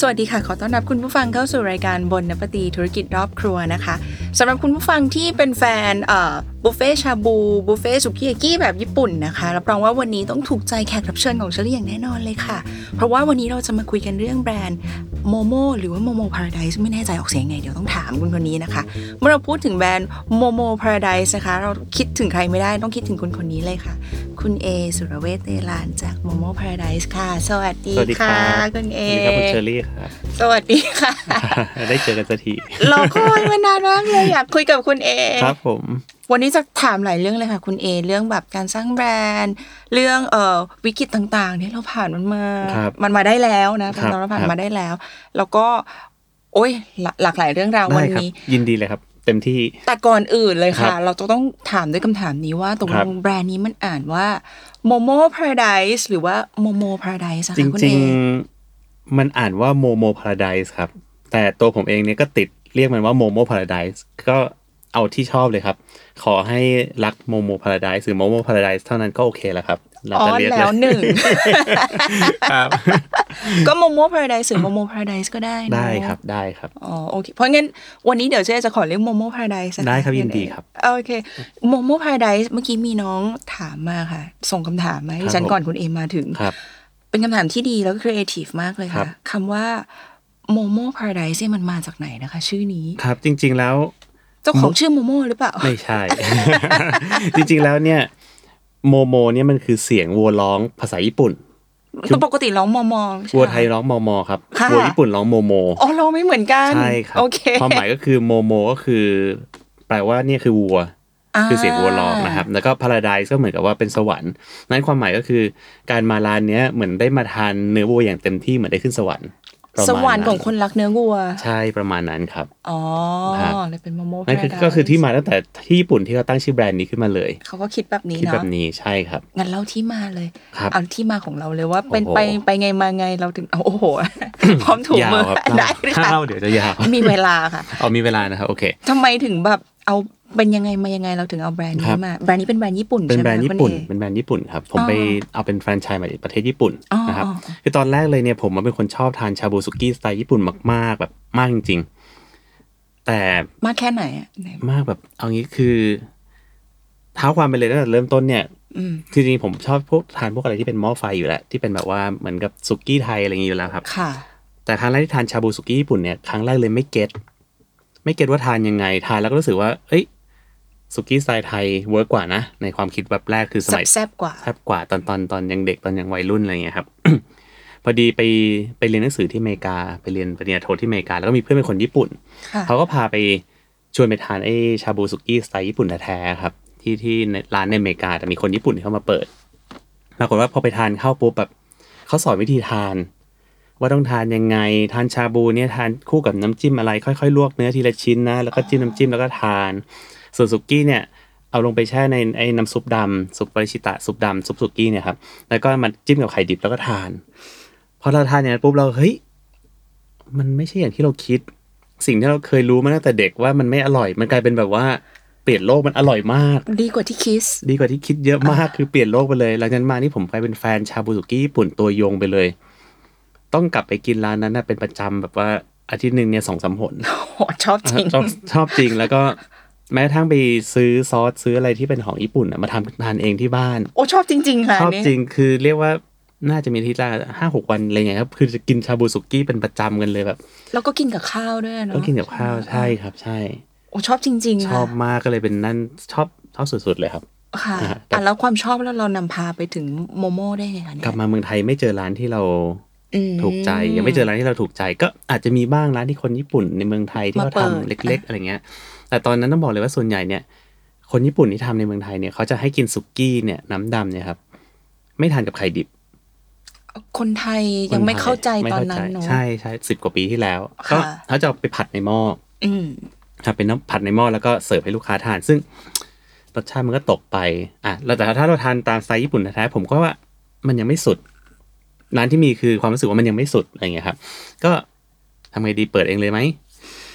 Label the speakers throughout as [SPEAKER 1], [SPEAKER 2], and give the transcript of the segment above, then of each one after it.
[SPEAKER 1] สวัสดีค่ะ ขอต้อนรับคุณผู้ฟังเข้าสู่รายการบนนปตีธุรกิจรอบครัวนะคะสำหรับคุณผู้ฟังที่เป็นแฟนเอ่อบุฟเฟ่ชาบูบุฟเฟ่สุกี้ยากิแบบญี่ปุ่นนะคะรับรองว่าวันนี้ต้องถูกใจแขกรับเชิญของเชลี่อย่างแน่นอนเลยค่ะ เพราะว่าวันนี้เราจะมาคุยกันเรื่องแบรนด์โมโมหรือว่าโมโมพาราไดซ์ไม่แน่ใจออกเสียงไงเดี๋ยวต้องถามคุณคนนี้นะคะ เมื่อเราพูดถึงแบรนด์โมโมพาราไดซ์นะคะ เราคิดถึงใครไม่ได้ต้องคิดถึงคนคนนี้เลยค่ะ คุณเอสุรเวทเตลานจากโมโมพาราไดซ์ค่ะ สวัสดี
[SPEAKER 2] สวัสดีค
[SPEAKER 1] ค่ะ
[SPEAKER 2] รับ
[SPEAKER 1] คุณเอ
[SPEAKER 2] สวัสดีครับคุณเชอรี่ครับ
[SPEAKER 1] สวัสดีค่ะ
[SPEAKER 2] ได้เจอกันสักที
[SPEAKER 1] เราคอยมานานมากเลยอยากคุยกับคุณเอ
[SPEAKER 2] ครับผม
[SPEAKER 1] วันนี้จะถามหลายเรื่องเลยค่ะ คุณเอ เรื่องแบบการสร้างแบรนด์ เรื่องเอ่อวิกฤตต่างๆที่เราผ่านมันมา
[SPEAKER 2] ครับ
[SPEAKER 1] มันมาได้แล้วนะ
[SPEAKER 2] ครั
[SPEAKER 1] น
[SPEAKER 2] บ
[SPEAKER 1] เราผ่าน
[SPEAKER 2] ครับ
[SPEAKER 1] มาได้แล้ว แล้วก็ โอ้ยหลาหลากหลายเรื่องราว
[SPEAKER 2] ได้
[SPEAKER 1] วัน
[SPEAKER 2] ครับ
[SPEAKER 1] นี้
[SPEAKER 2] ยินดีเลยครับ เต็มที่
[SPEAKER 1] แต่ก่อนอื่นเลยค่ะ
[SPEAKER 2] ครับ
[SPEAKER 1] เราจะต้องถามด้วยคำถามนี้ว่าตก
[SPEAKER 2] ค
[SPEAKER 1] ล
[SPEAKER 2] รับ
[SPEAKER 1] งแบรนด์นี้มันอ่านว่าโมโมพาราไดซ์หรือว่าโมโมพาราไดซ์
[SPEAKER 2] จ
[SPEAKER 1] ค่ะคุณ
[SPEAKER 2] ริ
[SPEAKER 1] เอง
[SPEAKER 2] ๆ มันอ่านว่าโมโมพาราไดส์ครับ แต่ตัวผมเองเนี่ยก็ติดเรียกมันว่าโมโมพาราไดส์ก็เอาที่ชอบเลยครับ ขอให้รักโมโมพาราไดส์หรือโมโมพาราไดส์เท่านั้นก็โอเคแล้วครับเรา
[SPEAKER 1] อ๋อ
[SPEAKER 2] จะเรียก
[SPEAKER 1] แล้ว หนึ่ง
[SPEAKER 2] ครับ
[SPEAKER 1] ก็โมโมพาราไดซ์หรือโมโมพาราไดซ์ก็ได้ เนอะ
[SPEAKER 2] ได้ครับได้ครับ
[SPEAKER 1] อ๋อโอเคเพราะงั้นวันนี้เดี๋ยวเจ๊จะขอเรียกโมโม่พาราไดส์
[SPEAKER 2] ได้ครับยินดีครับ
[SPEAKER 1] โอเคโมโม่พาราไดส์เมื่อกี้มีน้องถามมาค่ะ ส่งคำถามมาให้
[SPEAKER 2] ครับ
[SPEAKER 1] ฉัน
[SPEAKER 2] ผม
[SPEAKER 1] ก่อนคุณเอมาถึง
[SPEAKER 2] ครับ
[SPEAKER 1] เป็นคำถามที่ดีแล้วก็ครีเอทีฟมากเลย
[SPEAKER 2] ครั
[SPEAKER 1] ค่ะ
[SPEAKER 2] บ
[SPEAKER 1] คำว่าโมโม่พาราไดส์เนี่ยมันมาจากไหนนะคะ ชื่อนี้
[SPEAKER 2] ครับจริง ๆแล้ว
[SPEAKER 1] เจ้าของชื่อโมโม่หรือเปล่า
[SPEAKER 2] ไม่ใช่ จริงๆแล้วเนี่ยโมโมเนี่ยมันคือเสียงวัวร้องภาษาญี่ปุ่น คือ
[SPEAKER 1] ปกติร้องมอมอใช่หม
[SPEAKER 2] วัวไทยร้องมอมอครับ
[SPEAKER 1] ค่ะ
[SPEAKER 2] วัวญี่ปุ่นร้องโมโม
[SPEAKER 1] อ๋อร้องไม่เหมือนกัน
[SPEAKER 2] ใช่ครับ
[SPEAKER 1] โอเค
[SPEAKER 2] ความหมายก็คือโมโมก็คือ แปลว่าเนี่ยคือวัว คือเสียงวัวร้องนะครับ แล้วก็พาราไดซ์ก็เหมือนกับว่าเป็นสวรรค์นั้นความหมายก็คือ การมาร้านเนี้ยเหมือนได้มาทานเนื้อวัวอย่างเต็มที่เหมือนได้ขึ้นสวรรค์ประมาณ
[SPEAKER 1] สวรรค์ของคนรักเนื้อวัว
[SPEAKER 2] ใช่ประมาณนั้นครับ
[SPEAKER 1] อ๋อ
[SPEAKER 2] ครับ
[SPEAKER 1] เลยเป็นโมโม่พา
[SPEAKER 2] นั่น
[SPEAKER 1] รา
[SPEAKER 2] คือ
[SPEAKER 1] ไดส์
[SPEAKER 2] ก็คือที่มาตั้งแต่ที่ญี่ปุ่นที่เขาตั้งชื่อแบรนด์นี้ขึ้นมาเลย
[SPEAKER 1] เขาก็คิดแบบนี้
[SPEAKER 2] คิดแบ
[SPEAKER 1] เนาะ
[SPEAKER 2] บนี้ใช่ครับ
[SPEAKER 1] งั้นเล่าที่มาเลย
[SPEAKER 2] ครับ
[SPEAKER 1] เอาที่มาของเราเลยว่าเป็น
[SPEAKER 2] โอ้โห
[SPEAKER 1] ไปไปไงมาไงเราถึงเอาโอ้โห พร้อมถูก
[SPEAKER 2] ยาว
[SPEAKER 1] มือ
[SPEAKER 2] ครับ
[SPEAKER 1] ได้เลย
[SPEAKER 2] ถ้า
[SPEAKER 1] ค่ะ
[SPEAKER 2] เล่าเดี๋ยวจะยาว
[SPEAKER 1] มีเวลาค่ะ
[SPEAKER 2] เอามีเวลานะครับ โอเค
[SPEAKER 1] ทำไมถึงแบบเอาเป็นยังไงมายังไงเราถึงเอาแบรนด์
[SPEAKER 2] ครั
[SPEAKER 1] นี้
[SPEAKER 2] บ
[SPEAKER 1] มา แบรนด์นี้เป็นแบรนด์ญี่ปุ่น
[SPEAKER 2] เป็น
[SPEAKER 1] ใช่ไหม
[SPEAKER 2] แบรนด์
[SPEAKER 1] คะ
[SPEAKER 2] ญี่ปุ่น
[SPEAKER 1] คุณเอ
[SPEAKER 2] เป็นแบรนด์ญี่ปุ่นครับ ผม
[SPEAKER 1] อ๋อ
[SPEAKER 2] ไปเอาเป็นแฟรนไชส์มาจากประเทศญี่ปุ่น
[SPEAKER 1] อ๋อ
[SPEAKER 2] นะครับ
[SPEAKER 1] อ๋อ
[SPEAKER 2] คือตอนแรกเลยเนี่ยผมมันเป็นคนชอบทานชาบูสุกี้สไตล์ญี่ปุ่นมาก ๆ แบบมากจริงๆ แต่
[SPEAKER 1] มากแค่ไหนอะไหน
[SPEAKER 2] มากแบบเอางี้คือเท้าความไปเลยตั้งแต่เริ่มต้นเนี่ย
[SPEAKER 1] อืม
[SPEAKER 2] คือจริงๆผมชอบพวกทานพวกอะไรที่เป็นหม้อไฟอยู่แล้ว ที่เป็นแบบว่าเหมือนกับสุกี้ไทยอะไรอย่างนี้อยู่แล้วครับ
[SPEAKER 1] ค่ะ
[SPEAKER 2] แต่ครั้งแรกที่ทานชาบูสุกี้ญี่ปุ่นเนี่ยครั้งแรกเลยไม่เก็ตไม่เก็ตว่าทานยังไงทานแล้วก็รู้สึกว่า เอ้ยสุกี้สไตล์ไทยเวิร์กกว่านะ ในความคิดแบบแรกคือสมัย
[SPEAKER 1] แซ่บๆกว่า
[SPEAKER 2] แซบกว่าตอนตอนตอนยังเด็กตอนยังวัยรุ่นอะไรอย่างเงี้ยครับ พอดีไปไปเรียนหนังสือที่อเมริกาไปเรียนปริญญาโทที่อเมริกาแล้วก็มีเพื่อนเป็นคนญี่ปุ่น
[SPEAKER 1] ค่ะ
[SPEAKER 2] เขาก็พาไปชวนไปทานไอ้ชาบูสุกี้สไตล์ญี่ปุ่นแท้ๆครับ ที่ที่ในร้านในอเมริกาแต่มีคนญี่ปุ่นที่เข้ามาเปิดปรากฏว่าพอไปทานเข้าปุ๊บแบบเขาสอนวิธีทาน ว่าต้องทานยังไง ทานชาบูเนี่ยทานคู่กับน้ำจิ้มอะไร ค่อยๆลวกเนื้อทีละชิ้นนะแล้วก็จิ้มน้ำจิ้มแล้วก็ทาน ส่วนสุกี้เนี่ย เอาลงไปแช่ในไอ้น้ำซุปดำซุปปริชิตะซุปดำซุปสุกี้เนี่ยครับแล้วก็มาจิ้มกับไข่ดิบแล้วก็ทานพอเราทานอย่างนั้นปุ๊บเราเฮ้ยมันไม่ใช่อย่างที่เราคิด สิ่งที่เราเคยรู้มาตั้งแต่เด็กว่ามันไม่อร่อย มันกลายเป็นแบบว่าเปลี่ยนโลกมันอร่อยมาก
[SPEAKER 1] ดีกว่าที่คิส
[SPEAKER 2] ดีกว่าที่คิดเยอะมากคือเปลี่ยนโลกไปเลย หลังจากนั้นมานี่ผมกลายเป็นแฟนชาบูสุกี้ญี่ปุ่นตัวยงไปเลย ต้องกลับไปกินร้านนั้นนะเป็นประจำแบบว่าอาทิตย์หนึ่งเนี่ยสองสามหน
[SPEAKER 1] โอ้โหชอบจริง
[SPEAKER 2] ชอบชอบจริงแล้วก็แม้กระทั่งไปซื้อซอสซื้ออะไรที่เป็นของญี่ปุ่นน่ะมาทำทานเองที่บ้าน
[SPEAKER 1] โอ้ชอบจริง ๆ ค่ะ
[SPEAKER 2] ชอบ
[SPEAKER 1] นี่
[SPEAKER 2] จริงคือเรียกว่าน่าจะมีอาที่ละห้าหกวันอะไรเงี้ยครับคือจะกินชาบูสุกี้เป็นประจำกันเลยแบบ
[SPEAKER 1] แล้วก็กินกับข้าวด้วยเนาะ
[SPEAKER 2] ต้องกินกับข้าวใช่ครับ ใช่
[SPEAKER 1] โอ้ชอบจริง
[SPEAKER 2] ช
[SPEAKER 1] ๆ
[SPEAKER 2] อ
[SPEAKER 1] ค่ะ
[SPEAKER 2] บมากก็เลยเป็นนั่นชอบชอบสุดๆเลยครับ
[SPEAKER 1] ค่ะ
[SPEAKER 2] อ่าครับ
[SPEAKER 1] อ่ะแล้วความชอบแล้วเรานำพาไปถึงโมโม่ได้ไงคะเนี่ย
[SPEAKER 2] กลับมาเมืองไทยไม่เจอร้านที่เรา
[SPEAKER 1] อืม
[SPEAKER 2] ถูกใจ ยังไม่เจอร้านที่เราถูกใจ ก็อาจจะมีบ้างร้านที่คนญี่ปุ่นในเมืองไทยที่เขา
[SPEAKER 1] มาเปิด
[SPEAKER 2] ทำเล็ก ๆ อะไรเงี้ย แต่ตอนนั้นต้องบอกเลยว่าส่วนใหญ่เนี่ย คนญี่ปุ่นที่ทำในเมืองไทยเนี่ยเขาจะให้กินสุกี้เนี่ยน้ำดำเนี่ยครับไม่ทานกับไข่ดิบ
[SPEAKER 1] คนไทยยังไม่เข้าใจ
[SPEAKER 2] ไม่
[SPEAKER 1] ตอน
[SPEAKER 2] เข้า
[SPEAKER 1] นั้นเนอะ
[SPEAKER 2] ใช่ใช่สิบกว่าปีที่แล้วก็
[SPEAKER 1] ค่ะ
[SPEAKER 2] เขาจะเอาไปผัดในหม้อ
[SPEAKER 1] อืม
[SPEAKER 2] ทำเป็นน้ำผัดในหม้อแล้วก็เสิร์ฟให้ลูกค้าทาน ซึ่งรสชาติมันก็ตกไปอ่ะเราแต่ถ้าเราทานตามสไตล์ญี่ปุ่นแท้ๆผมก็ว่า มันยังไม่สุด ร้านที่มีคือความรู้สึกว่ามันยังไม่สุดอะไรเงี้ยครับ ก็ทำไงดีเปิดเองเลยไหม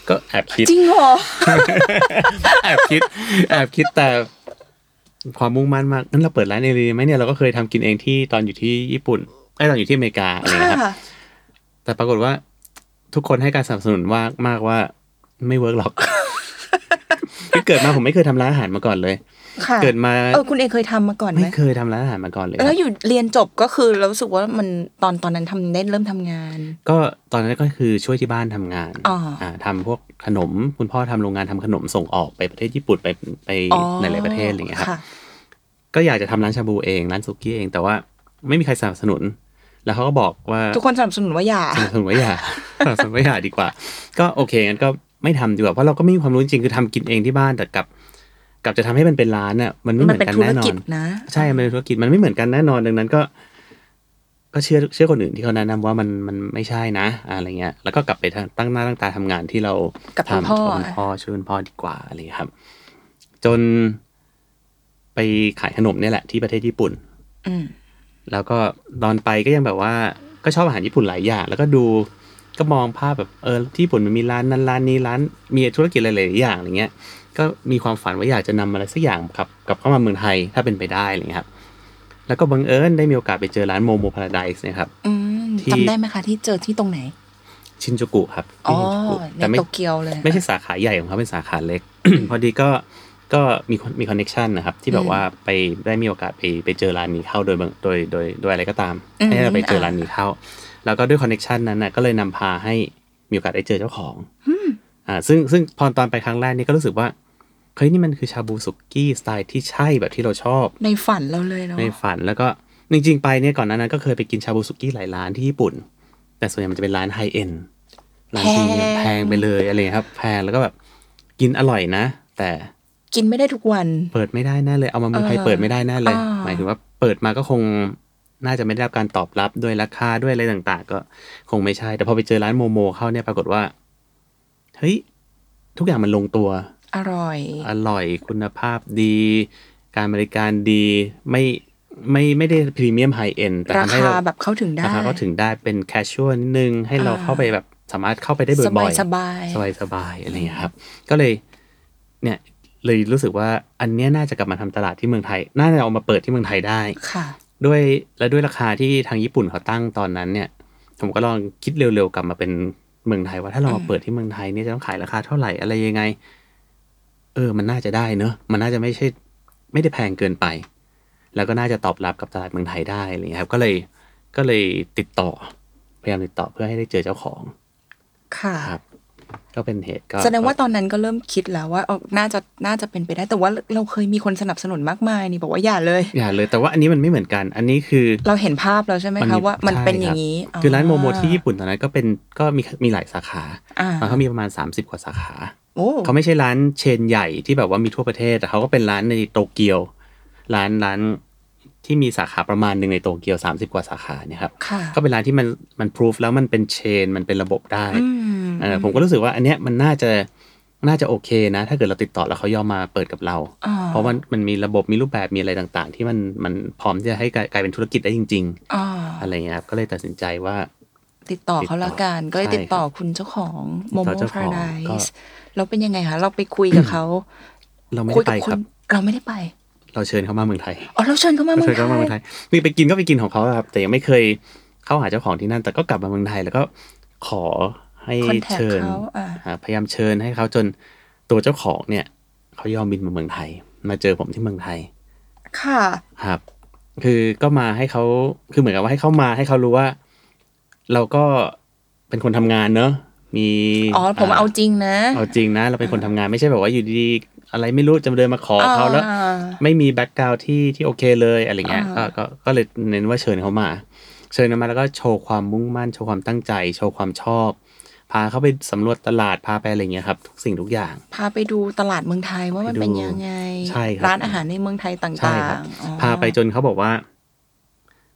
[SPEAKER 2] ก็แอบ คิด
[SPEAKER 1] จริงเหรอ
[SPEAKER 2] แอบคิด แอบคิดแต่ความมุ่งมั่นมากนั้นเราเปิดร้านเองเลยไหมเนี่ยเราก็เคยทำกินเองที่ตอนอยู่ที่ญี่ปุ่นไอ้ยตอนอยู่ที่อเมริกาอะไรเงี้ยครับ
[SPEAKER 1] ค่ะ
[SPEAKER 2] แต่ปรากฏว่าทุกคนให้การสนับสนุนว่ามากว่าไม่เวิร์กหร อก คือเกิดมาผมไม่เคยทำร้านอาหารมาก่อนเลย
[SPEAKER 1] ค่ะ
[SPEAKER 2] เกิดมา
[SPEAKER 1] เออคุณเองเคยทำมาก่อนไหม
[SPEAKER 2] ไม่เคยทำร้านอาหารมาก่อนเลยค
[SPEAKER 1] แล้
[SPEAKER 2] รั
[SPEAKER 1] ว
[SPEAKER 2] บ
[SPEAKER 1] อยู่เรียนจบก็คือเรารู้สึกว่ามันตอนตอนนั้นทำได้เริ่มทำงาน
[SPEAKER 2] ก็ตอนนั้นก็คือช่วยที่บ้านทำงาน
[SPEAKER 1] อ๋ออ่
[SPEAKER 2] าทำพวกขนม คุณพ่อทำโรงงานทำขนมส่งออกไปประเทศญี่ปุ่นไปไป
[SPEAKER 1] อ๋อ
[SPEAKER 2] หลายๆประเทศอะไรอย่างเงี้ยครับ
[SPEAKER 1] ค่ะ
[SPEAKER 2] ก็อยากจะทำร้านชาบูเองร้านซุกี้เองแต่ว่าไม่มีใครสนับสนุน แล้วเขาก็บอกว่า
[SPEAKER 1] ทุกคนสนับสนุนว่าอย่า
[SPEAKER 2] สนับสนุนว่า อย่า สนับสนุนว่าอย่าดีกว่า ก็โอเคงั้นก็ไม่ทำดีกว่าเพราะเราก็ไม่มีความรู้จริงๆคือทำกินเองที่บ้านแต่กับ กับจะทำให้มันเป็นร้านน่ะมันไม่เห
[SPEAKER 1] มัน
[SPEAKER 2] มือน
[SPEAKER 1] เป็น
[SPEAKER 2] กัน
[SPEAKER 1] ธุร
[SPEAKER 2] แน่นอ
[SPEAKER 1] กิจ
[SPEAKER 2] น
[SPEAKER 1] นะ
[SPEAKER 2] ใช่มันเป็นธุรกิจมันไม่เหมือนกันแน่นอนดังนั้นก็ ก็เชื่อเชื่อคนอื่นที่เขาแนะนำว่ามันมันไม่ใช่นะอะไรเงี้ย แล้วก็กลับไปทางตั้งหน้าตั้งตาทำงานที่เรา
[SPEAKER 1] กับคุณ
[SPEAKER 2] ทำ
[SPEAKER 1] พ่อ
[SPEAKER 2] กับคุณพ่อช่วยคุณพ่อดีกว่าอะไรเงี้ยครับ จนไปขายขนมเนี่ยแหละที่ประเทศญี่ปุ่น
[SPEAKER 1] อืม
[SPEAKER 2] แล้วก็ตอนไปก็ยังแบบว่าก็ชอบอาหารญี่ปุ่นหลายอย่าง แล้วก็ดูก็มองภาพแบบเออที่ญี่ปุ่นมันมีร้านนั้นร้านนี้ร้านมีธุรกิจหลายๆอย่างอะไรเงี้ย ก็มีความฝันว่าอยากจะนำอะไรสักอย่างกลับกลับเข้ามาเมืองไทยถ้าเป็นไปได้อะไรเงี้ยครับแล้วก็บังเอิญได้มีโอกาสไปเจอร้านโมโมพาราไดซ์นะครับ
[SPEAKER 1] อืม
[SPEAKER 2] ที่
[SPEAKER 1] จำได้ไหมคะที่เจอที่ตรงไหน
[SPEAKER 2] ชินจูกุครับ
[SPEAKER 1] อ๋อ
[SPEAKER 2] ที่ชินจูกุ
[SPEAKER 1] ใน
[SPEAKER 2] แต่ไม่
[SPEAKER 1] โตเกียวเลย
[SPEAKER 2] ไม่ใช่สาขาใหญ่ของเขาเป็นสาขาเล็ก พอดีก็ก็มีคนมีคอนเน็ชันนะครับที่แบบว่าไปได้มีโอกาสไปไปเจอร้านนี้เข้าโดยบังโดยโดยโดยอะไรก็ตาม
[SPEAKER 1] อืม
[SPEAKER 2] ให้เราไปเจอร้านนี้เข้า แล้วก็ด้วยคอนเน็ชันนั้นนะก็เลยนำพาให้มีโอกาสได้เจอเจ้าของอ่าซึ่งซึ่งพอตอนไปครั้งแรกนี่ก็รู้สึกว่าเฮ้ยนี่มันคือชาบูสุกี้สไตล์ที่ใช่แบบที่เราชอบ
[SPEAKER 1] ในฝันเราเลยเนาะ
[SPEAKER 2] ในฝันแล้วก็จริงๆ ไปเนี่ยก่อนหน้านั้นก็เคยไปกินชาบูสุกี้หลายร้านที่ญี่ปุ่น แต่ส่วนใหญ่มันจะเป็นร้านไฮเอ็นร้านที่แพงไปเลยอะไรครับ แพงแล้วก็แบบกินอร่อยนะ แต่
[SPEAKER 1] กินไม่ได้ทุกวัน
[SPEAKER 2] เปิดไม่ได้แน่เลยเอามาเมืองไทย
[SPEAKER 1] เออ
[SPEAKER 2] เปิดไม่ได้แน่เลย
[SPEAKER 1] อ่า
[SPEAKER 2] หมายถึงว่าเปิดมาก็คงน่าจะไม่ได้รับการตอบรับด้วยราคาด้วยอะไรต่างๆ ก็คงไม่ใช่ แต่พอไปเจอร้านโมโมเข้าเนี่ยปรากฏว่าเฮ้ยทุกอย่างมันลงตัว
[SPEAKER 1] อร่อย
[SPEAKER 2] อร่อยคุณภาพดี การบริการดีไม่ไม่ไม่ได้พรีเมียมไฮเอ็นแต่
[SPEAKER 1] รา
[SPEAKER 2] ทำให้
[SPEAKER 1] คา
[SPEAKER 2] เรา
[SPEAKER 1] แบบเข้าถึงได้
[SPEAKER 2] ราคาก็ถึงได้เป็นแคชชวลนิดนึง ให้เรา
[SPEAKER 1] อ่า
[SPEAKER 2] เข้าไปแบบสามารถเข้าไปได้บ่
[SPEAKER 1] สบา
[SPEAKER 2] อย ย
[SPEAKER 1] สบาย
[SPEAKER 2] ๆ สบายๆอะไรอย่างเงี้ยครับ ก็เลยเนี่ยเลยรู้สึกว่าอันเนี้ยน่าจะกลับมาทำตลาดที่เมืองไทย น่าจะเอามาเปิดที่เมืองไทยได้
[SPEAKER 1] ค่ะ
[SPEAKER 2] ด้วยและด้วยราคาที่ทางญี่ปุ่นเขาตั้งตอนนั้นเนี่ย ผมก็ลองคิดเร็วๆกลับมาเป็นเมืองไทยว่าถ้าเรามาเปิดที่เมืองไทยเนี่ยจะต้องขายราคาเท่าไหร่อะไรยังไง เออ มันน่าจะได้เนอะมันน่าจะไม่ใช่ ไม่ได้แพงเกินไป แล้วก็น่าจะตอบรับกับตลาดเมืองไทยได้อะไรอย่างเงี้ยครับ ก็เลยก็เลยติดต่อพยายามติดต่อเพื่อให้ได้เจอเจ้าของ
[SPEAKER 1] ค่ะ
[SPEAKER 2] ครับ ก็เป็นเหตุก็
[SPEAKER 1] แสดงว่าตอนนั้นก็เริ่มคิดแล้วว่าเออน่าจะน่าจะเป็นไปได้ แต่ว่าเราเคยมีคนสนับสนุนมากมายนี่บอกว่าอย่าเลย
[SPEAKER 2] อย่าเลยแต่ว่าอันนี้มันไม่เหมือนกัน อันนี้คือ
[SPEAKER 1] เราเห็นภาพแล้วใช่ไหม
[SPEAKER 2] มันมี
[SPEAKER 1] คะว่ามันเป็นอ
[SPEAKER 2] ใช่ครับ
[SPEAKER 1] ย่างนี้
[SPEAKER 2] คือร้านโมโมที่ญี่ปุ่นตอนนั้นก็เป็นก็มีมีหลายสาขา
[SPEAKER 1] อ่า
[SPEAKER 2] ตอนเขามีประมาณ 30 กว่าสาขา
[SPEAKER 1] โอ้
[SPEAKER 2] เขาไม่ใช่ร้านเชนใหญ่ที่แบบว่ามีทั่วประเทศแต่เขาก็เป็นร้านในโตเกียว ร้านร้านที่มีสาขาประมาณหนึ่งในโตเกียว 30 กว่าสาขาเนี่ยครับ
[SPEAKER 1] ค่ะ
[SPEAKER 2] ก็เป็นร้านที่มันมันพิสูจแล้วมันเป็นเชนมันเป็นระบบได้
[SPEAKER 1] อืม
[SPEAKER 2] เออผมก็รู้สึกว่าอันเนี้ยมันน่าจะน่าจะโอเคนะ ถ้าเกิดเราติดต่อแล้วเขายอมมาเปิดกับเรา
[SPEAKER 1] อ่
[SPEAKER 2] เพราะมันมันมีระบบมีรูปแบบมีอะไรต่างๆ ที่มันมันพร้อมที่จะให้กลายกลายเป็นธุรกิจได้จริง
[SPEAKER 1] อ่า
[SPEAKER 2] ๆ อะไรเงี้ยครับก็เลยตัดสินใจว่า
[SPEAKER 1] ติดต่อเขาละกัน
[SPEAKER 2] ติดต่อ
[SPEAKER 1] ก็เลยติดต่อคุณเจ้าของโม
[SPEAKER 2] ติดต่อ
[SPEAKER 1] โม่
[SPEAKER 2] เจ้า
[SPEAKER 1] พ
[SPEAKER 2] ของ
[SPEAKER 1] ราได
[SPEAKER 2] ก็
[SPEAKER 1] ส์เราเป็นยังไงคะ เราไปคุยกับเขา
[SPEAKER 2] เราไม่
[SPEAKER 1] คุย
[SPEAKER 2] ได้
[SPEAKER 1] กั
[SPEAKER 2] ไป
[SPEAKER 1] คุ
[SPEAKER 2] ค
[SPEAKER 1] ณ
[SPEAKER 2] รับ
[SPEAKER 1] เราไม่ได้ไป
[SPEAKER 2] เราเชิญเขามาเมืองไทย
[SPEAKER 1] อ๋อ เราเชิญเขามาเมือง
[SPEAKER 2] เคยกลับมาเมือง
[SPEAKER 1] ไทย
[SPEAKER 2] ไทยมีไปกินก็ไปกินของเขาอะครับ แต่ยังไม่เคยเข้าหาเจ้าของที่นั่น แต่ก็กลับมาเมืองไทยแล้วก็ขอให้
[SPEAKER 1] Contact
[SPEAKER 2] เชิญ
[SPEAKER 1] เขาอ่ะ
[SPEAKER 2] อ่าพยายามเชิญให้เขาจนตัวเจ้าของเนี่ยเขายอมบินมาเมืองไทย มาเจอผมที่เมืองไทย
[SPEAKER 1] ค่ะ
[SPEAKER 2] ครับ คือก็มาให้เขาคือเหมือนกับว่าให้เขามาให้เขารู้ว่า เราก็เป็นคนทำงานเนอะมี
[SPEAKER 1] อ๋อ ผมเอาจริงนะ
[SPEAKER 2] เอาจริงนะ เราเป็นคนทำงานไม่ใช่แบบว่าอยู่ดีๆอะไรไม่รู้จะเดินมาขอเขาแล้ว
[SPEAKER 1] อ่า
[SPEAKER 2] ไม่มีแบ็กกราวที่ที่โอเคเลยอะไรเงี้ยก็
[SPEAKER 1] อ่า
[SPEAKER 2] ก็ก็เลยเน้นว่าเชิญเขามา เชิญเขามาแล้วก็โชว์ความมุ่งมั่น โชว์ความตั้งใจ โชว์ความชอบ พาเขาไปสำรวจตลาดพาไปอะไรเงี้ยครับทุกสิ่งทุกอย่าง
[SPEAKER 1] พาไปดูตลาดเมืองไทยว่ามัน
[SPEAKER 2] ไปดู
[SPEAKER 1] เป็นยังไง
[SPEAKER 2] ใช่ครับ
[SPEAKER 1] ร้านอาหารในเมืองไทยต่างๆ
[SPEAKER 2] ใช่ครับ
[SPEAKER 1] อ๋อ
[SPEAKER 2] พาไปจนเขาบอกว่า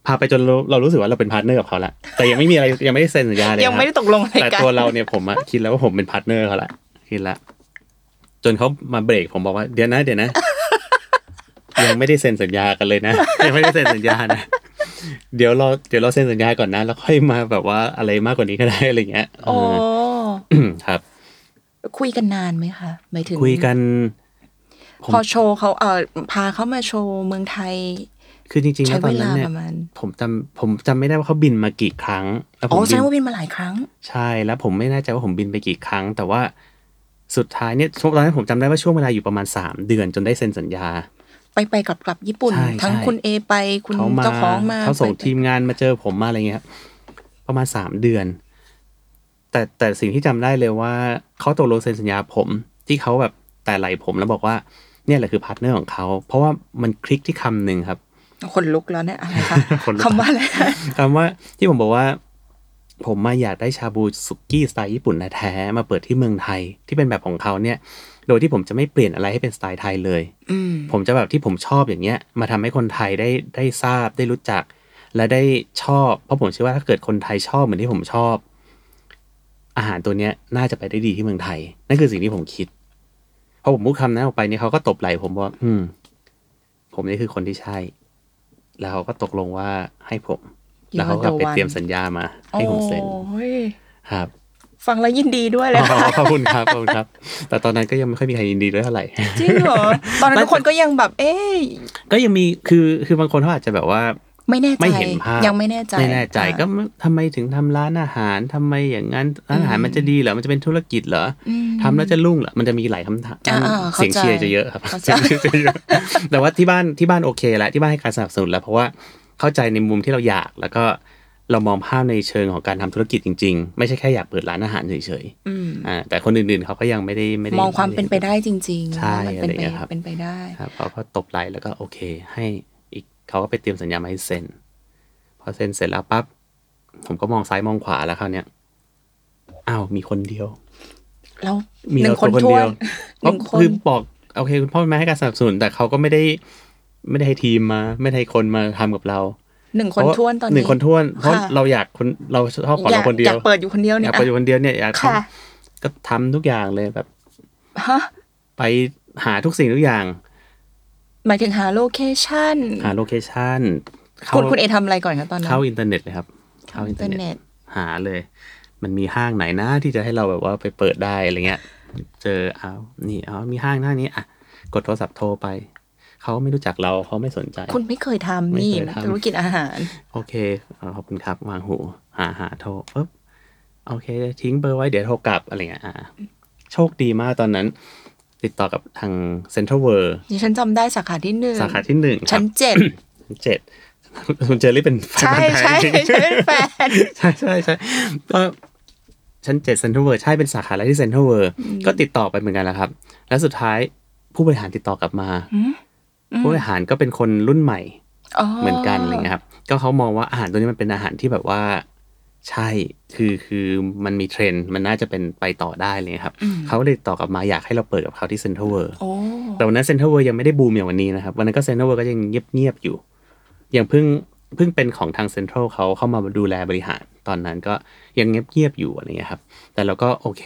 [SPEAKER 2] พาไปจนเราเรารู้สึกว่าเราเป็นพาร์ทเนอร์กับเขาละแต่ยังไม่มีอะไรยังไม่ได้เซ็นสัญญาเลย
[SPEAKER 1] ยังไม่ได้
[SPEAKER 2] ครับ
[SPEAKER 1] ตกลงอะไร
[SPEAKER 2] แต่
[SPEAKER 1] กัน
[SPEAKER 2] ตัวเราเนี่ยผมอะคิดแล้วว่าผมเป็นพาร์ทเนอร์เขาละคิดละจนเขามาเบรกผมบอกว่าเดี๋ยวนะเดี๋ยวนะ ยังไม่ได้เซ็นสัญญากันเลยนะยังไม่ได้เซ็นสัญญานะ เดี๋ยวเราเดี๋ยวเราเซ็นสัญญาก่อนนะ แล้วค่อยมาแบบว่าอะไรมากกว่านี้ก็ได้อะไรเงี้ย
[SPEAKER 1] โอ้
[SPEAKER 2] าครับ
[SPEAKER 1] คุยกันนานไหมคะหมายถึง
[SPEAKER 2] คุยกัน ผม
[SPEAKER 1] พอโชว์เขาเออพาเขามาโชว์เมืองไทย
[SPEAKER 2] คือจริงๆ
[SPEAKER 1] ใช้
[SPEAKER 2] แล้วต
[SPEAKER 1] เว
[SPEAKER 2] อนนั้
[SPEAKER 1] ลาน
[SPEAKER 2] เนี่
[SPEAKER 1] ป
[SPEAKER 2] ย
[SPEAKER 1] ระมาณ
[SPEAKER 2] ผมจำผมจำไม่ได้ว่าเขาบินมากี่ครั้งแล้วผ
[SPEAKER 1] อ๋
[SPEAKER 2] ม
[SPEAKER 1] อแส
[SPEAKER 2] บิ
[SPEAKER 1] ด
[SPEAKER 2] น
[SPEAKER 1] งว่าบินมาหลายครั้ง
[SPEAKER 2] ใช่แล้วผมไม่แน่ใจว่าผมบินไปกี่ครั้ง แต่ว่าสุดท้ายเนี่ยช่วงตอนนั้นผมจำได้ว่าช่วงเวลาอยู่ประมาณสามเดือนจนได้เซ็นสัญญา
[SPEAKER 1] ไปไปกลับกลับญี่ปุ่น
[SPEAKER 2] ใช่
[SPEAKER 1] ทั้ง
[SPEAKER 2] ใช่
[SPEAKER 1] คุณเอไปคุณ
[SPEAKER 2] เขามา
[SPEAKER 1] เจ้าของมา
[SPEAKER 2] เขาส่ง
[SPEAKER 1] ไปไป
[SPEAKER 2] ทีมงานมาเจอผมมาอะไรเงี้ยครับประมาณสามเดือน แต่แต่สิ่งที่จำได้เลยว่าเขาตกลงเซ็นสัญญาผม ที่เขาแบบแต่ไหลผมแล้วบอกว่าเนี่ยแหละคือพาร์ทเนอร์ของเขาเพราะว่ามันคลิกที่คำหนึ่งครับ
[SPEAKER 1] คนลุกแล้วเนี่ยอะไรคะ
[SPEAKER 2] คนลุก
[SPEAKER 1] คำว่าอะไร
[SPEAKER 2] คำว่าที่ผมบอกว่า ผมมาอยากได้ชาบูสุกี้สไตล์ญี่ปุ่นแท้ๆมาเปิดที่เมืองไทยที่เป็นแบบของเขาเนี่ย โดยที่ผมจะไม่เปลี่ยนอะไรให้เป็นสไตล์ไทยเลย
[SPEAKER 1] อืม
[SPEAKER 2] ผมจะแบบที่ผมชอบอย่างเงี้ย มาทำให้คนไทยได้ได้ทราบได้รู้จัก และได้ชอบ เพราะผมเชื่อว่าถ้าเกิดคนไทยชอบเหมือนที่ผมชอบ อาหารตัวเนี้ยน่าจะไปได้ดีที่เมืองไทย นั่นคือสิ่งที่ผมคิดพอผมพูดคำนั้นออกไปเนี่ยเขาก็ตบไหล่ผมว่า อืม ผมนี่คือคนที่ใช่ แล้วเขาก็ตกลงว่าให้ผม
[SPEAKER 1] You
[SPEAKER 2] แล้วเขาก็
[SPEAKER 1] are the
[SPEAKER 2] ไปเตรียม
[SPEAKER 1] one
[SPEAKER 2] สัญญามา ให้ผมเซ็น
[SPEAKER 1] โอ้ย
[SPEAKER 2] ครับ
[SPEAKER 1] ฟังแล้วยินดีด้วยเลย
[SPEAKER 2] อ๋อ
[SPEAKER 1] ค่ะ
[SPEAKER 2] ขอบคุณครับขอบคุณครับ แต่ตอนนั้นก็ยังไม่ค่อยมีใครยินดีด้วยเท่าไหร่
[SPEAKER 1] จริงเหรอ ตอนนั้นทุกคนก็ยังแบบ เอ๊ย
[SPEAKER 2] ก็ยังมีคือคือบางคนเขาอาจจะแบบว่า
[SPEAKER 1] ไม่แน่ใจ
[SPEAKER 2] ไม่เห็นภาพ
[SPEAKER 1] ยังไม่แน่ใจ
[SPEAKER 2] ไม่แน่ใจ
[SPEAKER 1] อ่ะ
[SPEAKER 2] ก็ไม่ทำไมถึงทำร้านอาหารทำไมอย่างนั้นร้านอาหาร
[SPEAKER 1] อืม
[SPEAKER 2] มันจะดีเหรอมันจะเป็นธุรกิจเหรอ
[SPEAKER 1] อืม
[SPEAKER 2] ทำแล้วจะรุ่งเหรอมันจะมีหลายคำถาม
[SPEAKER 1] อ่าอ่า
[SPEAKER 2] เสียง
[SPEAKER 1] เข้าใจ
[SPEAKER 2] เชียร์จะเยอะครับ
[SPEAKER 1] เข้าใจ
[SPEAKER 2] เสียงเชียร์จะเยอะ แต่ว่าที่บ้านที่บ้านโอเคแหละที่บ้านให้การสนับสนุนแล้ว เพราะว่าเข้าใจในมุมที่เราอยาก แล้วก็เรามองภาพในเชิงของการทำธุรกิจจริง ๆ ไม่ใช่แค่อยากเปิดร้านอาหารเฉย
[SPEAKER 1] อืม
[SPEAKER 2] ๆอ่าแต่คนอื่นๆเขาก็ยังไม่ได้ไม่ได้
[SPEAKER 1] มองความเป็นไปได้จริงๆ
[SPEAKER 2] ใช่
[SPEAKER 1] ว่ามันเป็น
[SPEAKER 2] อะ
[SPEAKER 1] ไป
[SPEAKER 2] ไรอย่างเงี้ยครับ
[SPEAKER 1] เป็นไปได้
[SPEAKER 2] ครับเขาก็ตบไหล่แล้วก็โอเค ให้อีกเขาก็ไปเตรียมสัญญามาให้เซ็นพอเซ็นเสร็จแล้วปั๊บผมก็มองซ้ายมองขวาแล้วคราวเนี้ยอ้าวมีคนเดียว
[SPEAKER 1] แล้ว
[SPEAKER 2] มี
[SPEAKER 1] หนึ่
[SPEAKER 2] เรา
[SPEAKER 1] งคน
[SPEAKER 2] ตั
[SPEAKER 1] ท
[SPEAKER 2] วคน
[SPEAKER 1] ว
[SPEAKER 2] เดี
[SPEAKER 1] น
[SPEAKER 2] ยว
[SPEAKER 1] หนึ่งคน
[SPEAKER 2] คือบอกโอเค คุณพ่อคุณแม่ให้การสนับสนุนแต่เขาก็ไม่ได้ ไม่ได้ให้ทีมมา ไม่ได้ให้คนมาทำกับเรา
[SPEAKER 1] หนึ่งคน
[SPEAKER 2] เพราะ
[SPEAKER 1] ทวนตอนนี้
[SPEAKER 2] หนึ่งคนท้วนเพราะ
[SPEAKER 1] ค่ะ
[SPEAKER 2] เราอยากคนเราชอบของ
[SPEAKER 1] อยา
[SPEAKER 2] เรา
[SPEAKER 1] ก
[SPEAKER 2] คนเดี
[SPEAKER 1] อย ยาว กเปิดอยู่คนเดียวเนี่ย
[SPEAKER 2] อาก
[SPEAKER 1] ย
[SPEAKER 2] ไปอยู่คนเดียวเนี่ยอยากท
[SPEAKER 1] ค่ะ
[SPEAKER 2] ำก็ทำทุกอย่างเลยแบบ
[SPEAKER 1] ฮะ
[SPEAKER 2] ไปหาทุกสิ่งทุกอย่าง
[SPEAKER 1] หมายถึงหาโลเคชั่น
[SPEAKER 2] หาโลเคชั่นเข้า
[SPEAKER 1] คุณคุณเอทำอะไรก่อนคะตอนนั้น
[SPEAKER 2] เข้าอินเทอร์เน็ตเลยครับ เข้าอินเทอร์เน็ต หาเลย มันมีห้างไหนนะที่จะให้เราแบบว่าไปเปิดได้อะไรเงี้ย เจอเอา นี่เอามีห้างหน้านี้ อ่ะ กดโทรศัพท์โทรไป เขาไม่รู้จักเราเขาไม่สนใจ
[SPEAKER 1] คุณไม่เคย
[SPEAKER 2] ไม่
[SPEAKER 1] ทำนี่
[SPEAKER 2] เคยทำ
[SPEAKER 1] ธุรกิจอาหาร
[SPEAKER 2] โอเคเอาขอบคุณครับ วางหู หาหาโทรปุ๊บโอเค ทิ้งเบอร์ไว้เดี๋ยวโทรกลับอะไรเงี้ยอ่ะโชคดีมากตอนนั้น ติดต่อกับทางเซ็นทรัลเวิร์
[SPEAKER 1] ดิฉันจำได้สาขาที่หนึ่ง
[SPEAKER 2] สาขาที่หนึ่งครั
[SPEAKER 1] ชั้
[SPEAKER 2] บ
[SPEAKER 1] นเจ็ด
[SPEAKER 2] ชั้นเจ็ดคุณเจอรี่เป็นแฟน
[SPEAKER 1] ใช่
[SPEAKER 2] พันธุ์
[SPEAKER 1] ใช่
[SPEAKER 2] แท้จริง
[SPEAKER 1] ใช่เป็นแฟน
[SPEAKER 2] ใช่ใช่ใช่ก็ชั้นเจ็ดเซ็นทรัลเวิร์ใช่เป็นสาขาแรกที่เซ็นทรัลเวิร์ก็ติดต่อไปเหมือนกันแหล้วครับ แล้วสุดท้ายผู้บริหารติดต่อกลับมา
[SPEAKER 1] อืม
[SPEAKER 2] ผู้บริหารก็เป็นคนรุ่นใหม่เหมือนกันอะไร
[SPEAKER 1] ย
[SPEAKER 2] เงี้ยครับ ก็เขามองว่าอาหารตัวนี้มันเป็นอาหารที่แบบว่า ใช่คือคือมันมีเทรนด์มันน่าจะเป็นไปต่อได้อะไรเลยครับ
[SPEAKER 1] อืม
[SPEAKER 2] เขาเลยติดต่อกลับมาอยากให้เราเปิดกับเขาที่เซ็นทรัลเวิร์
[SPEAKER 1] โอ้
[SPEAKER 2] แต่วันนั้นเซ็นทรัลเวิร์ยังไม่ได้บูมอย่างวันนี้นะครับวันนั้นก็เซ็นทรัลเวิร์ก็ยังเงียบๆอยู่ อย่างเพิ่งเพิ่งเป็นของทางเซ็นทรัลเขาเข้ามาดูแลบริหารตอนนั้นก็ยังเงียบๆอยู่อะไรเงี้ยครับ แต่เราก็โอเค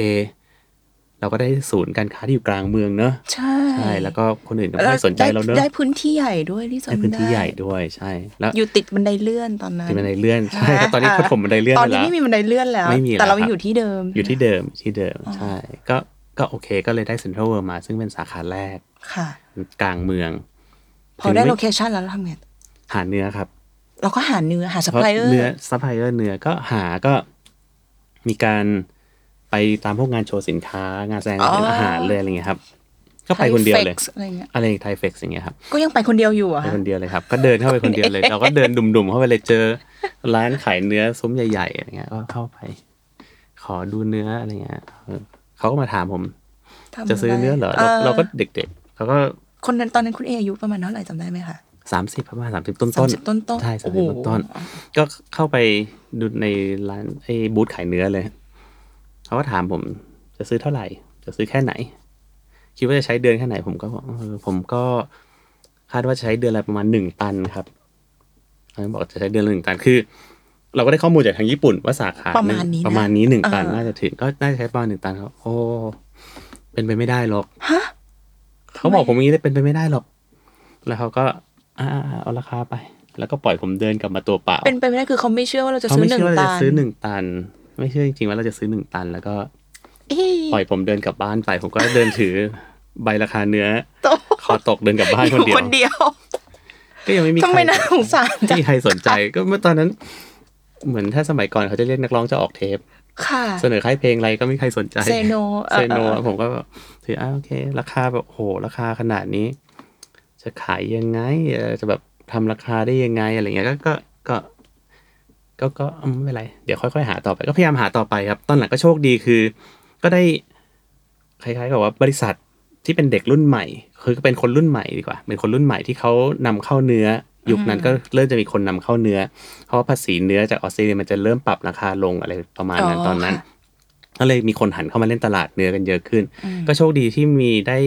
[SPEAKER 2] เราก็ได้ศูนย์การค้าที่อยู่กลางเมืองเนอะ
[SPEAKER 1] ใช่
[SPEAKER 2] ใช่แล้วก็คนอื่นก็ไม่สนใจ
[SPEAKER 1] ได้
[SPEAKER 2] เราเนอะ
[SPEAKER 1] ได้พื้นที่ใหญ่ด้วยที่สน
[SPEAKER 2] ได้พื้นที่ใหญ่ด้วยใช่ แล้ว
[SPEAKER 1] อยู่ติดบันไดเลื่อนตอนนั้น
[SPEAKER 2] มีบันไดเลื่อนใช่ครับตอนนี้เขาถมบันไดเลื่อน
[SPEAKER 1] ตอ
[SPEAKER 2] ไป
[SPEAKER 1] นนี้
[SPEAKER 2] แล้ว
[SPEAKER 1] ไม่มีบันไดเลื่อนแล้ว
[SPEAKER 2] ไม่มีแล้ว
[SPEAKER 1] แต่เรา
[SPEAKER 2] ครับ
[SPEAKER 1] อยู่ที่เดิม
[SPEAKER 2] อยู่ที่เดิมอยู่ที่เดิมใช่ ก็ก็โอเค ก็เลยได้เซ็นทรัลเวิร์มา ซึ่งเป็นสาขาแรก
[SPEAKER 1] ค่ะ
[SPEAKER 2] กลางเมือง
[SPEAKER 1] พอได้โลเคชั่นแล้วเราทำไง
[SPEAKER 2] หาเนื้อครับ
[SPEAKER 1] เราก็หาเนื้อหาซัพพลายเออ
[SPEAKER 2] เนื้อ
[SPEAKER 1] ร์
[SPEAKER 2] ซัพพลายเออร์เนื้อก็หาก็มีการไปตามพวกงานโชว์สินค้า งานแสดงงานอาหารเลยอะไรเงี้ยครับ ก็ไปคนเดียวเลย
[SPEAKER 1] อะไรเงี้ย
[SPEAKER 2] อะไรไทยเฟกซ์อย่างเงี้ยครับ
[SPEAKER 1] ก็ยังไปคนเดียวอยู่อะ
[SPEAKER 2] ไป
[SPEAKER 1] ค่ะ
[SPEAKER 2] คนเดียวเลยครับ ก็เดินเข้าไปคนเดียวเลย เราก็เดินดุ่มๆเข้าไปเลยเจอ ร้านขายเนื้อซุ้มใหญ่ๆอะไรเงี้ยก็เข้าไป ขอดูเนื้ออะไรเงี้ยเออเขาก็มาถามผม
[SPEAKER 1] ทำ
[SPEAKER 2] จะซื้อเนื้อเหรอเราเราก็เด็กๆเขาก็
[SPEAKER 1] คนนั้นตอนนั้นคุณเออายุประมาณเท่าไหร่จำได้ไหมคะ
[SPEAKER 2] สามสิบประมาณสามสิบต้นๆ
[SPEAKER 1] สามสิบต้นต้น
[SPEAKER 2] ใช่สา
[SPEAKER 1] โอ้
[SPEAKER 2] ม
[SPEAKER 1] โห
[SPEAKER 2] สิบต้นๆก็เข้าไปดูในร้านไอ้บูธขายเนื้อเลย เขาก็ถามผมจะซื้อเท่าไหร่ จะซื้อแค่ไหน คิดว่าจะใช้เดือนแค่ไหน ผมก็บอกเออผมก็คาดว่าจะใช้เดือนละประมาณหนึ่งตันครับเขาบอกจะใช้เดือนละหนึ่งตันคือ เราก็ได้ข้อมูลจากทางญี่ปุ่นว่าสาขา
[SPEAKER 1] ประมาณนี้นะ
[SPEAKER 2] หงประมาณนี้หนึ่งตัน
[SPEAKER 1] เออ
[SPEAKER 2] น่าจะถึงก็น่าจะใช้ประมาณหนึ่งตันครับโอ้เป็นไปไม่ได้หรอก
[SPEAKER 1] ฮะ
[SPEAKER 2] เขาบอกผมอย่างนี้ได้เป็นไปไม่ได้หรอก แล้วเขาก็ อ่าเอาราคาไป แล้วก็ปล่อยผมเดินกลับมาตัวเปล่า
[SPEAKER 1] เป็นไปไม่ได้คือเขาไม่เชื่อว่าเราจะ
[SPEAKER 2] เขา
[SPEAKER 1] ซื้อ
[SPEAKER 2] ไม่
[SPEAKER 1] หนึ่ง
[SPEAKER 2] เชื่อว่าเรา
[SPEAKER 1] ตั
[SPEAKER 2] จะ
[SPEAKER 1] น
[SPEAKER 2] ซื้อหนึ่งตัน ไม่เชื่อจริงๆว่าเราจะซื้อหนึ่งตัน แล้วก็
[SPEAKER 1] เอ้ย
[SPEAKER 2] ปล่อยผมเดินกลับบ้านไป ผมก็เดินถือใบราคาเนื้อ
[SPEAKER 1] โต
[SPEAKER 2] คอตกเดินกลับบ้านคนเดียว
[SPEAKER 1] คนเดียว
[SPEAKER 2] ก็ยังไม่มี
[SPEAKER 1] ทำไม
[SPEAKER 2] ใคร
[SPEAKER 1] น่าสงสาร
[SPEAKER 2] ไม่
[SPEAKER 1] จัง
[SPEAKER 2] มีใครสนใจก็เมื่อตอนนั้น เหมือนถ้าสมัยก่อนเขาจะเรียกนักร้องจะออกเทป
[SPEAKER 1] ค่ะ
[SPEAKER 2] เสนอค่ายเพลงอะไรก็ไม่มีใครสนใจ
[SPEAKER 1] เซโน
[SPEAKER 2] เซโนผมก็แบบถืออ้าวโอเค ราคาแบบโอ้โหราคาขนาดนี้ จะขายยังไงเออจะแบบทำราคาได้ยังไงอะไรเงี้ยก็ก็ก็ ก็ก็อืมไม่เป็นไร เดี๋ยวค่อยๆหาต่อไป ก็พยายามหาต่อไปครับ ตอนหลังก็โชคดีคือ ก็ได้คล้ายๆกับว่าบริษัทที่เป็นเด็กรุ่นใหม่ คือก็เป็นคนรุ่นใหม่ดีกว่า เป็นคนรุ่นใหม่ที่เขานำเข้าเนื้อ ยุคนั้นก็เริ่มจะมีคนนำเข้าเนื้อ เพราะว่าภาษีเนื้อจากออสเตรเลียมันจะเริ่มปรับราคาลงอะไรประมาณนั้นตอนนั้น ก็เลยมีคนหันเข้ามาเล่นตลาดเนื้อกันเยอะขึ้น ก็โชคดีที่มีได้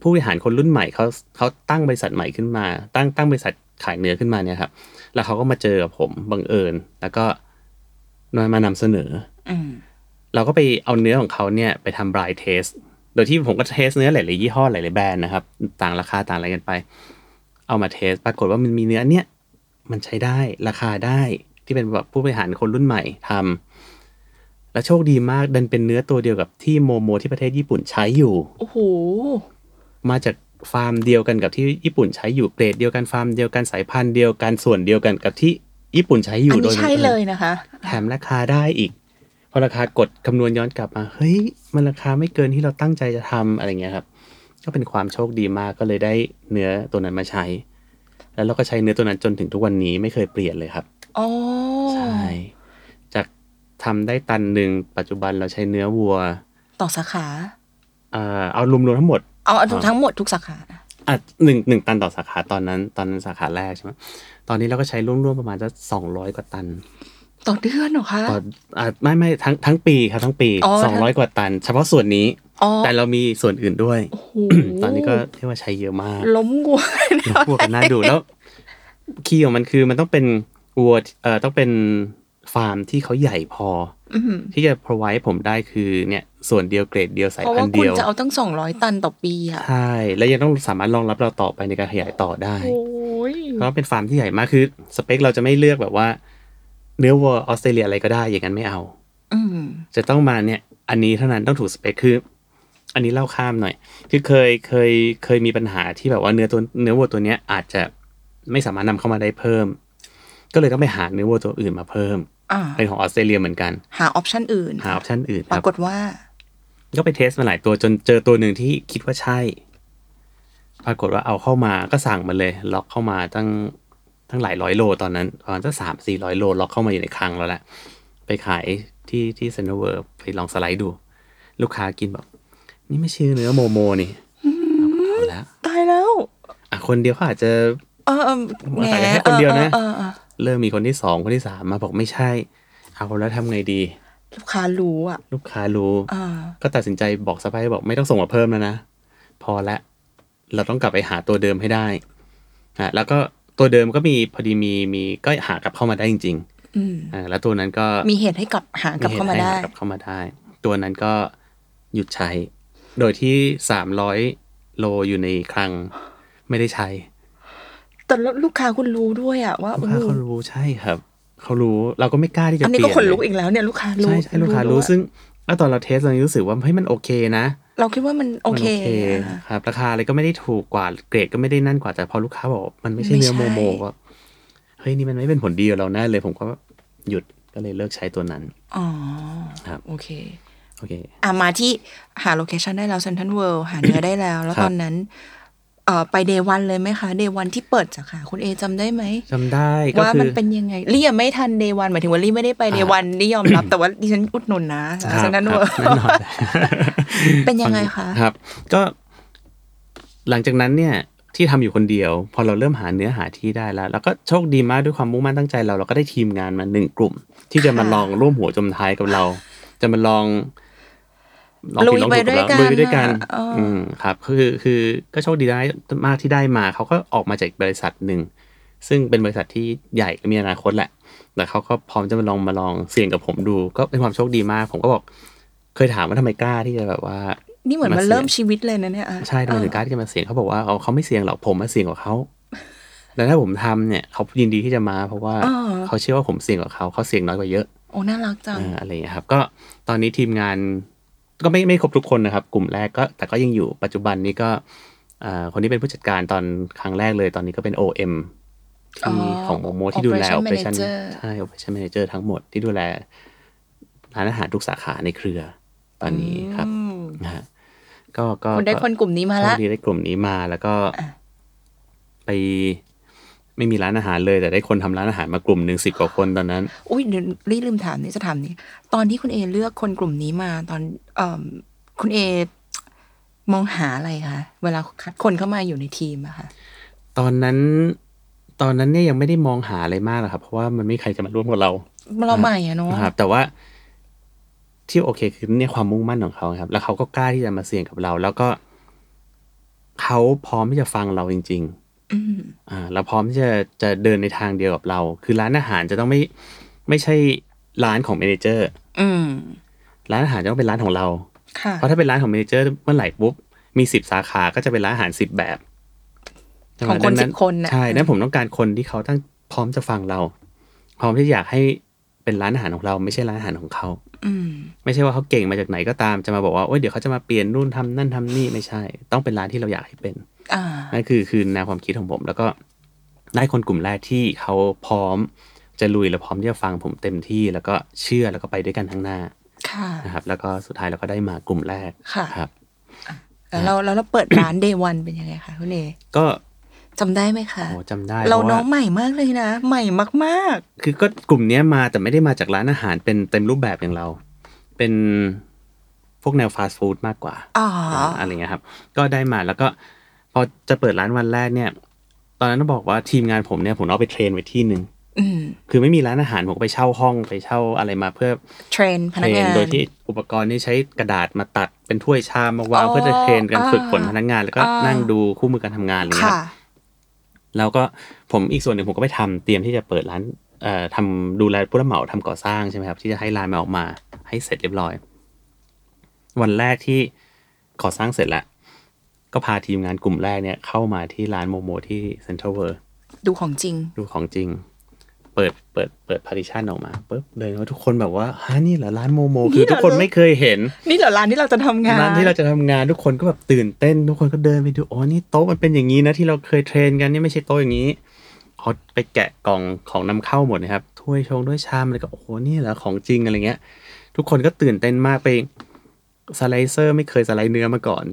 [SPEAKER 2] ผู้บริหารคนรุ่นใหม่เขาเขาตั้งบริษัทใหม่ขึ้นมา ตั้งตั้งบริษัทขายเนื้อขึ้นมาเนี่ยครับ แล้วเขาก็มาเจอกับผมบังเอิญ แล้วก็นอยมานำเสนอ
[SPEAKER 1] อืม
[SPEAKER 2] เราก็ไปเอาเนื้อของเขาเนี่ยไปทำบรายเทส โดยที่ผมก็เทสเนื้อหลายๆยี่ห้อหลายๆแบรนด์นะครับ ต่างราคาต่างอะไรกันไป เอามาเทส ปรากฏว่ามันมีเนื้อเนี่ย มันใช้ได้ราคาได้ที่เป็นแบบผู้บริหารคนรุ่นใหม่ทำและโชคดีมากดันเป็นเนื้อตัวเดียวกับที่โมโมที่ประเทศญี่ปุ่นใช้อยู่
[SPEAKER 1] โอ้โห
[SPEAKER 2] มาจากฟาร์มเดียวกันกับที่ญี่ปุ่นใช้อยู่เกรดเดียวกันฟาร์มเดียวกันสายพันธุ์เดียวกันส่วนเดียวกันกับที่ญี่ปุ่นใช้อ
[SPEAKER 1] อั
[SPEAKER 2] ยู่
[SPEAKER 1] น
[SPEAKER 2] โด
[SPEAKER 1] นี้
[SPEAKER 2] ยบัง
[SPEAKER 1] ใช่
[SPEAKER 2] อิญ
[SPEAKER 1] เลยนะคะ
[SPEAKER 2] แถมราคาได้อีก พอราคากดคำนวณย้อนกลับมาเฮ้ย มันราคาไม่เกินที่เราตั้งใจจะทำอะไรเงี้ยครับ ก็เป็นความโชคดีมากก็เลยได้เนื้อตัวนั้นมาใช้ แล้วเราก็ใช้เนื้อตัวนั้นจนถึงทุกวันนี้ไม่เคยเปลี่ยนเลยครับ
[SPEAKER 1] อ๋อ
[SPEAKER 2] ใช่ จากทำได้ตันหนึ่งปัจจุบันเราใช้เนื้อวัว
[SPEAKER 1] ต่อสาขา
[SPEAKER 2] เอ่อเอารวมๆทั้งหมด
[SPEAKER 1] เอาเอาทั้งหมดทุกสาขา
[SPEAKER 2] อ่ะหนึ่งหนึ่งตันต่อสาขาตอนนั้น ตอนนั้นสาขาแรกใช่ไหมตอนนี้เราก็ใช้ร่วมๆประมาณจะสองร้อยกว่าตัน
[SPEAKER 1] ต่อเดือนเหรอคะ
[SPEAKER 2] ต่ออ่ะไม่ไม่ทั้งทั้งปีครับทั้งปี
[SPEAKER 1] อ๋อ
[SPEAKER 2] สองร้อย
[SPEAKER 1] ทั้ง
[SPEAKER 2] กว่าตัน เฉพาะส่วนนี้
[SPEAKER 1] อ๋อ
[SPEAKER 2] แต่เรามีส่วนอื่นด้วย
[SPEAKER 1] โอ้โห
[SPEAKER 2] ตอนนี้ก็เรียกว่าใช้เยอะมาก
[SPEAKER 1] ล้มวัว
[SPEAKER 2] วัวกันน่าดูแล้วคีย์ของมันคือมันต้องเป็นวัวเอ่อต้องเป็นฟาร์มที่เขาใหญ่พอ
[SPEAKER 1] อืม
[SPEAKER 2] ที่จะ provide ผมได้คือเนี่ยส่วนเดียวเกรดเดียวสาย
[SPEAKER 1] เพราะ
[SPEAKER 2] พัน
[SPEAKER 1] ว่าคุณ
[SPEAKER 2] ธุ์เดียว
[SPEAKER 1] จะเอาตั้งสองร้อยตันต่อปีอะ
[SPEAKER 2] ใช่แล้วยังต้องสามารถรองรับเราต่อไปในการขยายต่อได้
[SPEAKER 1] โอ้ย
[SPEAKER 2] เพราะเป็นฟาร์มที่ใหญ่มากคือสเปคเราจะไม่เลือกแบบว่า เนื้อวัวออสเตรเลียอะไรก็ได้อย่างนั้นไม่เอา
[SPEAKER 1] อืม
[SPEAKER 2] จะต้องมาเนี่ย อันนี้เท่านั้นต้องถูกสเปคคือ อันนี้เล่าข้ามหน่อย คือเคยเคยเคยมีปัญหาที่แบบว่าเนื้อตัวเนื้อวัวตัวเนี้ยอาจจะไม่สามารถนำเข้ามาได้เพิ่ม ก็เลยต้องไปหาเนื้อวัวตัวอื่นมาเพิ่ม
[SPEAKER 1] อ่า
[SPEAKER 2] เป็นของออสเตรเลียเหมือนกัน
[SPEAKER 1] หาออปชันอื่น
[SPEAKER 2] หาออปชันอื่น
[SPEAKER 1] ป
[SPEAKER 2] ค
[SPEAKER 1] รา
[SPEAKER 2] รับ
[SPEAKER 1] กฏว่า
[SPEAKER 2] ก็ไปเทสมาหลายตัวจนเจอตัวหนึ่งที่คิดว่าใช่ ปรากฏว่าเอาเข้ามาก็สั่งมาเลย ล็อกเข้ามาตั้งตั้งหลายร้อยโลตอนนั้นประมาณสักสามสี่ร้อยโลล็อกเข้ามาอยู่ในคลังแล้วแหละ ไปขายที่ที่เซนเวิร์ไปลองสไลด์ดู ลูกค้ากินแบบนี่ไม่ใชื่อเนื้อโมโมนี่เอาแล้ว
[SPEAKER 1] ตายแล้ว
[SPEAKER 2] อ่ะคนเดียวเขาอาจจะ
[SPEAKER 1] เออเออแหม
[SPEAKER 2] แต่แค่คนเดียวนะ
[SPEAKER 1] ออเออเออ
[SPEAKER 2] เริ่มมีคนที่สองคนที่สามมาบอกไม่ใช่ เอาแล้วทำไงดี
[SPEAKER 1] ลูกค้ารู้อ่ะ
[SPEAKER 2] ลูกค้ารู้
[SPEAKER 1] อ่า
[SPEAKER 2] ก็ตัดสินใจบอกสะพ้ายบอกไม่ต้องส่งมาเพิ่มแล้วนะ พอละเราต้องกลับไปหาตัวเดิมให้ได้อ่ะแล้วก็ตัวเดิมก็มีพอดีมีมีก็หากลับเข้ามาได้จริง
[SPEAKER 1] อืม
[SPEAKER 2] ๆอ่าแล้วตัวนั้นก็
[SPEAKER 1] มีเหตุให้กลับหากลับเข้ามาได้
[SPEAKER 2] หตุให้หกลับเข้ามาได้ ตัวนั้นก็หยุดใช้ โดยที่สามร้อยโลอยู่ในคลังไม่ได้ใช้
[SPEAKER 1] แต่ลูกค้าคุณรู้ด้วยอ่ะว่า
[SPEAKER 2] ลูกค้าเขารู้ใช่ครับ เขารู้เราก็ไม่กล้าที่จะ
[SPEAKER 1] อัน
[SPEAKER 2] เป
[SPEAKER 1] นี้
[SPEAKER 2] ลี่ยน
[SPEAKER 1] ก็ขนลุกอีกแล้วเนี่ยลูกค้ารู้
[SPEAKER 2] ใช่ใช่ลูกค้า
[SPEAKER 1] ด้
[SPEAKER 2] รู้
[SPEAKER 1] วย
[SPEAKER 2] ซึ่งแล้วตอนเราเทสเรายังรู้สึกว่าเฮ้ยมันโอเคนะ
[SPEAKER 1] เราคิดว่ามันโอ
[SPEAKER 2] มัน
[SPEAKER 1] เคอ่ะ
[SPEAKER 2] ครับราคาอะไรก็ไม่ได้ถูกกว่าเกรดก็ไม่ได้นั่นกว่าแต่พอลูกค้าบอกมันไม่ใช่เนื้อโม
[SPEAKER 1] ไม่ใช่
[SPEAKER 2] โมก็เฮ้ยนี่มันไม่เป็นผลดีกับเราแน่เลย ผมก็หยุดก็เลยเลิกใช้ตัวนั้น
[SPEAKER 1] อ๋อ
[SPEAKER 2] ครับ
[SPEAKER 1] โอเค
[SPEAKER 2] โอเค
[SPEAKER 1] อ่ะมาที่หาโลเคชันได้แล้วเซนทันเวิลด์หาเนื้อได้แล้ว แล้ว
[SPEAKER 2] ครับ
[SPEAKER 1] ตอนนั้นเอ่อไปเดวันเลยไหมคะเดวันที่เปิดสาขาคุณเอจำได้ไหม
[SPEAKER 2] จำได้ก็
[SPEAKER 1] ว่า
[SPEAKER 2] คือ
[SPEAKER 1] มันเป็นยังไงลี่ยังไม่ทันเดวันหมายถึงว่าลี่ไม่ได้ไปเดวันลี่ยอมรับ แต่ว่าดิฉันอุดหนุนนะ
[SPEAKER 2] ค
[SPEAKER 1] เซ
[SPEAKER 2] รับ
[SPEAKER 1] นทัน
[SPEAKER 2] ค
[SPEAKER 1] เวิ
[SPEAKER 2] รับ
[SPEAKER 1] ลด์
[SPEAKER 2] แน่นอน
[SPEAKER 1] เป็นยังไงคะ
[SPEAKER 2] รับ ก็หลังจากนั้นเนี่ยที่ทำอยู่คนเดียว พอเราเริ่มหาเนื้อหาที่ได้แล้ว แล้วก็โชคดีมากด้วยความมุ่งมั่นตั้งใจเราเราก็ได้ทีมงานมาหนึ่งกลุ่ม ที่จะมา
[SPEAKER 1] ค่ะ
[SPEAKER 2] ลองร่วมหัวจมท้ายกับเรา จะมาลอง
[SPEAKER 1] ลุยไป
[SPEAKER 2] ผิ
[SPEAKER 1] ด้วยกัน
[SPEAKER 2] ลุยไปด้วยกัน
[SPEAKER 1] น่ะเอออื
[SPEAKER 2] ืมครับคือคือก็โชคดีได้มากที่ได้มาเขาก็ออกมาจากบริษัทหนึ่งซึ่งเป็นบริษัทที่ใหญ่มีอนาคตแหละ แต่เขาก็พร้อมจะมาลองมาลองเสี่ยงกับผมดู ก็เป็นความโชคดีมาก ผมก็บอก เคยถามว่าทำไมกล้าที่จะแบบว่า
[SPEAKER 1] นี่เหมือนมันเริ่มชีวิตเลยนะเนี่ยอ่ะ
[SPEAKER 2] ใช่ทำไมถึงกล้า
[SPEAKER 1] เออ
[SPEAKER 2] ที่จะมาเสี่ยงเขาบอกว่าเอาเขาไม่เสี่ยงหรอกผมมาเสี่ยงกว่าเขา แล้วถ้าผมทำเนี่ยเขายินดีที่จะมาเพราะว่า
[SPEAKER 1] อ่า
[SPEAKER 2] เขาเชื่อว่าผมเสี่ยงกว่าเขาเขาเสี่ยงน้อยกว่าเยอะ
[SPEAKER 1] โอ้น่ารักจัง
[SPEAKER 2] อ่าอะไรอย่างเงี้ยครับ ก็ตอนนี้ทีมงานก็ไม่ไม่ครบทุกคนนะครับ กลุ่มแรกก็แต่ก็ยังอยู่ปัจจุบันนี้ก็อ่าคนที่เป็นผู้จัดการตอนครั้งแรกเลยตอนนี้ก็เป็น OM
[SPEAKER 1] อ๋
[SPEAKER 2] ที่
[SPEAKER 1] อ
[SPEAKER 2] ของโมโมที่ดูแล
[SPEAKER 1] Operation
[SPEAKER 2] Operation
[SPEAKER 1] Manager
[SPEAKER 2] ใช่ Operation Manager ทั้งหมดที่ดูแลร้านอาหารทุกสาขาในเครือตอนนี้ครับ
[SPEAKER 1] อืม
[SPEAKER 2] นะฮะก็ก็
[SPEAKER 1] คุณได้
[SPEAKER 2] ก็
[SPEAKER 1] คนกลุ่มนี้มาละ
[SPEAKER 2] โชคดีได้กลุ่มนี้มาแล้วก็
[SPEAKER 1] อ่ะ
[SPEAKER 2] ไปไม่มีร้านอาหารเลยแต่ได้คนทำร้านอาหารมากลุ่มหนึ่งสิบกว่าคนตอนนั้น
[SPEAKER 1] อุ้ยเดี๋ยวรีบลืมถามนี่จะถามนี่ตอนที่คุณเอเลือกคนกลุ่มนี้มาตอนเอ่อคุณเอมองหาอะไรคะเวลาคัดคนเข้ามาอยู่ในทีมอะค่ะ
[SPEAKER 2] ตอนนั้น ตอนนั้นเนี่ยยังไม่ได้มองหาอะไรมากหรอกครับ เพราะว่ามันไม่มีใครจะมาร่วมกับเรา
[SPEAKER 1] เราใหม่อะเนาะ
[SPEAKER 2] นะครับ แต่ว่าที่โอเคคือเนี่ยความมุ่งมั่นของเขาครับ แล้วเขาก็กล้าที่จะมาเสี่ยงกับเรา แล้วก็เขาพร้อมที่จะฟังเราจริง ๆ
[SPEAKER 1] อืม
[SPEAKER 2] อ่าแล้วพร้อมที่จะจะเดินในทางเดียวกับเรา คือร้านอาหารจะต้องไม่ไม่ใช่ร้านของเมเนเจอร์
[SPEAKER 1] อืม
[SPEAKER 2] ร้านอาหารจะต้องเป็นร้านของเรา
[SPEAKER 1] ค่ะ
[SPEAKER 2] เพราะถ้าเป็นร้านของเมเนเจอร์เมื่อไหร่ปุ๊บ มีสิบสาขาก็จะเป็นร้านอาหารสิบแบบ
[SPEAKER 1] ของคน
[SPEAKER 2] ดั
[SPEAKER 1] 10คนน่ะ
[SPEAKER 2] ใช่นั้นผมต้องการคนที่เขาตั้งพร้อมจะฟังเรา พร้อมที่อยากให้เป็นร้านอาหารของเรา ไม่ใช่ร้านอาหารของเขา
[SPEAKER 1] อืม
[SPEAKER 2] ไม่ใช่ว่าเขาเก่งมาจากไหนก็ตามจะมาบอกว่าโอ้ยเดี๋ยวเขาจะมาเปลี่ยนนู่นทำนั่นทำนี่ไม่ใช่ ต้องเป็นร้านที่เราอยากให้เป็น
[SPEAKER 1] อ่า
[SPEAKER 2] นั่นคือคือแนวความคิดของผม แล้วก็ได้คนกลุ่มแรกที่เขาพร้อมจะลุยและพร้อมที่จะฟังผมเต็มที่ แล้วก็เชื่อแล้วก็ไปด้วยกันทั้างหน้า
[SPEAKER 1] ค่ะ
[SPEAKER 2] นะครับ แล้วก็สุดท้ายเราก็ได้มากลุ่มแรก
[SPEAKER 1] ค่ะ
[SPEAKER 2] ครับ
[SPEAKER 1] แล้วเราแล้วเราเปิด ร้านเดวันเป็นยังไงคะคุณเอ
[SPEAKER 2] ก็
[SPEAKER 1] จำได้ไหมคะ
[SPEAKER 2] โหจำได้
[SPEAKER 1] เรา
[SPEAKER 2] พะว่
[SPEAKER 1] น้องใหม่มากเลยนะ ใหม่มาก
[SPEAKER 2] คือก็กลุ่มเนี้ยมาแต่ไม่ได้มาจากร้านอาหารเป็นเต็มรูปแบบอย่างเรา เป็นพวกแนวฟาสต์ฟู้ดมากกว่า
[SPEAKER 1] ๆ อ๋อ
[SPEAKER 2] อะไรเงี้ยครับ ก็ได้มาแล้วก็พอจะเปิดร้านวันแรกเนี่ย ตอนนั้นต้องบอกว่าทีมงานผมเนี่ยผมเอาไปเทรนไว้ที่หนึ่ง
[SPEAKER 1] อืม
[SPEAKER 2] คือไม่มีร้านอาหารผมก็ไปเช่าห้องไปเช่าอะไรมาเพื่อ
[SPEAKER 1] เทรนพนั
[SPEAKER 2] เทร
[SPEAKER 1] ก
[SPEAKER 2] น
[SPEAKER 1] งาน
[SPEAKER 2] โดยที่อุปกรณ์นี่ใช้กระดาษมาตัดเป็นถ้วยชามมาวาง
[SPEAKER 1] อ๋อ
[SPEAKER 2] เพื่อจะเทรนกัน
[SPEAKER 1] อ่า
[SPEAKER 2] ฝึกฝนพนักงานแล้วก็
[SPEAKER 1] อ่านั่
[SPEAKER 2] นั่งดูคู่มือการทำงานอะไรเงี้ย
[SPEAKER 1] ค่ะ
[SPEAKER 2] ครับแล้วก็ผมอีกส่วนหนึ่งผมก็ไปทำเตรียมที่จะเปิดร้านเอ่อทำดูแลผู้รับเหมาทำก่อสร้างใช่ไหมครับที่จะให้ร้านมาออกมาให้เสร็จเรียบร้อย วันแรกที่ก่อสร้างเสร็จแล้วก็พาทีมงานกลุ่มแรกเนี่ยเข้ามาที่ร้านโมโมที่เซ็นทรัลเวิร์
[SPEAKER 1] ดูของจริง
[SPEAKER 2] ดูของจริง เปิด เปิด เปิดพาริชันออกมาปุ๊บเดินเข้าทุกคนแบบว่าฮะนี่เหรอร้านโมโม
[SPEAKER 1] นี่
[SPEAKER 2] คือ
[SPEAKER 1] เหรอ
[SPEAKER 2] ทุกคนไม่เคยเห็น
[SPEAKER 1] นี่เหรอร้านที่เราจะทำงาน
[SPEAKER 2] ร้านที่เราจะทำงานทุกคนก็แบบตื่นเต้น ทุกคนก็เดินไปดู อ๋อ นี่โต๊ะมันเป็นอย่างนี้นะที่เราเคยเทรนกันนี่ไม่ใช่โต๊ะอย่างนี้เขาไปแกะกล่องของนำเข้าหมดนะครับ ถ้วยชงด้วยชามอะไรก็ โอ้โห นี่เหรอของจริงอะไรเงี้ย ทุกคนก็ตื่นเต้นมากไปสไลเซอร์ไม่เคยสไลด์เนื้อมาก่อน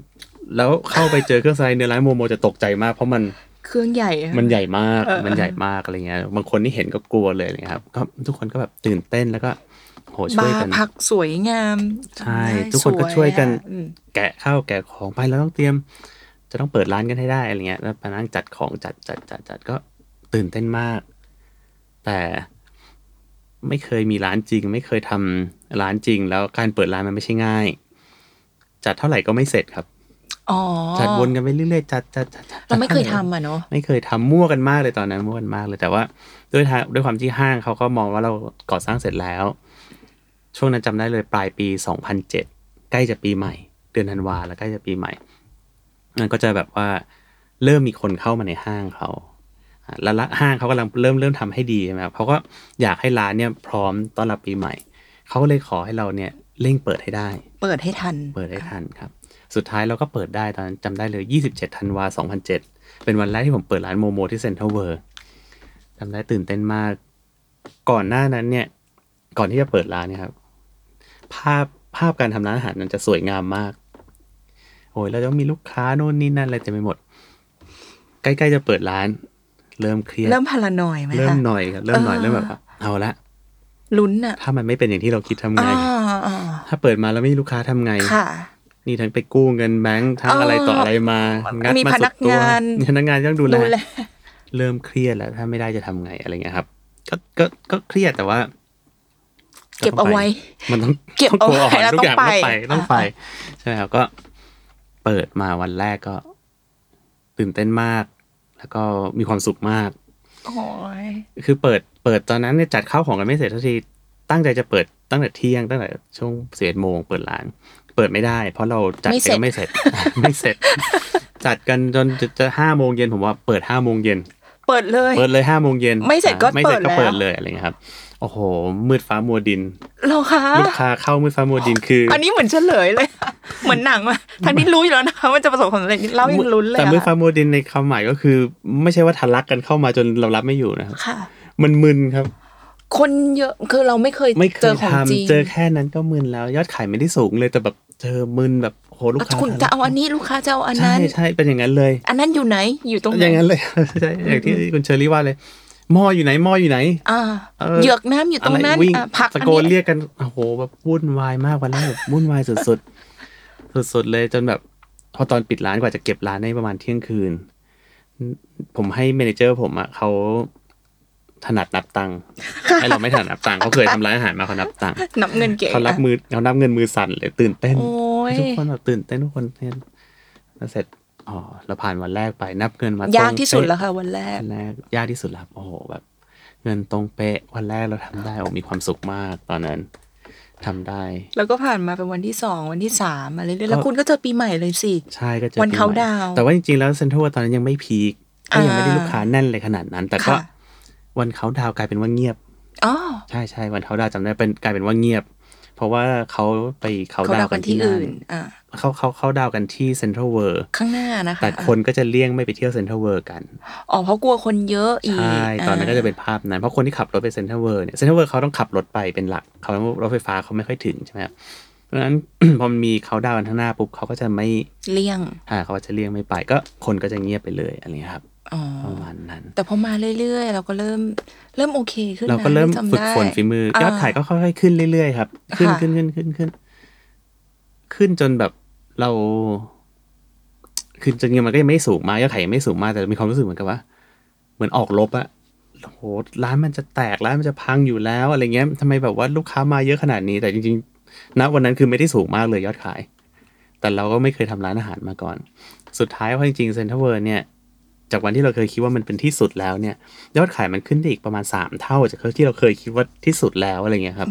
[SPEAKER 2] แล้วเข้าไปเจอเครื่องสไลด์เนื้อร้านโมโมจะตกใจมากเพราะมัน
[SPEAKER 1] เครื่องใหญ่อะ
[SPEAKER 2] มันใหญ่มาก
[SPEAKER 1] เออ
[SPEAKER 2] มันใหญ่มากอะไรเงี้ย บางคนที่เห็นก็กลัวเลยเลยครับ ก็ทุกคนก็แบบตื่นเต้นแล้วก็โหช่
[SPEAKER 1] บา
[SPEAKER 2] วย
[SPEAKER 1] ร์
[SPEAKER 2] กัน
[SPEAKER 1] พักสวยงาม
[SPEAKER 2] ใช่
[SPEAKER 1] ได้
[SPEAKER 2] ทุกคนก็
[SPEAKER 1] ส
[SPEAKER 2] ช่วยกัน
[SPEAKER 1] อะอืม
[SPEAKER 2] แกะข้าวแกะของไปแล้วต้องเตรียม จะต้องเปิดร้านกันให้ได้อะไรเงี้ย แล้วมานั่งจัดของจัดจัดจัดจัดก็ตื่นเต้นมาก แต่ไม่เคยมีร้านจริง ไม่เคยทำร้านจริง แล้วการเปิดร้านมันไม่ใช่ง่าย จัดเท่าไหร่ก็ไม่เสร็จครับ
[SPEAKER 1] อ๋อ
[SPEAKER 2] จัดวนกันไปเรื่อยๆจัดจัดจัดจัด
[SPEAKER 1] เราไม่เคยทำอ่ะเนาะ
[SPEAKER 2] ไม่เคยทำมั่วกันมากเลยตอนนั้นมั่วกันมากเลยแต่ว่าด้วยทางด้วยความที่ห้างเขาก็มองว่าเราก่อสร้างเสร็จแล้ว ช่วงนั้นจำได้เลยปลายปี 2007 ใกล้จะปีใหม่ เดือนธันวาแล้วใกล้จะปีใหม่มันก็จะแบบว่าเริ่มมีคนเข้ามาในห้างเขาอ่ะแล้วละห้างเขากำลังเริ่มเริ่มทำให้ดีใช่ไหมครับเขาก็อยากให้ร้านเนี่ยพร้อมต้อนรับปีใหม่ เขาก็เลยขอให้เราเนี่ยเร่งเปิดให้ได้
[SPEAKER 1] เปิดให้ทัน
[SPEAKER 2] เปิดได้ทันครับ สุดท้ายเราก็เปิดได้ตอนนั้นจำได้เลย 27 ธันวา 2007 เป็นวันแรกที่ผมเปิดร้านโมโมที่เซ็นทรัลเวิร์จำได้ตื่นเต้นมาก ก่อนหน้านั้นเนี่ย ก่อนที่จะเปิดร้านเนี่ยครับ ภาพภาพการทำร้านอาหารนั้นจะสวยงามมาก โอ้ยแล้วต้องมีลูกค้าโน่นนี่นั่นอะไรเต็มไปหมด ใกล้ๆจะเปิดร้าน เริ่มเครียด
[SPEAKER 1] เริ่มพารานอยไหม
[SPEAKER 2] เริ่ม
[SPEAKER 1] คะ
[SPEAKER 2] หน่อยครับเริ่มหน่อย
[SPEAKER 1] เออ
[SPEAKER 2] เริ่มแบบว่าเอาละ
[SPEAKER 1] ลุ้นอ่ะ
[SPEAKER 2] ถ้ามันไม่เป็นอย่างที่เราคิดทำ
[SPEAKER 1] อ๋
[SPEAKER 2] ไง
[SPEAKER 1] ออ๋อ
[SPEAKER 2] ถ้าเปิดมาแล้วไม่มีลูกค้าทำไง
[SPEAKER 1] ค่ะ
[SPEAKER 2] นี่ทั้งไปกู้เงินแบงค์ทั้ง
[SPEAKER 1] อ๋ออ
[SPEAKER 2] อะไรต่ออะไรมางัด
[SPEAKER 1] มี
[SPEAKER 2] มา
[SPEAKER 1] พนั
[SPEAKER 2] สุ
[SPEAKER 1] ก
[SPEAKER 2] ดตัว
[SPEAKER 1] งาน
[SPEAKER 2] มีพนักงานต้องดูแล
[SPEAKER 1] ดูแล
[SPEAKER 2] เริ่มเครียดแล้วถ้าไม่ได้จะทำไงอะไรเงี้ยครับ ก็ก็ก็เครียดแต่ว่า
[SPEAKER 1] เก็บเอาไว้
[SPEAKER 2] มันต้อง
[SPEAKER 1] เก็บเอาไว้
[SPEAKER 2] ต้ง
[SPEAKER 1] แล้ว
[SPEAKER 2] กลัก่นทุกอย่าง
[SPEAKER 1] ต้
[SPEAKER 2] ต้
[SPEAKER 1] อ
[SPEAKER 2] อง ง
[SPEAKER 1] ไป
[SPEAKER 2] ไปต้องไป
[SPEAKER 1] อ่า
[SPEAKER 2] ใช่ไหมครับก็ เปิดมาวันแรกก็ ตื่นเต้นมาก แล้วก็มีความสุขมาก
[SPEAKER 1] โอ้ย
[SPEAKER 2] คือเปิดเปิดตอนนั้นเนี่ยจัดข้าวของกันไม่เสร็จทันทีตั้งใจจะเปิดตั้งแต่เที่ยงตั้งแต่ช่วงสิบเอ็ดโมงเปิดร้าน เปิดไม่ได้ เพราะเราจัด เองไม่เสร็จ ไม่เสร็จ จัดกันจนจะจะห้าโมงเย็นผมว่าเปิดห้าโมงเย็น
[SPEAKER 1] เปิดเลย
[SPEAKER 2] เปิดเลยห้าโมงเย็น
[SPEAKER 1] ไม่เสร็จก็
[SPEAKER 2] อ่ะไม่เสร็จก็
[SPEAKER 1] เปิ
[SPEAKER 2] เปิ
[SPEAKER 1] ด
[SPEAKER 2] ด
[SPEAKER 1] แล้ว
[SPEAKER 2] เลยอะไรเงี้ยครับ โอ้โห มืดฟ้ามัวดิน
[SPEAKER 1] เหรอคะ
[SPEAKER 2] ลูกค้าเข้ามืดฟ้ามัวดินคืออ
[SPEAKER 1] อันนี้เหมือนเฉลยเลย เหมือนหนังอะทั้งที่รู้อยู่แล้วนะคะว่าจะประสบความสำเร็จนี่เล่ายังลุ้นเลย
[SPEAKER 2] แต่
[SPEAKER 1] อะ
[SPEAKER 2] มืดฟ้ามัวดินในความหมายก็คือ ไม่ใช่ว่าทะลักกันเข้ามาจนเรารับไม่อยู่นะครับ
[SPEAKER 1] ค่ะ
[SPEAKER 2] มันมึนครับ
[SPEAKER 1] คนเยอะคือเราไม่เคย
[SPEAKER 2] ไม่เค
[SPEAKER 1] เจ
[SPEAKER 2] ย
[SPEAKER 1] อของจริง
[SPEAKER 2] ทำเจอแค่นั้นก็มึนแล้ว ยอดขายไม่ได้สูงเลยแต่แบบเจอมึนแบบโหลูกค้า
[SPEAKER 1] คุณจะเอาอันนี้ลูกค้าจะเอาอันนั้น
[SPEAKER 2] ใช่ใช่เป็นอย่างนั้นเลย
[SPEAKER 1] อันนั้นอยู่ไหนอยู่ตรงไหน
[SPEAKER 2] อย่างนั้นเลย ใช่อย่างที่คุณเชอรี่ว่าเลยหม้ออยู่ไหนหม้ออยู่ไหน
[SPEAKER 1] อ่า
[SPEAKER 2] เออ
[SPEAKER 1] เหยือกน้ำอยู่ตรงนั้น
[SPEAKER 2] อะไรวิ่ง
[SPEAKER 1] อ่ะผัก
[SPEAKER 2] ตะโกน
[SPEAKER 1] อั
[SPEAKER 2] เรียกกันโอ้โหแบบวุ่นวายมากวันแรกแบบวุ่นวายสุดๆสุดๆเลยจนแบบพอตอนปิดร้านกว่าจะเก็บร้านได้ประมาณเที่ยงคืน ผมให้เมเนเจอร์ผมอะเขาถนัดนับตั งค์ไอเราไม่ถนัดนับตังค์เขาเคยทำร้านอาหารมาเขานับตังค์
[SPEAKER 1] นับเงินเก๋
[SPEAKER 2] เขารับมือเขานับเงินมือสั่นเลยตื่นเต้น
[SPEAKER 1] โอ้ย
[SPEAKER 2] ทุกคนแบบตื่นเต้นทุกคนเต้นแล้วเสร็จอ๋อเราผ่านวันแรกไปนับเงินมาตรง
[SPEAKER 1] ยากที่สุด
[SPEAKER 2] เป๊ะ
[SPEAKER 1] แล้วค่ะวันแรก
[SPEAKER 2] วันแรกยากที่สุดแล้วครับโอ้โหแบบ เงินตรงเป๊ะวันแรกเราทำได้โอ้มีความสุขมากตอนนั้นทำได้
[SPEAKER 1] แล้วก็ผ่านมาเป็นวันที่สองวันที่สามมาเรื่อยๆแล้ว
[SPEAKER 2] ก็
[SPEAKER 1] คุณก็เจอปีใหม่เลยสิ
[SPEAKER 2] ใช่ก็เจอ
[SPEAKER 1] วัน
[SPEAKER 2] ปีใหม่
[SPEAKER 1] count down
[SPEAKER 2] แต่ว่าจริงๆแล้วเซ็นทรัลตอนนั้นยังไม่พีคก็ยังไม่ได้
[SPEAKER 1] อ่า
[SPEAKER 2] ลูกค้าแน่นเลยขนาดนั้น แต่ก็
[SPEAKER 1] ค่ะ
[SPEAKER 2] วันเขาดาวกลายเป็นว่าเงียบ
[SPEAKER 1] อ๋อ
[SPEAKER 2] ใช่ใช่วันเขาดาวจำได้เป็นกลายเป็นว่าเงียบ เพราะว่าเขาไปเขา
[SPEAKER 1] เขา
[SPEAKER 2] ดา
[SPEAKER 1] ดาว ว
[SPEAKER 2] กั
[SPEAKER 1] กัน น
[SPEAKER 2] ที่
[SPEAKER 1] ที่
[SPEAKER 2] อื่
[SPEAKER 1] อื่
[SPEAKER 2] น
[SPEAKER 1] น อ่ะ
[SPEAKER 2] เขาเขาเขาดาวกันที่เซ็นทรัลเวิร์
[SPEAKER 1] ข้างหน้านะคะ
[SPEAKER 2] แต่คนก็จะเลี่ยงไม่ไปเที่ยวเซ็นทรัลเวิร์กัน
[SPEAKER 1] อ๋อเพราะกลัวคนเยอะอีก
[SPEAKER 2] ใช่ ตอนนั้นก็จะ
[SPEAKER 1] า
[SPEAKER 2] เป็นภาพนั้น เพราะคนที่ขับรถไปเซ็นทรัลเวิร์เนี่ย เซ็นทรัลเวิร์เขาต้องขับรถไปเป็นหลัก เขารถไฟฟ้าเขาไม่ค่อยถึงใช่ไหมครับ เพราะฉะนั้น พอมันมีเขาดาวกันข้างหน้าปุ๊บเขาก็จะไม่
[SPEAKER 1] เลี่ยง
[SPEAKER 2] อ่าเขาก็จะเลี่ยงไม่ไป ก็คนก็จะเงียบไปเลยอะไรเงี้ยครับ
[SPEAKER 1] อ๋อ
[SPEAKER 2] ประมาณนั้น
[SPEAKER 1] แต่พอมาเรื่อยๆ เราก็เริ่มเริ่มโอเคขึ้นนะ
[SPEAKER 2] เราก็เริ่ม
[SPEAKER 1] จำ
[SPEAKER 2] ฝึก
[SPEAKER 1] ได้
[SPEAKER 2] ฝนฝีมือ
[SPEAKER 1] อ่าย
[SPEAKER 2] ยอดขายก็ค่อยๆขึ้นเรื่อยๆครับ ขึ้น
[SPEAKER 1] ค่ะ
[SPEAKER 2] ขึ้นขึ้นขึ้นขึ้น ขึ้นจนแบบเราคือจริงๆมันก็ยังไม่ได้สูงมากยอดขายยังไม่ได้สูงมากแต่มีความรู้สึกเหมือนกับว่า เหมือนออกลบอะโอ้โหร้านมันจะแตกร้านมันจะพังอยู่แล้วอะไรเงี้ยทำไมแบบว่าลูกค้ามาเยอะขนาดนี้ แต่จริงๆณวันนั้นคือไม่ได้สูงมากเลยยอดขาย แต่เราก็ไม่เคยทำร้านอาหารมาก่อน สุดท้ายว่าจริงๆเซนทรัลเวิร์เนี่ย จากวันที่เราเคยคิดว่ามันเป็นที่สุดแล้วเนี่ย ยอดขายมันขึ้นได้อีกประมาณ 3 เท่าจากที่เราเคยคิดว่าที่สุดแล้วอะไรเงี้ยครับ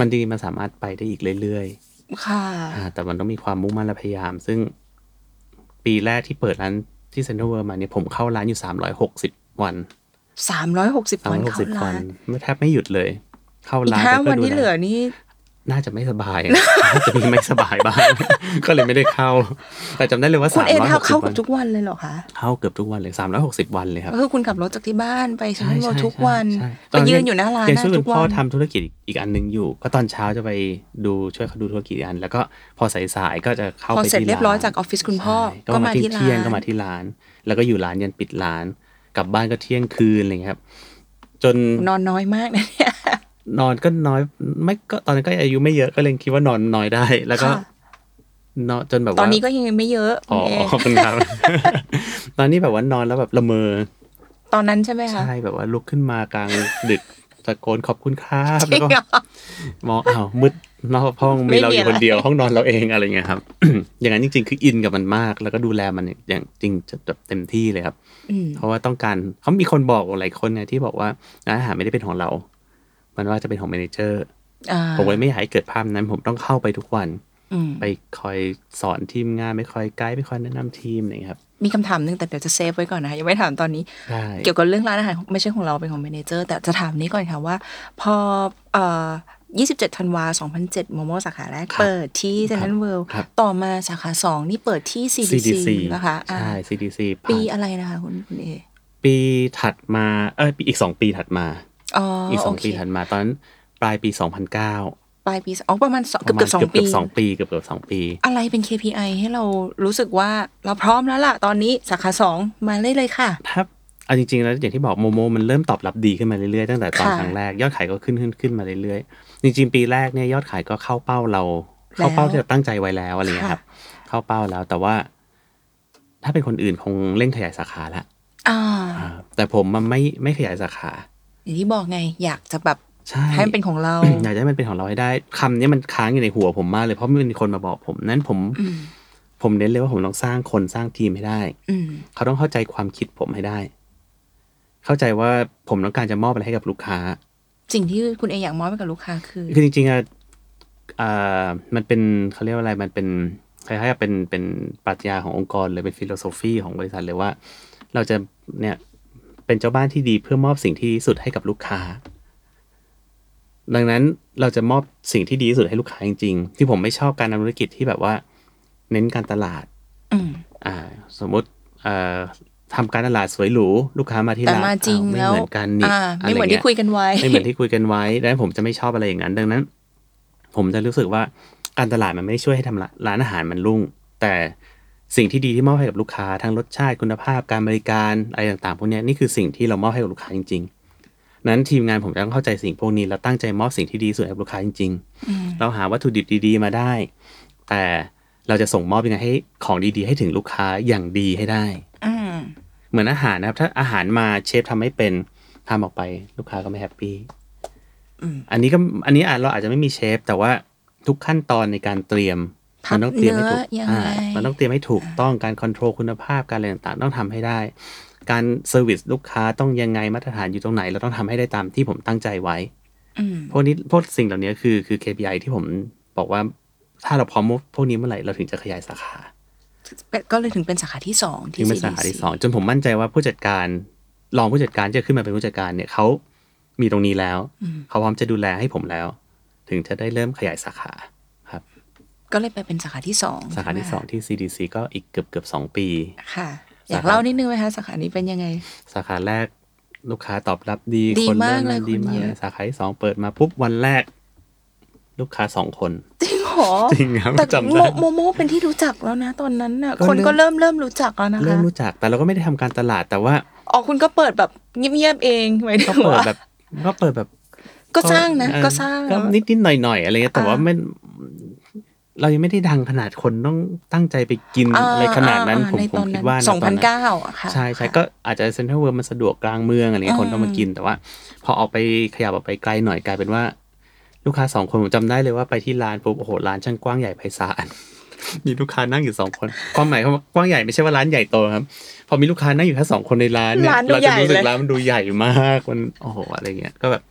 [SPEAKER 2] มันดีมันสามารถไปได้อีกเรื่อยๆ
[SPEAKER 1] ค่ะ
[SPEAKER 2] อ่าแต่มันต้องมีความมุ่งมั่นและพยายาม ซึ่งปีแรกที่เปิดร้านที่เซ็นทรัลเวิร์มาเนี่ยผมเข้าร้านอยู่ 360 วัน
[SPEAKER 1] สามร้อยหกสิบวันเข้า
[SPEAKER 2] 360 วั
[SPEAKER 1] ร้าน น
[SPEAKER 2] ไม่แทบไม่หยุดเลย เข้า
[SPEAKER 1] อีก
[SPEAKER 2] ร้าน
[SPEAKER 1] ห้า
[SPEAKER 2] แล้วก็
[SPEAKER 1] วัน
[SPEAKER 2] ดู
[SPEAKER 1] ที่เหลือ
[SPEAKER 2] แล
[SPEAKER 1] นี่
[SPEAKER 2] น่าจะไม่สบายอะ น่าจะมีไม่สบายบ้าง ก็เลยไม่ได้เข้า แต่จำได้เลยว่า
[SPEAKER 1] คุณเอ็นเข้าเข้า
[SPEAKER 2] 360 วั
[SPEAKER 1] กับ
[SPEAKER 2] น
[SPEAKER 1] ทุกวันเลยเหรอคะ
[SPEAKER 2] เข้าเกือบทุกวันเลย 360 วันเลยครับ
[SPEAKER 1] ก็คือคุณขับรถจากที่บ้านไปชั้น
[SPEAKER 2] ใช่
[SPEAKER 1] โม
[SPEAKER 2] ใช่
[SPEAKER 1] ทุกวัน
[SPEAKER 2] ใช่
[SPEAKER 1] ไปยืนอยู่หน้าร้าน
[SPEAKER 2] ยัง
[SPEAKER 1] นะ
[SPEAKER 2] ช่วยคุ
[SPEAKER 1] ทุ
[SPEAKER 2] ณ
[SPEAKER 1] ก
[SPEAKER 2] พ่อ
[SPEAKER 1] วัน
[SPEAKER 2] ทำธุรกิจอีกอันหนึ่งอยู่ ก็ตอนเช้าจะไปดูช่วยเขาดูธุรกิจอีกอัน แล้วก็พอสายๆก็จะเข้า
[SPEAKER 1] พอ
[SPEAKER 2] ไป
[SPEAKER 1] เสร็จ
[SPEAKER 2] ที่
[SPEAKER 1] เรียบร้อย
[SPEAKER 2] าน
[SPEAKER 1] จากออฟฟิศคุณพ่อ
[SPEAKER 2] ใช่
[SPEAKER 1] ก็
[SPEAKER 2] ก็
[SPEAKER 1] มา
[SPEAKER 2] มาที่
[SPEAKER 1] ที่ร้า
[SPEAKER 2] เที่ยง
[SPEAKER 1] น
[SPEAKER 2] ก็มาที่ร้าน แล้วก็อยู่ร้านยันปิดร้าน กลับบ้านก็เที่ยงคืนอะไรอย่างเงี้ยครับ จน
[SPEAKER 1] นอนน้อยมากนะเนี่ย
[SPEAKER 2] นอนก็น้อยไม่ก็ตอนนั้นก็อายุไม่เยอะก็เลยคิดว่านอนน้อยได้ แล้วก็
[SPEAKER 1] ค่ะ
[SPEAKER 2] นอนจนแบบว่า
[SPEAKER 1] ตอนนี้ก็ยังไม่เยอะ
[SPEAKER 2] อ๋อ
[SPEAKER 1] คุณเอ็น
[SPEAKER 2] ขอบคุณครับ ตอนนี้แบบว่านอนแล้วแบบละเมอ
[SPEAKER 1] ตอนนั้นใช่ไหมคะ
[SPEAKER 2] ใช่แบบว่าลุกขึ้นมากลางดึก ตะโกนขอบคุณครับ
[SPEAKER 1] จ
[SPEAKER 2] แล้
[SPEAKER 1] ริง
[SPEAKER 2] วก็
[SPEAKER 1] เหรอ
[SPEAKER 2] มองอ้าวมืดนอกห้อง
[SPEAKER 1] ไม่
[SPEAKER 2] มีเรา
[SPEAKER 1] มี
[SPEAKER 2] อยู่
[SPEAKER 1] อะไร
[SPEAKER 2] คนเดียวห้องนอนเราเองอะไรเงี้ยครับ อย่างนั้นจริง ๆ คืออินกับมันมาก แล้วก็ดูแลมันอย่างจริงแบบเต็มที่เลยครับ
[SPEAKER 1] อืม
[SPEAKER 2] เพราะว่าต้องการเขามีคนบอกหลายคนเนี่ยที่บอกว่าร้านอาหารไม่ได้เป็นของเรา มันว่าจะเป็นของเมเนเจอร์
[SPEAKER 1] อ่า
[SPEAKER 2] ผมเลยไม่อยากให้เกิดภาพนั้น ผมต้องเข้าไปทุกวัน
[SPEAKER 1] อืม
[SPEAKER 2] ไปคอยสอนทีมงานไปคอยไกด์ไปคอยแนะนำทีมอะไรเงี้ยครับ
[SPEAKER 1] มีคำถามหนึงแต่เดี๋ยวจะเซฟไว้ก่อนนะคะยังไม่ถามตอนนี้
[SPEAKER 2] ใช่
[SPEAKER 1] เกี่ยวกับเรื่องร้านอาหารไม่ใช่ของเราเป็นของเมเนเจอร์แต่จะถามนี้ก่อนค่ะว่า พอเอ่อ27ธันวา2007โมโมสาขาแรกเปิดที่เซนทรัลเวิลด์
[SPEAKER 2] ครับ
[SPEAKER 1] ต่อมาสาขาสองนี่เปิดที่ CDC นะคะอ่า
[SPEAKER 2] ใช่ CDC ผ่าน
[SPEAKER 1] ปีอะไรนะคะคุณคุณเอ
[SPEAKER 2] ปีถัดมา เออปีอีกสองปีถัดมา
[SPEAKER 1] อ๋อ
[SPEAKER 2] อีกส
[SPEAKER 1] โอ
[SPEAKER 2] อง
[SPEAKER 1] เค
[SPEAKER 2] ปีถัดมา ตอนนั้นปลายปีสองพันเก้า
[SPEAKER 1] ปลายปีสองอ๋อประมาณสองเกือบเกือบสอง
[SPEAKER 2] เกือบ
[SPEAKER 1] ปี
[SPEAKER 2] เกือบสองปีเกือบเกือบสองปี
[SPEAKER 1] อะไรเป็น KPI ให้เรารู้สึกว่าเราพร้อมแล้วล่ะ ตอนนี้สาขาสองมาเลยเลยค่ะ
[SPEAKER 2] ถ้าเอาจริง ๆ แล้วอย่างที่บอกโมโมมันเริ่มตอบรับดีขึ้นมาเรื่อยๆตั้งแต่ตอน
[SPEAKER 1] ค่ะ
[SPEAKER 2] ครั้งแรกยอดขายก็ขึ้นขึ้นขึ้นมาเรื่อยๆจริงๆ ปีแรกเนี่ยยอดขายก็เข้าเป้าเรา เข้าเป้าที่เราตั้งใจไว้แล้วอะไรอย่างเงี้ยครับ เข้าเป้าแล้วแต่ว่า ถ้าเป็นคนอื่นคงเร่งขยายสาขาละ
[SPEAKER 1] อ่า
[SPEAKER 2] อ่าแต่ผมมันไม่ไม่ขยายสาขา
[SPEAKER 1] อย่างที่บอกไงอยากจะแบบ
[SPEAKER 2] ใช่
[SPEAKER 1] ให้มันเป็นของเรา
[SPEAKER 2] อยากจะให้มันเป็นของเราให้ได้คำนี้มันค้างอยู่ในหัวผมมากเลยเพราะมีคนมาบอกผมนั้นผม
[SPEAKER 1] อืม
[SPEAKER 2] ผมเน้นเลยว่าผมต้องสร้างคนสร้างทีมให้ได้
[SPEAKER 1] อืม
[SPEAKER 2] เขาต้องเข้าใจความคิดผมให้ได้ เข้าใจว่าผมต้องการจะมอบอะไรให้กับลูกค้า
[SPEAKER 1] สิ่งที่คุณเออยากมอบให้กับลูกค้าคือ
[SPEAKER 2] คือจริงๆอะอ่ามันเป็นเขาเรียกว่าอะไรมันเป็นคล้ายๆกับเป็นเป็นปรัชญาขององค์กรเลยเป็นฟิโลโซฟีของบริษัทเลยว่า เราจะเนี่ย เป็นเจ้าบ้านที่ดีเพื่อมอบสิ่งที่ดีที่สุดให้กับลูกค้า ดังนั้นเราจะมอบสิ่งที่ดีที่สุดให้ลูกค้าจริงๆ ที่ผมไม่ชอบการทำธุรกิจที่แบบว่า เน้นการตลาด
[SPEAKER 1] อืม
[SPEAKER 2] อ่า สมมติเอ่อทำการตลาดสวยหรูลูกค้ามาที่
[SPEAKER 1] แต่
[SPEAKER 2] ร้าน
[SPEAKER 1] มาจริง
[SPEAKER 2] อ้
[SPEAKER 1] แล้ว
[SPEAKER 2] ไม่เหมือนกันนี่
[SPEAKER 1] อ่าไม่เหมือน
[SPEAKER 2] อะร
[SPEAKER 1] ที่
[SPEAKER 2] งี้ย
[SPEAKER 1] คุยกันไว้
[SPEAKER 2] ไม่เหมือนที่คุยกันไว้ดังนั้นผมจะไม่ชอบอะไรอย่างนั้น ดังนั้น ผมจะรู้สึกว่าการตลาดมันไม่ได้ช่วยให้ทำร้านร้านอาหารมันรุ่ง แต่สิ่งที่ดีที่มอบให้กับลูกค้าทั้งรสชาติคุณภาพการบริการอะไรต่างๆพวกเนี้ยนี่คือสิ่งที่เรามอบให้กับลูกค้าจริงๆนั้นทีมงานผมจะต้องเข้าใจสิ่งพวกนี้และตั้งใจมอบสิ่งที่ดีที่สุดให้กับลูกค้าจริง ๆ เราหาวัตถุดิบดี ๆ มาได้ แต่เราจะส่งมอบยังไงให้ของดีๆ ให้ถึงลูกค้าอย่างดีให้ได้
[SPEAKER 1] อืม
[SPEAKER 2] เหมือนอาหารนะครับ ถ้าอาหารมาเชฟทำไม่เป็นทำออกไป ลูกค้าก็ไม่แฮปปี้อันนี้ก็อันนี้อาจเราอาจจะไม่มีเชฟแต่ว่าทุกขั้นตอนในการเตรียม
[SPEAKER 1] ผั
[SPEAKER 2] มั
[SPEAKER 1] ก
[SPEAKER 2] ต้องเตรี
[SPEAKER 1] เนื้
[SPEAKER 2] ม
[SPEAKER 1] อ
[SPEAKER 2] ให้ถูก
[SPEAKER 1] ยัง
[SPEAKER 2] อ่า
[SPEAKER 1] ไง
[SPEAKER 2] มันต้องเตรียมให้ถูกต้องการคอนโทรลคุณภาพการอะไรต่างๆ ต้องทำให้ได้ การเซอร์วิสลูกค้าต้องยังไงมาตรฐานอยู่ตรงไหน เราต้องทำให้ได้ตามที่ผมตั้งใจไว้
[SPEAKER 1] อืม
[SPEAKER 2] พวกนี้พวกสิ่งเหล่านี้คือคือ KPI ที่ผมบอกว่าถ้าเราพร้อมพวกนี้เมื่อไหร่เราถึงจะขยายสาขา
[SPEAKER 1] เป็นก็เลยถึงเป็นสาขาที่สองที่
[SPEAKER 2] ถึงเป็นสาขา
[SPEAKER 1] CDC
[SPEAKER 2] ที่สองจนผมมั่นใจว่าผู้จัดการรองผู้จัดการที่จะขึ้นมาเป็นผู้จัดการเนี่ยเขามีตรงนี้แล้วเขาพร้อมจะดูแลให้ผมแล้ว ถึงจะได้เริ่มขยายสาขาครับ
[SPEAKER 1] ก็เลยไปเป็นสาขาที่สอง
[SPEAKER 2] สาขาที่สองที่ CDC ก็อีกเกือบเกือบสองปี
[SPEAKER 1] ค่ะ อยา
[SPEAKER 2] สาก ขา
[SPEAKER 1] เล่านิดนึงไหมคะสาขานี้เป็นยังไง
[SPEAKER 2] สาขาแรกลูกค้าตอบรับดี
[SPEAKER 1] ดี
[SPEAKER 2] คน
[SPEAKER 1] มา
[SPEAKER 2] เริ่
[SPEAKER 1] ก
[SPEAKER 2] ม
[SPEAKER 1] เลย
[SPEAKER 2] ดี
[SPEAKER 1] คน
[SPEAKER 2] มาก
[SPEAKER 1] เยอะ
[SPEAKER 2] สาขาที่สองเปิดมาปุ๊บวันแรก ลูกค้าสองคน
[SPEAKER 1] จริงเหรอ
[SPEAKER 2] จริงครับ
[SPEAKER 1] แต่
[SPEAKER 2] จำ
[SPEAKER 1] โม
[SPEAKER 2] ได้
[SPEAKER 1] โมโมเป็นที่รู้จักแล้วนะ ตอนนั้นน่ะ
[SPEAKER 2] ก็เริ่ม
[SPEAKER 1] คนก็เริ่มเริ่มรู้จักแล้วนะ
[SPEAKER 2] เริ่
[SPEAKER 1] คะ
[SPEAKER 2] มรู้จักแต่เราก็ไม่ได้ทำการตลาดแต่ว่า
[SPEAKER 1] อ๋อคุณก็เปิดแบบเงียบๆเองหมายถึ
[SPEAKER 2] ก็
[SPEAKER 1] ง
[SPEAKER 2] เปิด
[SPEAKER 1] ว่า
[SPEAKER 2] แบบก็เปิดแบบ
[SPEAKER 1] ก็สร้างนะ
[SPEAKER 2] เออ
[SPEAKER 1] ก็สร้าง
[SPEAKER 2] ก็นิดนิดหน่อยหน่อยๆอะไรเงี้ยแต่ว่า
[SPEAKER 1] อ่า
[SPEAKER 2] ไม่เรายังไม่ได้ดังขนาดคนต้องตั้งใจไปกินา อะไรขนาดนั้น
[SPEAKER 1] อ่
[SPEAKER 2] ผม
[SPEAKER 1] ใน
[SPEAKER 2] ผ
[SPEAKER 1] ต
[SPEAKER 2] ม
[SPEAKER 1] อน
[SPEAKER 2] คิดว่าะ
[SPEAKER 1] สองพันเก้าค่ะ
[SPEAKER 2] ใช่ใช่ก็อาจจะเซ็นทรัลเวิร์มันสะดวกกลางเมืองอะไรเงี้ย
[SPEAKER 1] อ่า
[SPEAKER 2] คนก็มากิน แต่ว่า พอออกไปขยับออกไปไกลหน่อยกลายเป็นว่า ลูกค้าสองคนผมจำได้เลยว่าไปที่ร้านปุ๊บโอ้โหร้านช่างกว้างใหญ่ไพศาล มีลูกค้านั่งอยู่สองคนความหมายคำว่ากว้างใหญ่ไม่ใช่ว่าร้านใหญ่โตครับ พอมีลูกค้านั่งอยู่แค่สองคนในร้านเนี่ย
[SPEAKER 1] ร้านดู
[SPEAKER 2] เรา
[SPEAKER 1] ใหญ่
[SPEAKER 2] จะรู้สึก
[SPEAKER 1] เลย
[SPEAKER 2] ร้านมันดูใหญ่มากมันโอ้โหอะไรเงี้ยก็แบบ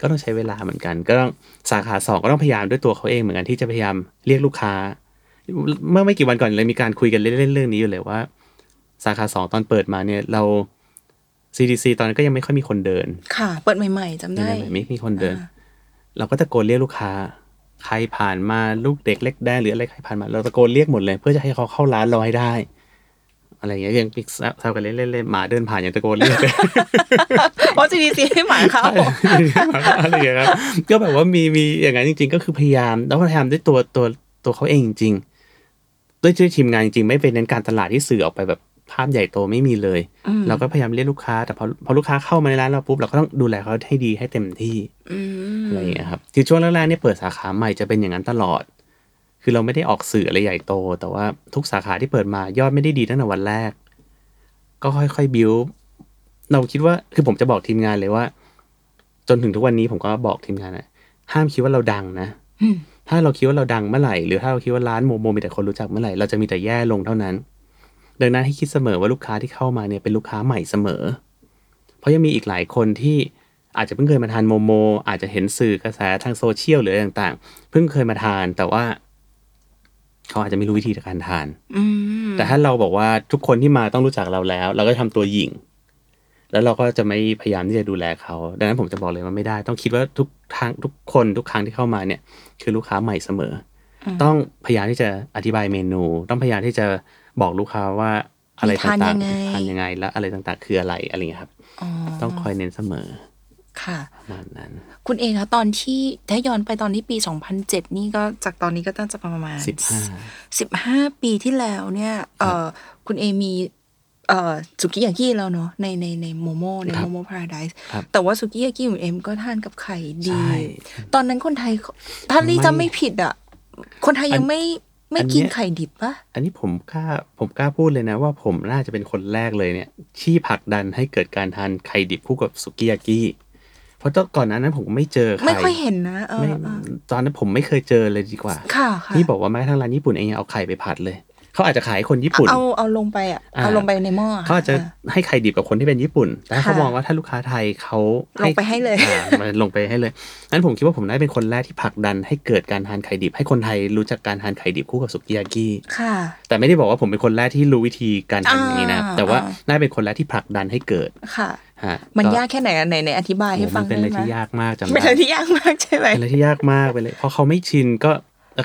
[SPEAKER 2] ก็ต้องใช้เวลาเหมือนกัน ก็ต้องสาขาสองก็ต้องพยายามด้วยตัวเขาเองเหมือนกันที่จะพยายามเรียกลูกค้า เมื่อไม่กี่วันก่อนเลยมีการคุยกันเล่นๆเรื่องนี้อยู่เลยว่า สาขาสองตอนเปิดมาเนี่ยเรา CDC ตอนนั้นก็ยังไม่ค่อยมีคนเดิน
[SPEAKER 1] ค่ะ เปิดใหม่ ๆจำ
[SPEAKER 2] ยัง
[SPEAKER 1] ได้
[SPEAKER 2] ไงไม่มีคนเดิน เราก็ตะโกนเรียกลูกค้า ใครผ่านมาลูกเด็กเล็กแดงหรืออะไรใครผ่านมา เราตะโกนเรียกหมดเลย เพื่อจะให้เขาเข้าร้านเราให้ได้ อะไรอย่างเงี้ยยังมีแซวกันเล่นๆเล่นๆหมาเดินผ่านยังตะโกนเรียก เลย
[SPEAKER 1] เพราะ CDC ให้หมายเขา
[SPEAKER 2] อะไรอย่างเงี้ยครับก็แบบว่ามีมีอย่างนั้นจริง ๆ ก็คือพยายามแล้วพยายามด้วยตัวตัวตัวเขาเองจริงๆด้วยด้วยทีมงานจริงๆไม่เป็นเน้นการตลาดที่สื่อออกไปแบบภาพใหญ่โตไม่มีเลย
[SPEAKER 1] อืม
[SPEAKER 2] เราก็พยายามเรียกลูกค้า แต่พอพอลูกค้าเข้ามาในร้านเราปุ๊บเราก็ต้องดูแลเขาให้ดีให้เต็มที่
[SPEAKER 1] อืม
[SPEAKER 2] อะไรอย่างเงี้ยครับคือช่วงแรกๆเนี่ยเปิดสาขาใหม่จะเป็นอย่างนั้นตลอด คือเราไม่ได้ออกสื่ออะไรใหญ่โต แต่ว่าทุกสาขาที่เปิดมายอดไม่ได้ดีตั้งแต่วันแรก ก็ค่อยๆบิวเราคิดว่าคือผมจะบอกทีมงานเลยว่า จนถึงทุกวันนี้ผมก็บอกทีมงานนะห้ามคิดว่าเราดังนะ
[SPEAKER 1] อืม
[SPEAKER 2] ถ้าเราคิดว่าเราดังเมื่อไหร่ หรือถ้าเราคิดว่าร้านโมโมมีแต่คนรู้จักเมื่อไหร่ เราจะมีแต่แย่ลงเท่านั้น ดังนั้นให้คิดเสมอว่าลูกค้าที่เข้ามาเนี่ยเป็นลูกค้าใหม่เสมอ เพราะยังมีอีกหลายคนที่อาจจะเพิ่งเคยมาทานโมโม อาจจะเห็นสื่อกระแสทางโซเชียลหรืออะไรต่างๆ เพิ่งเคยมาทาน แต่ว่า เขาอาจจะไม่รู้วิธีการทาน
[SPEAKER 1] อืม
[SPEAKER 2] แต่ถ้าเราบอกว่าทุกคนที่มาต้องรู้จักเราแล้ว เราก็ทำตัวหยิ่ง แล้วเราก็จะไม่พยายามที่จะดูแลเขาดังนั้นผมจะบอกเลยว่าไม่ได้ ต้องคิดว่าทุกทางทุกคนทุกครั้งที่เข้ามาเนี่ย คือลูกค้าใหม่เสมออต้องพยายามที่จะอธิบายเมนู ต้องพยายามที่จะบอกลูกค้าว่าอะไรต่างๆทานยังไงแล้วอะไรต่างๆ คืออะไรอะไรอย่างเงี้ยครับ
[SPEAKER 1] อ๋อ
[SPEAKER 2] ต้องคอยเน้นเสมอ
[SPEAKER 1] ค่ะ
[SPEAKER 2] ประมาณนั้น
[SPEAKER 1] คุณเองคะตอนที่ถ้าย้อนไปตอนที่ปี 2007 นี่ก็จากตอนนี้ก็น่าจะประมาณ
[SPEAKER 2] สิบห้า
[SPEAKER 1] 15 ปีที่แล้วเนี่ยเอ่อคุณเอมีเอ่อสุกี้ยากิแล้วเนาะในในในโมโมใน
[SPEAKER 2] ครับ
[SPEAKER 1] โมโมพาราไดส์
[SPEAKER 2] ครับ
[SPEAKER 1] แต่ว่าสุกี้ยากิของเอ็มก็ทานกับไข่ดี
[SPEAKER 2] ใช่
[SPEAKER 1] ตอนนั้นคนไทยถ้าลี่จะไม่ผิดอ่ะ คนไทยยังไม่ไม่
[SPEAKER 2] อันเนี้ย
[SPEAKER 1] กินไข่ดิบปะ
[SPEAKER 2] อันนี้ผมกล้าผมกล้าพูดเลยนะ ว่าผมน่าจะเป็นคนแรกเลยเนี่ย ที่ผลักดันให้เกิดการทานไข่ดิบคู่กับสุกี้ยากิเพราะตอนก่อนหนานั้นผมไม่เจอไข่
[SPEAKER 1] ไม่ค่อยเห็นนะเออ
[SPEAKER 2] ไม่
[SPEAKER 1] เออ
[SPEAKER 2] ตอนนั้นผมไม่เคยเจอเลยดีกว่า
[SPEAKER 1] ค่ะค่ะ
[SPEAKER 2] ที่บอกว่าแม้กระทั่งร้านญี่ปุ่นเองยังเอาไข่ไปผัดเลย เขาอาจจะขายคนญี่ปุ่น
[SPEAKER 1] เอาเอาลงไปอ่ะ
[SPEAKER 2] อ่า
[SPEAKER 1] เอาลงไปในหม้อ
[SPEAKER 2] เขาอาจจะ
[SPEAKER 1] ค่
[SPEAKER 2] ให้ใครดิบกับคนที่เป็นญี่ปุ่น แต่ถ้าเขา
[SPEAKER 1] ค่ะ
[SPEAKER 2] มองว่าถ้าลูกค้าไทยเขา
[SPEAKER 1] ลงไปให้เลย
[SPEAKER 2] อ่ามันลงไปให้เลยงั้นผมคิดว่าผมได้เป็นคนแรกที่ผลักดันให้เกิดการทานไข่ดิบ ให้คนไทยรู้จักการทานไข่ดิบคู่กับสุกิยากิ
[SPEAKER 1] ค่ะ
[SPEAKER 2] แต่ไม่ได้บอกว่าผมเป็นคนแรกที่รู้วิธีการทำอย่างนี้นะ
[SPEAKER 1] อ่า
[SPEAKER 2] แต่ว่าน่าเป็นคนแรกที่ผลักดันให้เกิด
[SPEAKER 1] ค่ะ
[SPEAKER 2] ฮะ
[SPEAKER 1] มันยากแค่ไหนอะไหนไหนอธิบาย
[SPEAKER 2] โอ้โห
[SPEAKER 1] ให้ฟั
[SPEAKER 2] มั
[SPEAKER 1] ง
[SPEAKER 2] นเป็นอะไร
[SPEAKER 1] ได้ไหม
[SPEAKER 2] ที่ยากมากจำได้
[SPEAKER 1] เป็นอะไรที่ยากมากใช่ไหม
[SPEAKER 2] เป็นอะไรที่ยากมากไปเลยเพราะเขาไม่ชินก็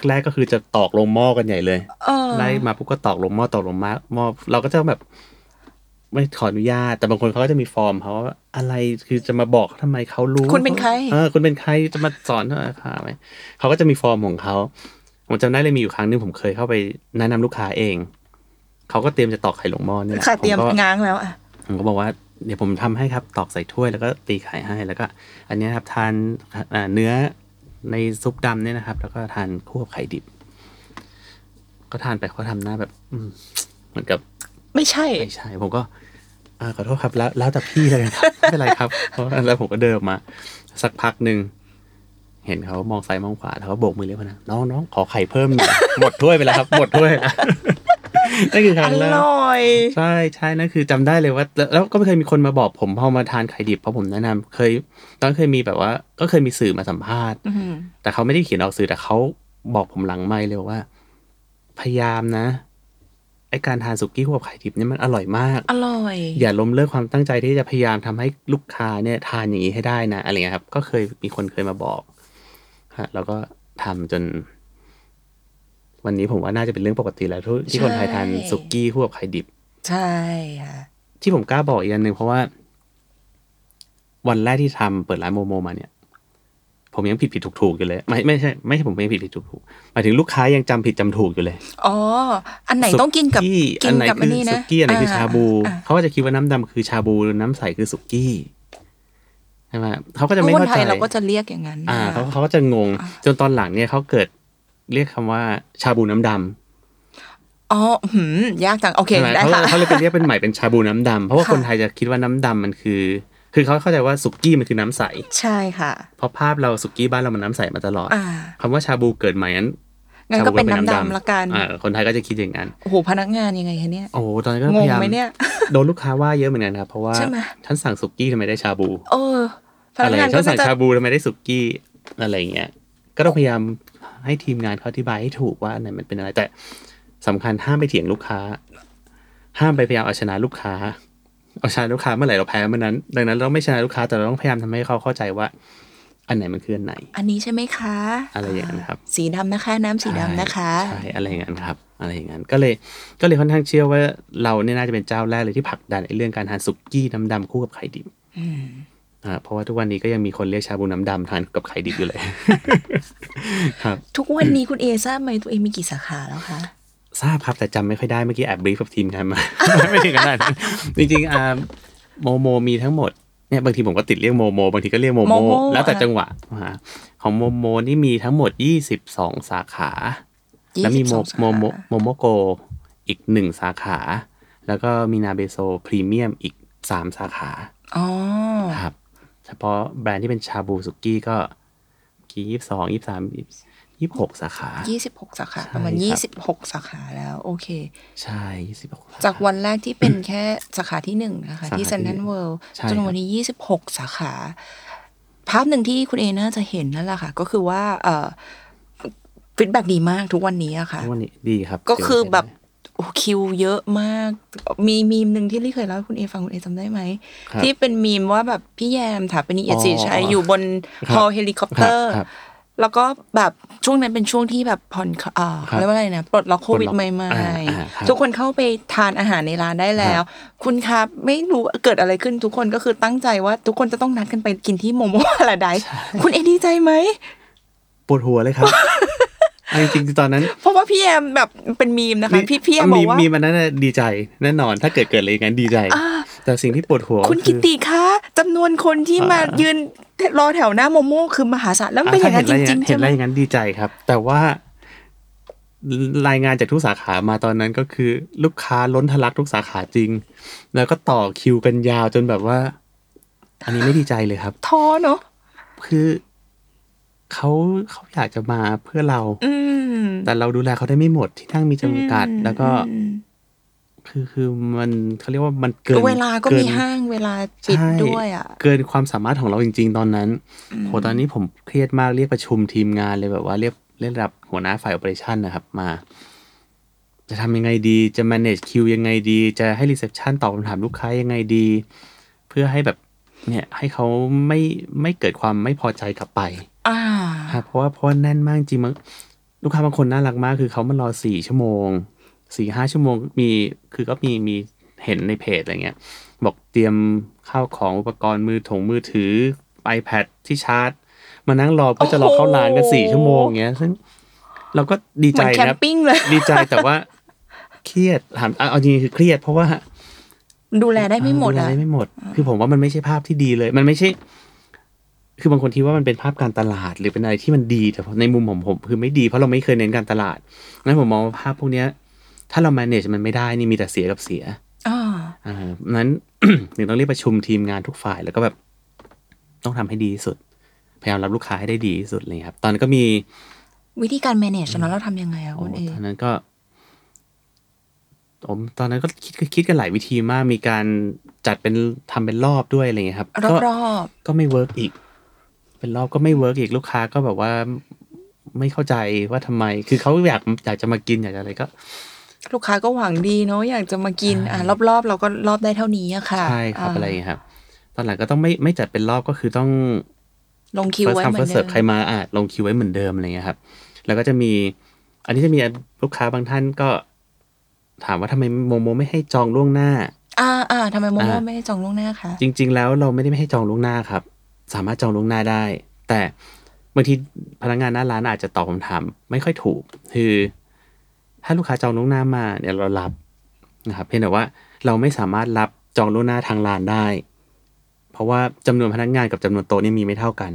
[SPEAKER 2] แรกๆก็คือจะตอกลงหม้อกันใหญ่เลย
[SPEAKER 1] เออ
[SPEAKER 2] ไล่มาปุ๊บก็ตอกลงหม้อตอกลงหม้อหม้อเราก็จะแบบ ไม่ขออนุญาต แต่บางคนเขาก็จะมีฟอร์มเขาว่าอะไรคือจะมาบอกทำไมเขารู้
[SPEAKER 1] คุณเป็นใคร
[SPEAKER 2] เออคุณเป็นใครจะมาสอนอะไรค่ะไหมเขาก็จะมีฟอร์มของเขาผมจำได้เลยมีอยู่ครั้งหนึงผมเคยเข้าไปแนะนำลูกค้าเองเขาก็เตรียมจะตอกไข่ลงหม้อเนี่ยแหละ
[SPEAKER 1] ค่ะเตรียม
[SPEAKER 2] ผก็
[SPEAKER 1] ง้างแล้วอ่ะ
[SPEAKER 2] ผมก็บอกว่าเดี๋ยวผมทำให้ครับตอกใส่ถ้วยแล้วก็ตีไข่ให้แล้วก็ อันเนี้ยครับทานอ่าเนื้อในซุปดำเนี่ยนะครับ แล้วก็ทานคู่กับไข่ดิบ ก็ทานไปเขาทำหน้าแบบ อืมเหมือนกับ
[SPEAKER 1] ไม่ใช่
[SPEAKER 2] ไม่ใช่ผมก็อาขอโทษครับแล้วแล้วแต่พี่เลยนะครับ ไม่เป็นไรครับเพราะแล้วผมก็เดินออกมา สักพักหนึ่งเห็นเขามองซ้ายมองขวาแล้วเขาโบกมือเรียกพนักน้องน้องขอไข่เพิ่มหน่อย หมดถ้วยไปแล้วครับ หมดถ้วยแล้ว นั่นคือค
[SPEAKER 1] อ
[SPEAKER 2] รั้งแรก
[SPEAKER 1] ร่อย
[SPEAKER 2] ใช่ใช่นั่นคือจำได้เลยว่าแล้วแล้วก็ไม่เคยมีคนมาบอกผมพอมาทานไข่ดิบเพราะผมแนะนำเคย ตอนนนเคยมีแบบว่า ก็เคยมีสื่อมาสัมภาษณ์
[SPEAKER 1] อืม
[SPEAKER 2] แต่เขาไม่ได้เขียนออกสื่อแต่เขาบอกผมหลังไม่เลยว่า พยายามนะไอการทานสุกี้คู่กับไข่ดิบเนี่ยมันอร่อยมาก
[SPEAKER 1] อร่อย
[SPEAKER 2] อย่าล้มเลิกความตั้งใจที่จะพยายามทำให้ลูกค้าเนี่ย ทานอย่างนี้ให้ได้นะอะไรเงี้ยครับ ก็เคยมีคนเคยมาบอกฮะแล้วก็ทำจน วันนี้ผมว่าน่าจะเป็นเรื่องปกติแล้วที่ที่คนไทยทาน
[SPEAKER 1] ใช่
[SPEAKER 2] สุกี้คู่กับไข่ดิบ
[SPEAKER 1] ใช่ค่ะ
[SPEAKER 2] ที่ผมกล้าบอกอีกอันหนึ่งเพราะว่า วันแรกที่ทำเปิดร้านโมโมมาเนี่ย ผมยังผิดผิดถูกถูกๆอยู่เลย ไม่ไม่ใช่ไม่ใช่ผมยังผิดผิดถูกถูกหมายถึงลูกค้ายังจำผิดจำถูกอยู่เลย
[SPEAKER 1] อ๋อ อันไหนต้องกินกับ
[SPEAKER 2] สุกี้
[SPEAKER 1] กิ
[SPEAKER 2] อั
[SPEAKER 1] น
[SPEAKER 2] นไหน
[SPEAKER 1] กับอั
[SPEAKER 2] คื
[SPEAKER 1] น
[SPEAKER 2] อ
[SPEAKER 1] นี้
[SPEAKER 2] สุ
[SPEAKER 1] นะ
[SPEAKER 2] กี้อันไหนคือชาบู
[SPEAKER 1] อ่า
[SPEAKER 2] เขาก็จะคิดว่าน้ำดำคือชาบูน้ำใสคือสุกี้ใช่ไหมเขาก็
[SPEAKER 1] อ่า
[SPEAKER 2] จะไม่
[SPEAKER 1] คน
[SPEAKER 2] เข้า
[SPEAKER 1] ไท
[SPEAKER 2] ใจ
[SPEAKER 1] ยเราก็จะเรียกอย่างนั้น
[SPEAKER 2] อ่า
[SPEAKER 1] ค่ะ
[SPEAKER 2] เขาเขาก็จะงง จนตอนหลังเนี่ยเขาเกิดเรียกคำว่าชาบูน้ำดำ
[SPEAKER 1] อ๋อหืมยากจัง โอเค
[SPEAKER 2] ใช่ไหม
[SPEAKER 1] ได้
[SPEAKER 2] เขา
[SPEAKER 1] ค่ะ
[SPEAKER 2] เลยเขาเลยไปเรียกเป็นใหม่เป็นชาบูน้ำดำเพราะว่า
[SPEAKER 1] ค่ะ
[SPEAKER 2] คนไทยจะคิดว่าน้ำดำมันคือ คือเขาเข้าใจว่าสุกี้มันคือน้ำใส
[SPEAKER 1] ใช่ค่ะ
[SPEAKER 2] เพราะภาพเราสุกี้บ้านเรามันน้ำใสมาตลอด
[SPEAKER 1] อ่า
[SPEAKER 2] คำว่าชาบูเกิดใหม่นั้น
[SPEAKER 1] งั้นก็เป็นน้ำดำละกัน
[SPEAKER 2] อ่าคนไทยก็จะคิดอย่างนั้น
[SPEAKER 1] โอ้โห พนักงานยังไงคะเนี่ย
[SPEAKER 2] โอ้โหตอนนั้นก็
[SPEAKER 1] ง
[SPEAKER 2] พ
[SPEAKER 1] ง
[SPEAKER 2] ยายาม
[SPEAKER 1] ไหมเนี่ย
[SPEAKER 2] โดนลูกค้าว่าเยอะเหมือนกันครับเพราะว่า
[SPEAKER 1] ใช่ไหม
[SPEAKER 2] ฉันสั่งสุกี้ทำไมได้ชาบู
[SPEAKER 1] เออ พนั
[SPEAKER 2] อะไรง
[SPEAKER 1] กาน
[SPEAKER 2] ฉั
[SPEAKER 1] ก็
[SPEAKER 2] นสั่ง
[SPEAKER 1] จะ
[SPEAKER 2] ชาบูทำไมได้สุกี้อะไรอย่างเงี้ยก็ต้องพยายามให้ทีมงานเขาอธิบายให้ถูกว่าอันไหนมันเป็นอะไรแต่สำคัญห้ามไปเถียงลูกค้า ห้ามไปพยายามเอาชนะลูกค้า เอาชนะลูกค้าเมื่อไหร่เราแพ้เมื่อนั้น ดังนั้นเราไม่ชนะลูกค้าแต่เราต้องพยายามทำให้เขาเข้าใจว่า อันไหนมันคืออันไหน
[SPEAKER 1] อันนี้ใช่ไหมคะ
[SPEAKER 2] อะไรอย่างนั้นครับ
[SPEAKER 1] สีดำนะคะ น้ำสีดำนะคะ
[SPEAKER 2] ใช่ใช่อะไรอย่างนั้นครับ อะไรอย่างนั้นก็เลยก็เลยค่อนข้างเชื่อว่าเราเนี่ยน่าจะเป็นเจ้าแรกเลยที่ผลักดันไอ้เรื่องการทานสุกี้น้ำดำคู่กับไข่ดิบอ่าเพราะว่าทุกวันนี้ก็ยังมีคนเรียกชาบูน้ำดำทานกับไข่ดิบอยู่เลย ครับ
[SPEAKER 1] ทุกวันนี้คุณเอทราบไหมตัวเองมีกี่สาขาแล้วคะ
[SPEAKER 2] ทราบครับแต่จำไม่ค่อยได้เมื่อกี้แอบบรีฟกับทีมงาน มา ไม่ถึงขนาดนั้น จริงๆอ่าโมโมมีทั้งหมดเนี่ยบางทีผมก็ติดเรียกโมโมบางทีก็เรียกโม
[SPEAKER 1] โม
[SPEAKER 2] โม
[SPEAKER 1] โม
[SPEAKER 2] แล้วแต่จังหวะอ่าของโมโมนี่มีทั้งหมด 22 สาขา แล้วมีโม
[SPEAKER 1] 22สาขา
[SPEAKER 2] โมโมโมโมโกอีกหนึ่งสาขา แล้วก็มีนาเบโซพรีเมียมอีกสามสาขา
[SPEAKER 1] อ๋อ
[SPEAKER 2] ครับเฉพาะแบรนด์ที่เป็นชาบูสุกี้ก็กี่ยี่สองยี่สามยี่หกสาขา
[SPEAKER 1] ยี่สิบหกสาขา
[SPEAKER 2] ใช่
[SPEAKER 1] ประมาณ
[SPEAKER 2] ครับ
[SPEAKER 1] ยี่สิบหกสาขาแล้ว โอเค
[SPEAKER 2] ใช่ยี่สิบหก
[SPEAKER 1] จากวันแรกที่เป็น แค่สาขาที่หนึ่งนะคะ
[SPEAKER 2] สาขาที่
[SPEAKER 1] ที่เซนทรัลเวิลด์
[SPEAKER 2] ใช่
[SPEAKER 1] จนถึ
[SPEAKER 2] ครั
[SPEAKER 1] ง
[SPEAKER 2] บ
[SPEAKER 1] วันนี้ยี่สิบหกสาขา ภาพหนึ่งที่คุณเอน่าจะเห็นนั่นแหละค่ะ ก็คือว่าเอ่อฟีดแบ็ดีมากทุกวันนี้อะค่ะ
[SPEAKER 2] วันนี้ดีครับ
[SPEAKER 1] ก็คือ
[SPEAKER 2] เจ๋ง
[SPEAKER 1] แบบ
[SPEAKER 2] ใช้ได้
[SPEAKER 1] โอ้คิวเยอะมาก มีมีมหนึ่งที่ลี่เคยเล่าให้คุณเอฟังคุณเอจำได้ไหม
[SPEAKER 2] ครับ
[SPEAKER 1] ที่เป็นมีมว่าแบบพี่แยมถาปนิยจิตรชัย
[SPEAKER 2] อ๋อ
[SPEAKER 1] อยู่บน
[SPEAKER 2] ครั
[SPEAKER 1] ฮ
[SPEAKER 2] บ
[SPEAKER 1] อลเฮลิคอปเตอร์
[SPEAKER 2] ครับ
[SPEAKER 1] แล้วก็แบบช่วงนั้นเป็นช่วงที่แบบผ่อนคลอ่า
[SPEAKER 2] ค
[SPEAKER 1] เขา
[SPEAKER 2] รับ
[SPEAKER 1] เรียกว่าอะไรนะ ปลดล็อกโควิด
[SPEAKER 2] ปลดล็อก
[SPEAKER 1] ใหม่
[SPEAKER 2] อ่าอ่าครับ
[SPEAKER 1] ๆ ทุกคนเข้าไปทานอาหารในร้านได้แล้ว คุณครับไม่รู้เกิดอะไรขึ้นทุกคนก็คือตั้งใจว่าทุกคนจะต้องนัดกันไปกินที่โมโมพาราไดซ์
[SPEAKER 2] ใช่
[SPEAKER 1] คุณเอดีใจไหม
[SPEAKER 2] ปวดหัว เลยครับ เอาจริงๆตอนนั้น
[SPEAKER 1] เพราะว่าพี่แยมแบบเป็นมีมนะคะ พี่พี่แยมบอ
[SPEAKER 2] มี
[SPEAKER 1] กว่า
[SPEAKER 2] มีมันนั้นน่ะดีใจแน่นอนถ้าเกิดเกิดอะไรอย่างนั้นดีใจ แต่สิ่งที่ปวดหัว
[SPEAKER 1] คุณ
[SPEAKER 2] อ
[SPEAKER 1] กิติคะจำนวนคนที่มา
[SPEAKER 2] อ่ายื
[SPEAKER 1] ยืนรอแถวหน้าโมโม่คือมหาศาลแล้วมันเป็นอย่างนั้นจ
[SPEAKER 2] ถ้
[SPEAKER 1] ริงๆ
[SPEAKER 2] เห็
[SPEAKER 1] ใช่
[SPEAKER 2] น
[SPEAKER 1] ไหม
[SPEAKER 2] อะไรอย่างนั้นดีใจครับ แต่ว่ารายงานจากทุกสาขามาตอนนั้นก็คือ ลูกค้าล้นทะลักทุกสาขาจริง แล้วก็ต่อคิวกันยาวจนแบบว่า อันนี้ไม่ดีใจเลยครับ
[SPEAKER 1] ท้อเนาะ
[SPEAKER 2] คือ เขาเขาอยากจะมาเพื่อเรา
[SPEAKER 1] อืม
[SPEAKER 2] แต่เราดูแลเขาได้ไม่หมดที่นั่งมีจำกัด แล้วก็
[SPEAKER 1] อืม
[SPEAKER 2] คือคือมันเขาเรียกว่ามันเกิน
[SPEAKER 1] เวลาก็
[SPEAKER 2] น
[SPEAKER 1] มีห้างเวลาปิด
[SPEAKER 2] ใช่
[SPEAKER 1] ด้วยอ่ะ
[SPEAKER 2] เกินความสามารถของเราจริง ๆ ตอนนั้น
[SPEAKER 1] อืม
[SPEAKER 2] โหตอนนี้ผมเครียดมากเรียกประชุมทีมงานเลยแบบว่าเรียกเรียกระดับหัวหน้าฝ่ายโอ e r a t i o n นะครับมา จะทำยังไงดีจะ manage คิวยังไงดี จะให้ reception ตอบคำถามลูกค้ายังไงดี เพื่อให้แบบเนี่ยให้เขาไม่ไม่เกิดความไม่พอใจกลับไป
[SPEAKER 1] อ่า
[SPEAKER 2] ครับเพราะว่าเพราะว่าแน่นมากจริงมั้งลูกค้าบางคนน่ารักมากคือเขามารอสี่ชั่วโมงสี่ห้าชั่วโมงมีคือก็มีมีเห็นในเพจอะไรเงี้ย บอกเตรียมข้าวของอุปกรณ์มือถงมือถือ iPad ที่ชาร์จ มานั่งรอก็จะรอเข้าร้านกัน
[SPEAKER 1] โอ้โห
[SPEAKER 2] สี่ชั่วโมงเงี้ยซึ่งเราก็ดี
[SPEAKER 1] เห
[SPEAKER 2] ใจ
[SPEAKER 1] มือนแคม
[SPEAKER 2] นะ
[SPEAKER 1] ปิ้งเลย
[SPEAKER 2] ดีใจแต่ว่า เครียดถามเอาเอาจริงๆคือเครียดเพราะว่า
[SPEAKER 1] ดูแลได้ไม่หมด
[SPEAKER 2] เออ
[SPEAKER 1] อ่ะ
[SPEAKER 2] ไรไม่หมด คือผมว่ามันไม่ใช่ภาพที่ดีเลย มันไม่ใช่ คือบางคนคิดว่ามันเป็นภาพการตลาด หรือเป็นอะไรที่มันดี แต่ในมุมของผมคือไม่ดี เพราะเราไม่เคยเน้นการตลาดงั้นผมมองว่าภาพพวกเนี้ย ถ้าเรา manage มันไม่ได้นี่มีแต่เสียกับเสีย
[SPEAKER 1] อ่า
[SPEAKER 2] อ่านั้น ถึงต้องเรียกประชุมทีมงานทุกฝ่ายแล้วก็แบบ ต้องทำให้ดีที่สุด พยายามรับลูกค้าให้ได้ดีที่สุดเลยครับ ตอนนั้นก็มี
[SPEAKER 1] วิธีการ manage ตอนนั้นเราทำยังไงอะคุณเอ
[SPEAKER 2] โตอนนั้นก็ผมตอนนั้นก็คิดคิดกันหลายวิธีมาก มีการจัดเป็นทำเป็นรอบด้วยอะไรอย่างเงี้ยครับ
[SPEAKER 1] รอบ
[SPEAKER 2] ก็
[SPEAKER 1] รอบ
[SPEAKER 2] ก็ไม่เวิร์กอีก เป็นรอบก็ไม่เวิร์กอีกลูกค้าก็แบบว่าไม่เข้าใจว่าทำไม คือเขาอยากอยากจะมากินอยากจะอะไรก็
[SPEAKER 1] ลูกค้าก็หวังดีเนาะอยากจะมากิน
[SPEAKER 2] ใช่
[SPEAKER 1] อ่ารอบรอบเราก็รอบได้เท่านี้อะค่ะ
[SPEAKER 2] ใช่ครับ
[SPEAKER 1] า
[SPEAKER 2] อะไรอย่างเงี้ยครับ ตอนหลังก็ต้องไม่ไม่จัดเป็นรอบก็คือต้อง
[SPEAKER 1] ลงคิวไว้
[SPEAKER 2] ทำ
[SPEAKER 1] เหมื
[SPEAKER 2] เพื่
[SPEAKER 1] อ
[SPEAKER 2] อน เสิ
[SPEAKER 1] เดิ
[SPEAKER 2] ร์ฟ
[SPEAKER 1] ม
[SPEAKER 2] ใครมาอ่ะลงคิวไว้เหมือนเดิมอะไรเงี้ยครับ แล้วก็จะมี อันนี้จะมีลูกค้าบางท่านก็ ถามว่าทำไมโมโมไม่ให้จองล่วงหน้า
[SPEAKER 1] อ่าอ่าทำไมโมโม
[SPEAKER 2] อ่า
[SPEAKER 1] ไม่ให้จองล่วงหน้าคะ
[SPEAKER 2] จริง ๆ แล้วเราไม่ได้ไม่ให้จองล่วงหน้าครับ สามารถจองล่วงหน้าได้ แต่บางทีพนักงานหน้าร้านอาจจะตอบคำถาม ไม่ค่อยถูก คือ ถ้าลูกค้าจองล่วงหน้ามาเนี่ยเรารับนะครับเพียงแต่ว่าเราไม่สามารถรับจองล่วงหน้าทางร้านได้ เพราะว่าจำนวนพนักงานกับจำนวนโต๊ะเนี่ยมีไม่เท่ากัน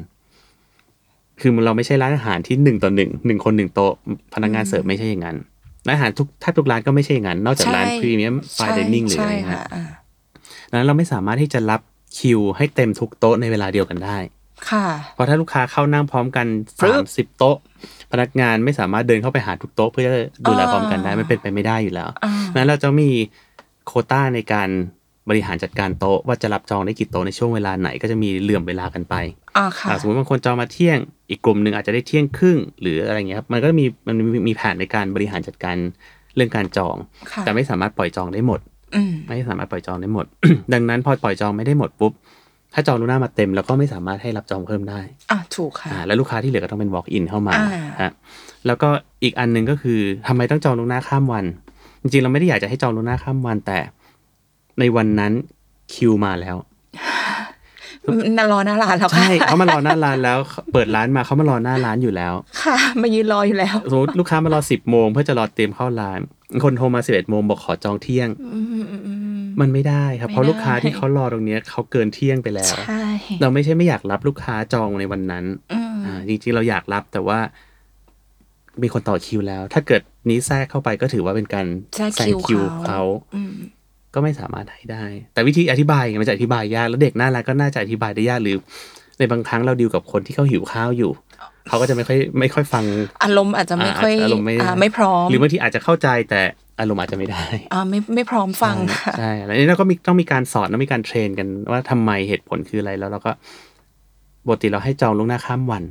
[SPEAKER 2] คือเราไม่ใช่ร้านอาหารที่หนึ่งต่อหนึ่งหนึ่งคนหนึ่งโต๊ะพนักงานเสิร์ฟไม่ใช่อย่างนั้นร้านอาหารทุกแทบทุกร้านก็ไม่ใช่อย่างนั้นนอกจากร้านพรีเมียมไฟ
[SPEAKER 1] ใช่
[SPEAKER 2] เดนิ่งหรืออะไรอย่างเงี้ย
[SPEAKER 1] ใช่ค่ะอ่า
[SPEAKER 2] ดังนั้นเราไม่สามารถที่จะรับคิวให้เต็มทุกโต๊ะในเวลาเดียวกันได้
[SPEAKER 1] ค่ะ
[SPEAKER 2] เพราะถ้าลูกค้าเข้านั่งพร้อมกัน
[SPEAKER 1] ฟรึบ
[SPEAKER 2] สามสิบโต๊ะ พนักงานไม่สามารถเดินเข้าไปหาทุกโต๊ะเพื่อดูแลพร้อมกันได้มันเป็นไปไม่ได้อยู่แล้ว
[SPEAKER 1] อ่า
[SPEAKER 2] ดังนั้นเราจะมีโควต้าในการบริหารจัดการโต๊ะว่าจะรับจองได้กี่โต๊ะในช่วงเวลาไหนก็จะมีเหลื่อมเวลากันไป
[SPEAKER 1] อ่าค่ะ
[SPEAKER 2] อ่ะสมมติบางคนจองมาเที่ยง อีกกลุ่มหนึ่งอาจจะได้เที่ยงครึ่ง หรืออะไรเงี้ยครับมันก็มีมันมีมีแผนในการบริหารจัดการเรื่องการจอง
[SPEAKER 1] ค่ะ
[SPEAKER 2] แต่ไม่สามารถปล่อยจองได้หมด
[SPEAKER 1] อืม
[SPEAKER 2] ไม่สามารถปล่อยจองได้หมด ดังนั้นพอปล่อยจองไม่ได้หมดปุ๊บ ถ้าจองล่วงหน้ามาเต็มแล้วก็ไม่สามารถให้รับจองเพิ่มได้
[SPEAKER 1] อ่าถูกค่ะ
[SPEAKER 2] อ่า แล้วลูกค้าที่เหลือก็ต้องเป็น walk in เข้ามา
[SPEAKER 1] อ่า
[SPEAKER 2] ฮะแล้วก็อีกอันหนึ่งก็คือทำไมต้องจองล่วงหน้าข้ามวัน จริงๆเราไม่ได้อยากจะให้จองล่วงหน้าข้ามวัน แต่ในวันนั้นคิวมาแล้ว
[SPEAKER 1] น่ารอหน้าร้านแล้วค่ะ
[SPEAKER 2] ใช่เขามารอหน้าร้านแล้วเปิดร้านมาเขามารอหน้าร้านอยู่แล้ว
[SPEAKER 1] ค่ะ มายืนรออยู่แล้ว
[SPEAKER 2] สมมติลูกค้ามารอสิบโมงเพื่อจะรอเตรียมเข้าร้านคนโทรมาสิบเอ็ดโมงบอกขอจองเที่ยง
[SPEAKER 1] อืมอืมอืม
[SPEAKER 2] มันไม่ได้ครับเพราะ
[SPEAKER 1] ไม่ได้
[SPEAKER 2] ลูกค้าที่เขารอตรงเนี้ยเขาเกินเที่ยงไปแล้ว
[SPEAKER 1] ใช่
[SPEAKER 2] เราไม่ใช่ไม่อยากรับลูกค้าจองในวันนั้น
[SPEAKER 1] อืม
[SPEAKER 2] อ่า จริงๆ เราอยากรับแต่ว่า มีคนต่อคิวแล้ว ถ้าเกิดนี้แทรกเข้าไปก็ถือว่าเป็นการ
[SPEAKER 1] แทรก
[SPEAKER 2] แซง
[SPEAKER 1] คิว
[SPEAKER 2] คิว
[SPEAKER 1] เขา
[SPEAKER 2] เขา
[SPEAKER 1] อืม
[SPEAKER 2] ก็ไม่สามารถให้ได้ แต่วิธีอธิบายไงมันจะอธิบายยาก แล้วเด็กน่ารักก็น่าจะอธิบายได้ยากหรือ ในบางครั้งเราดีลกับคนที่เขาหิวข้าวอยู่ เขาก็จะไม่ค่อยไม่ค่อยฟัง
[SPEAKER 1] อารมณ์อาจจะไม่
[SPEAKER 2] อ่า
[SPEAKER 1] ค่อย
[SPEAKER 2] อารมณ์ไม่
[SPEAKER 1] อ่าไม่พร้อม
[SPEAKER 2] หรือบางทีอาจจะเข้าใจแต่อารมณ์อาจจะไม่ได้
[SPEAKER 1] อ่าไม่ไม่พร้อมฟังค่ะ
[SPEAKER 2] ใช่แล้วนี่เราก็มีต้องมีการสอนต้องมีการเทรนกันว่าทำไมเหตุผลคืออะไรแล้วเราก็ปกติเราให้จองล่วงหน้าข้ามวัน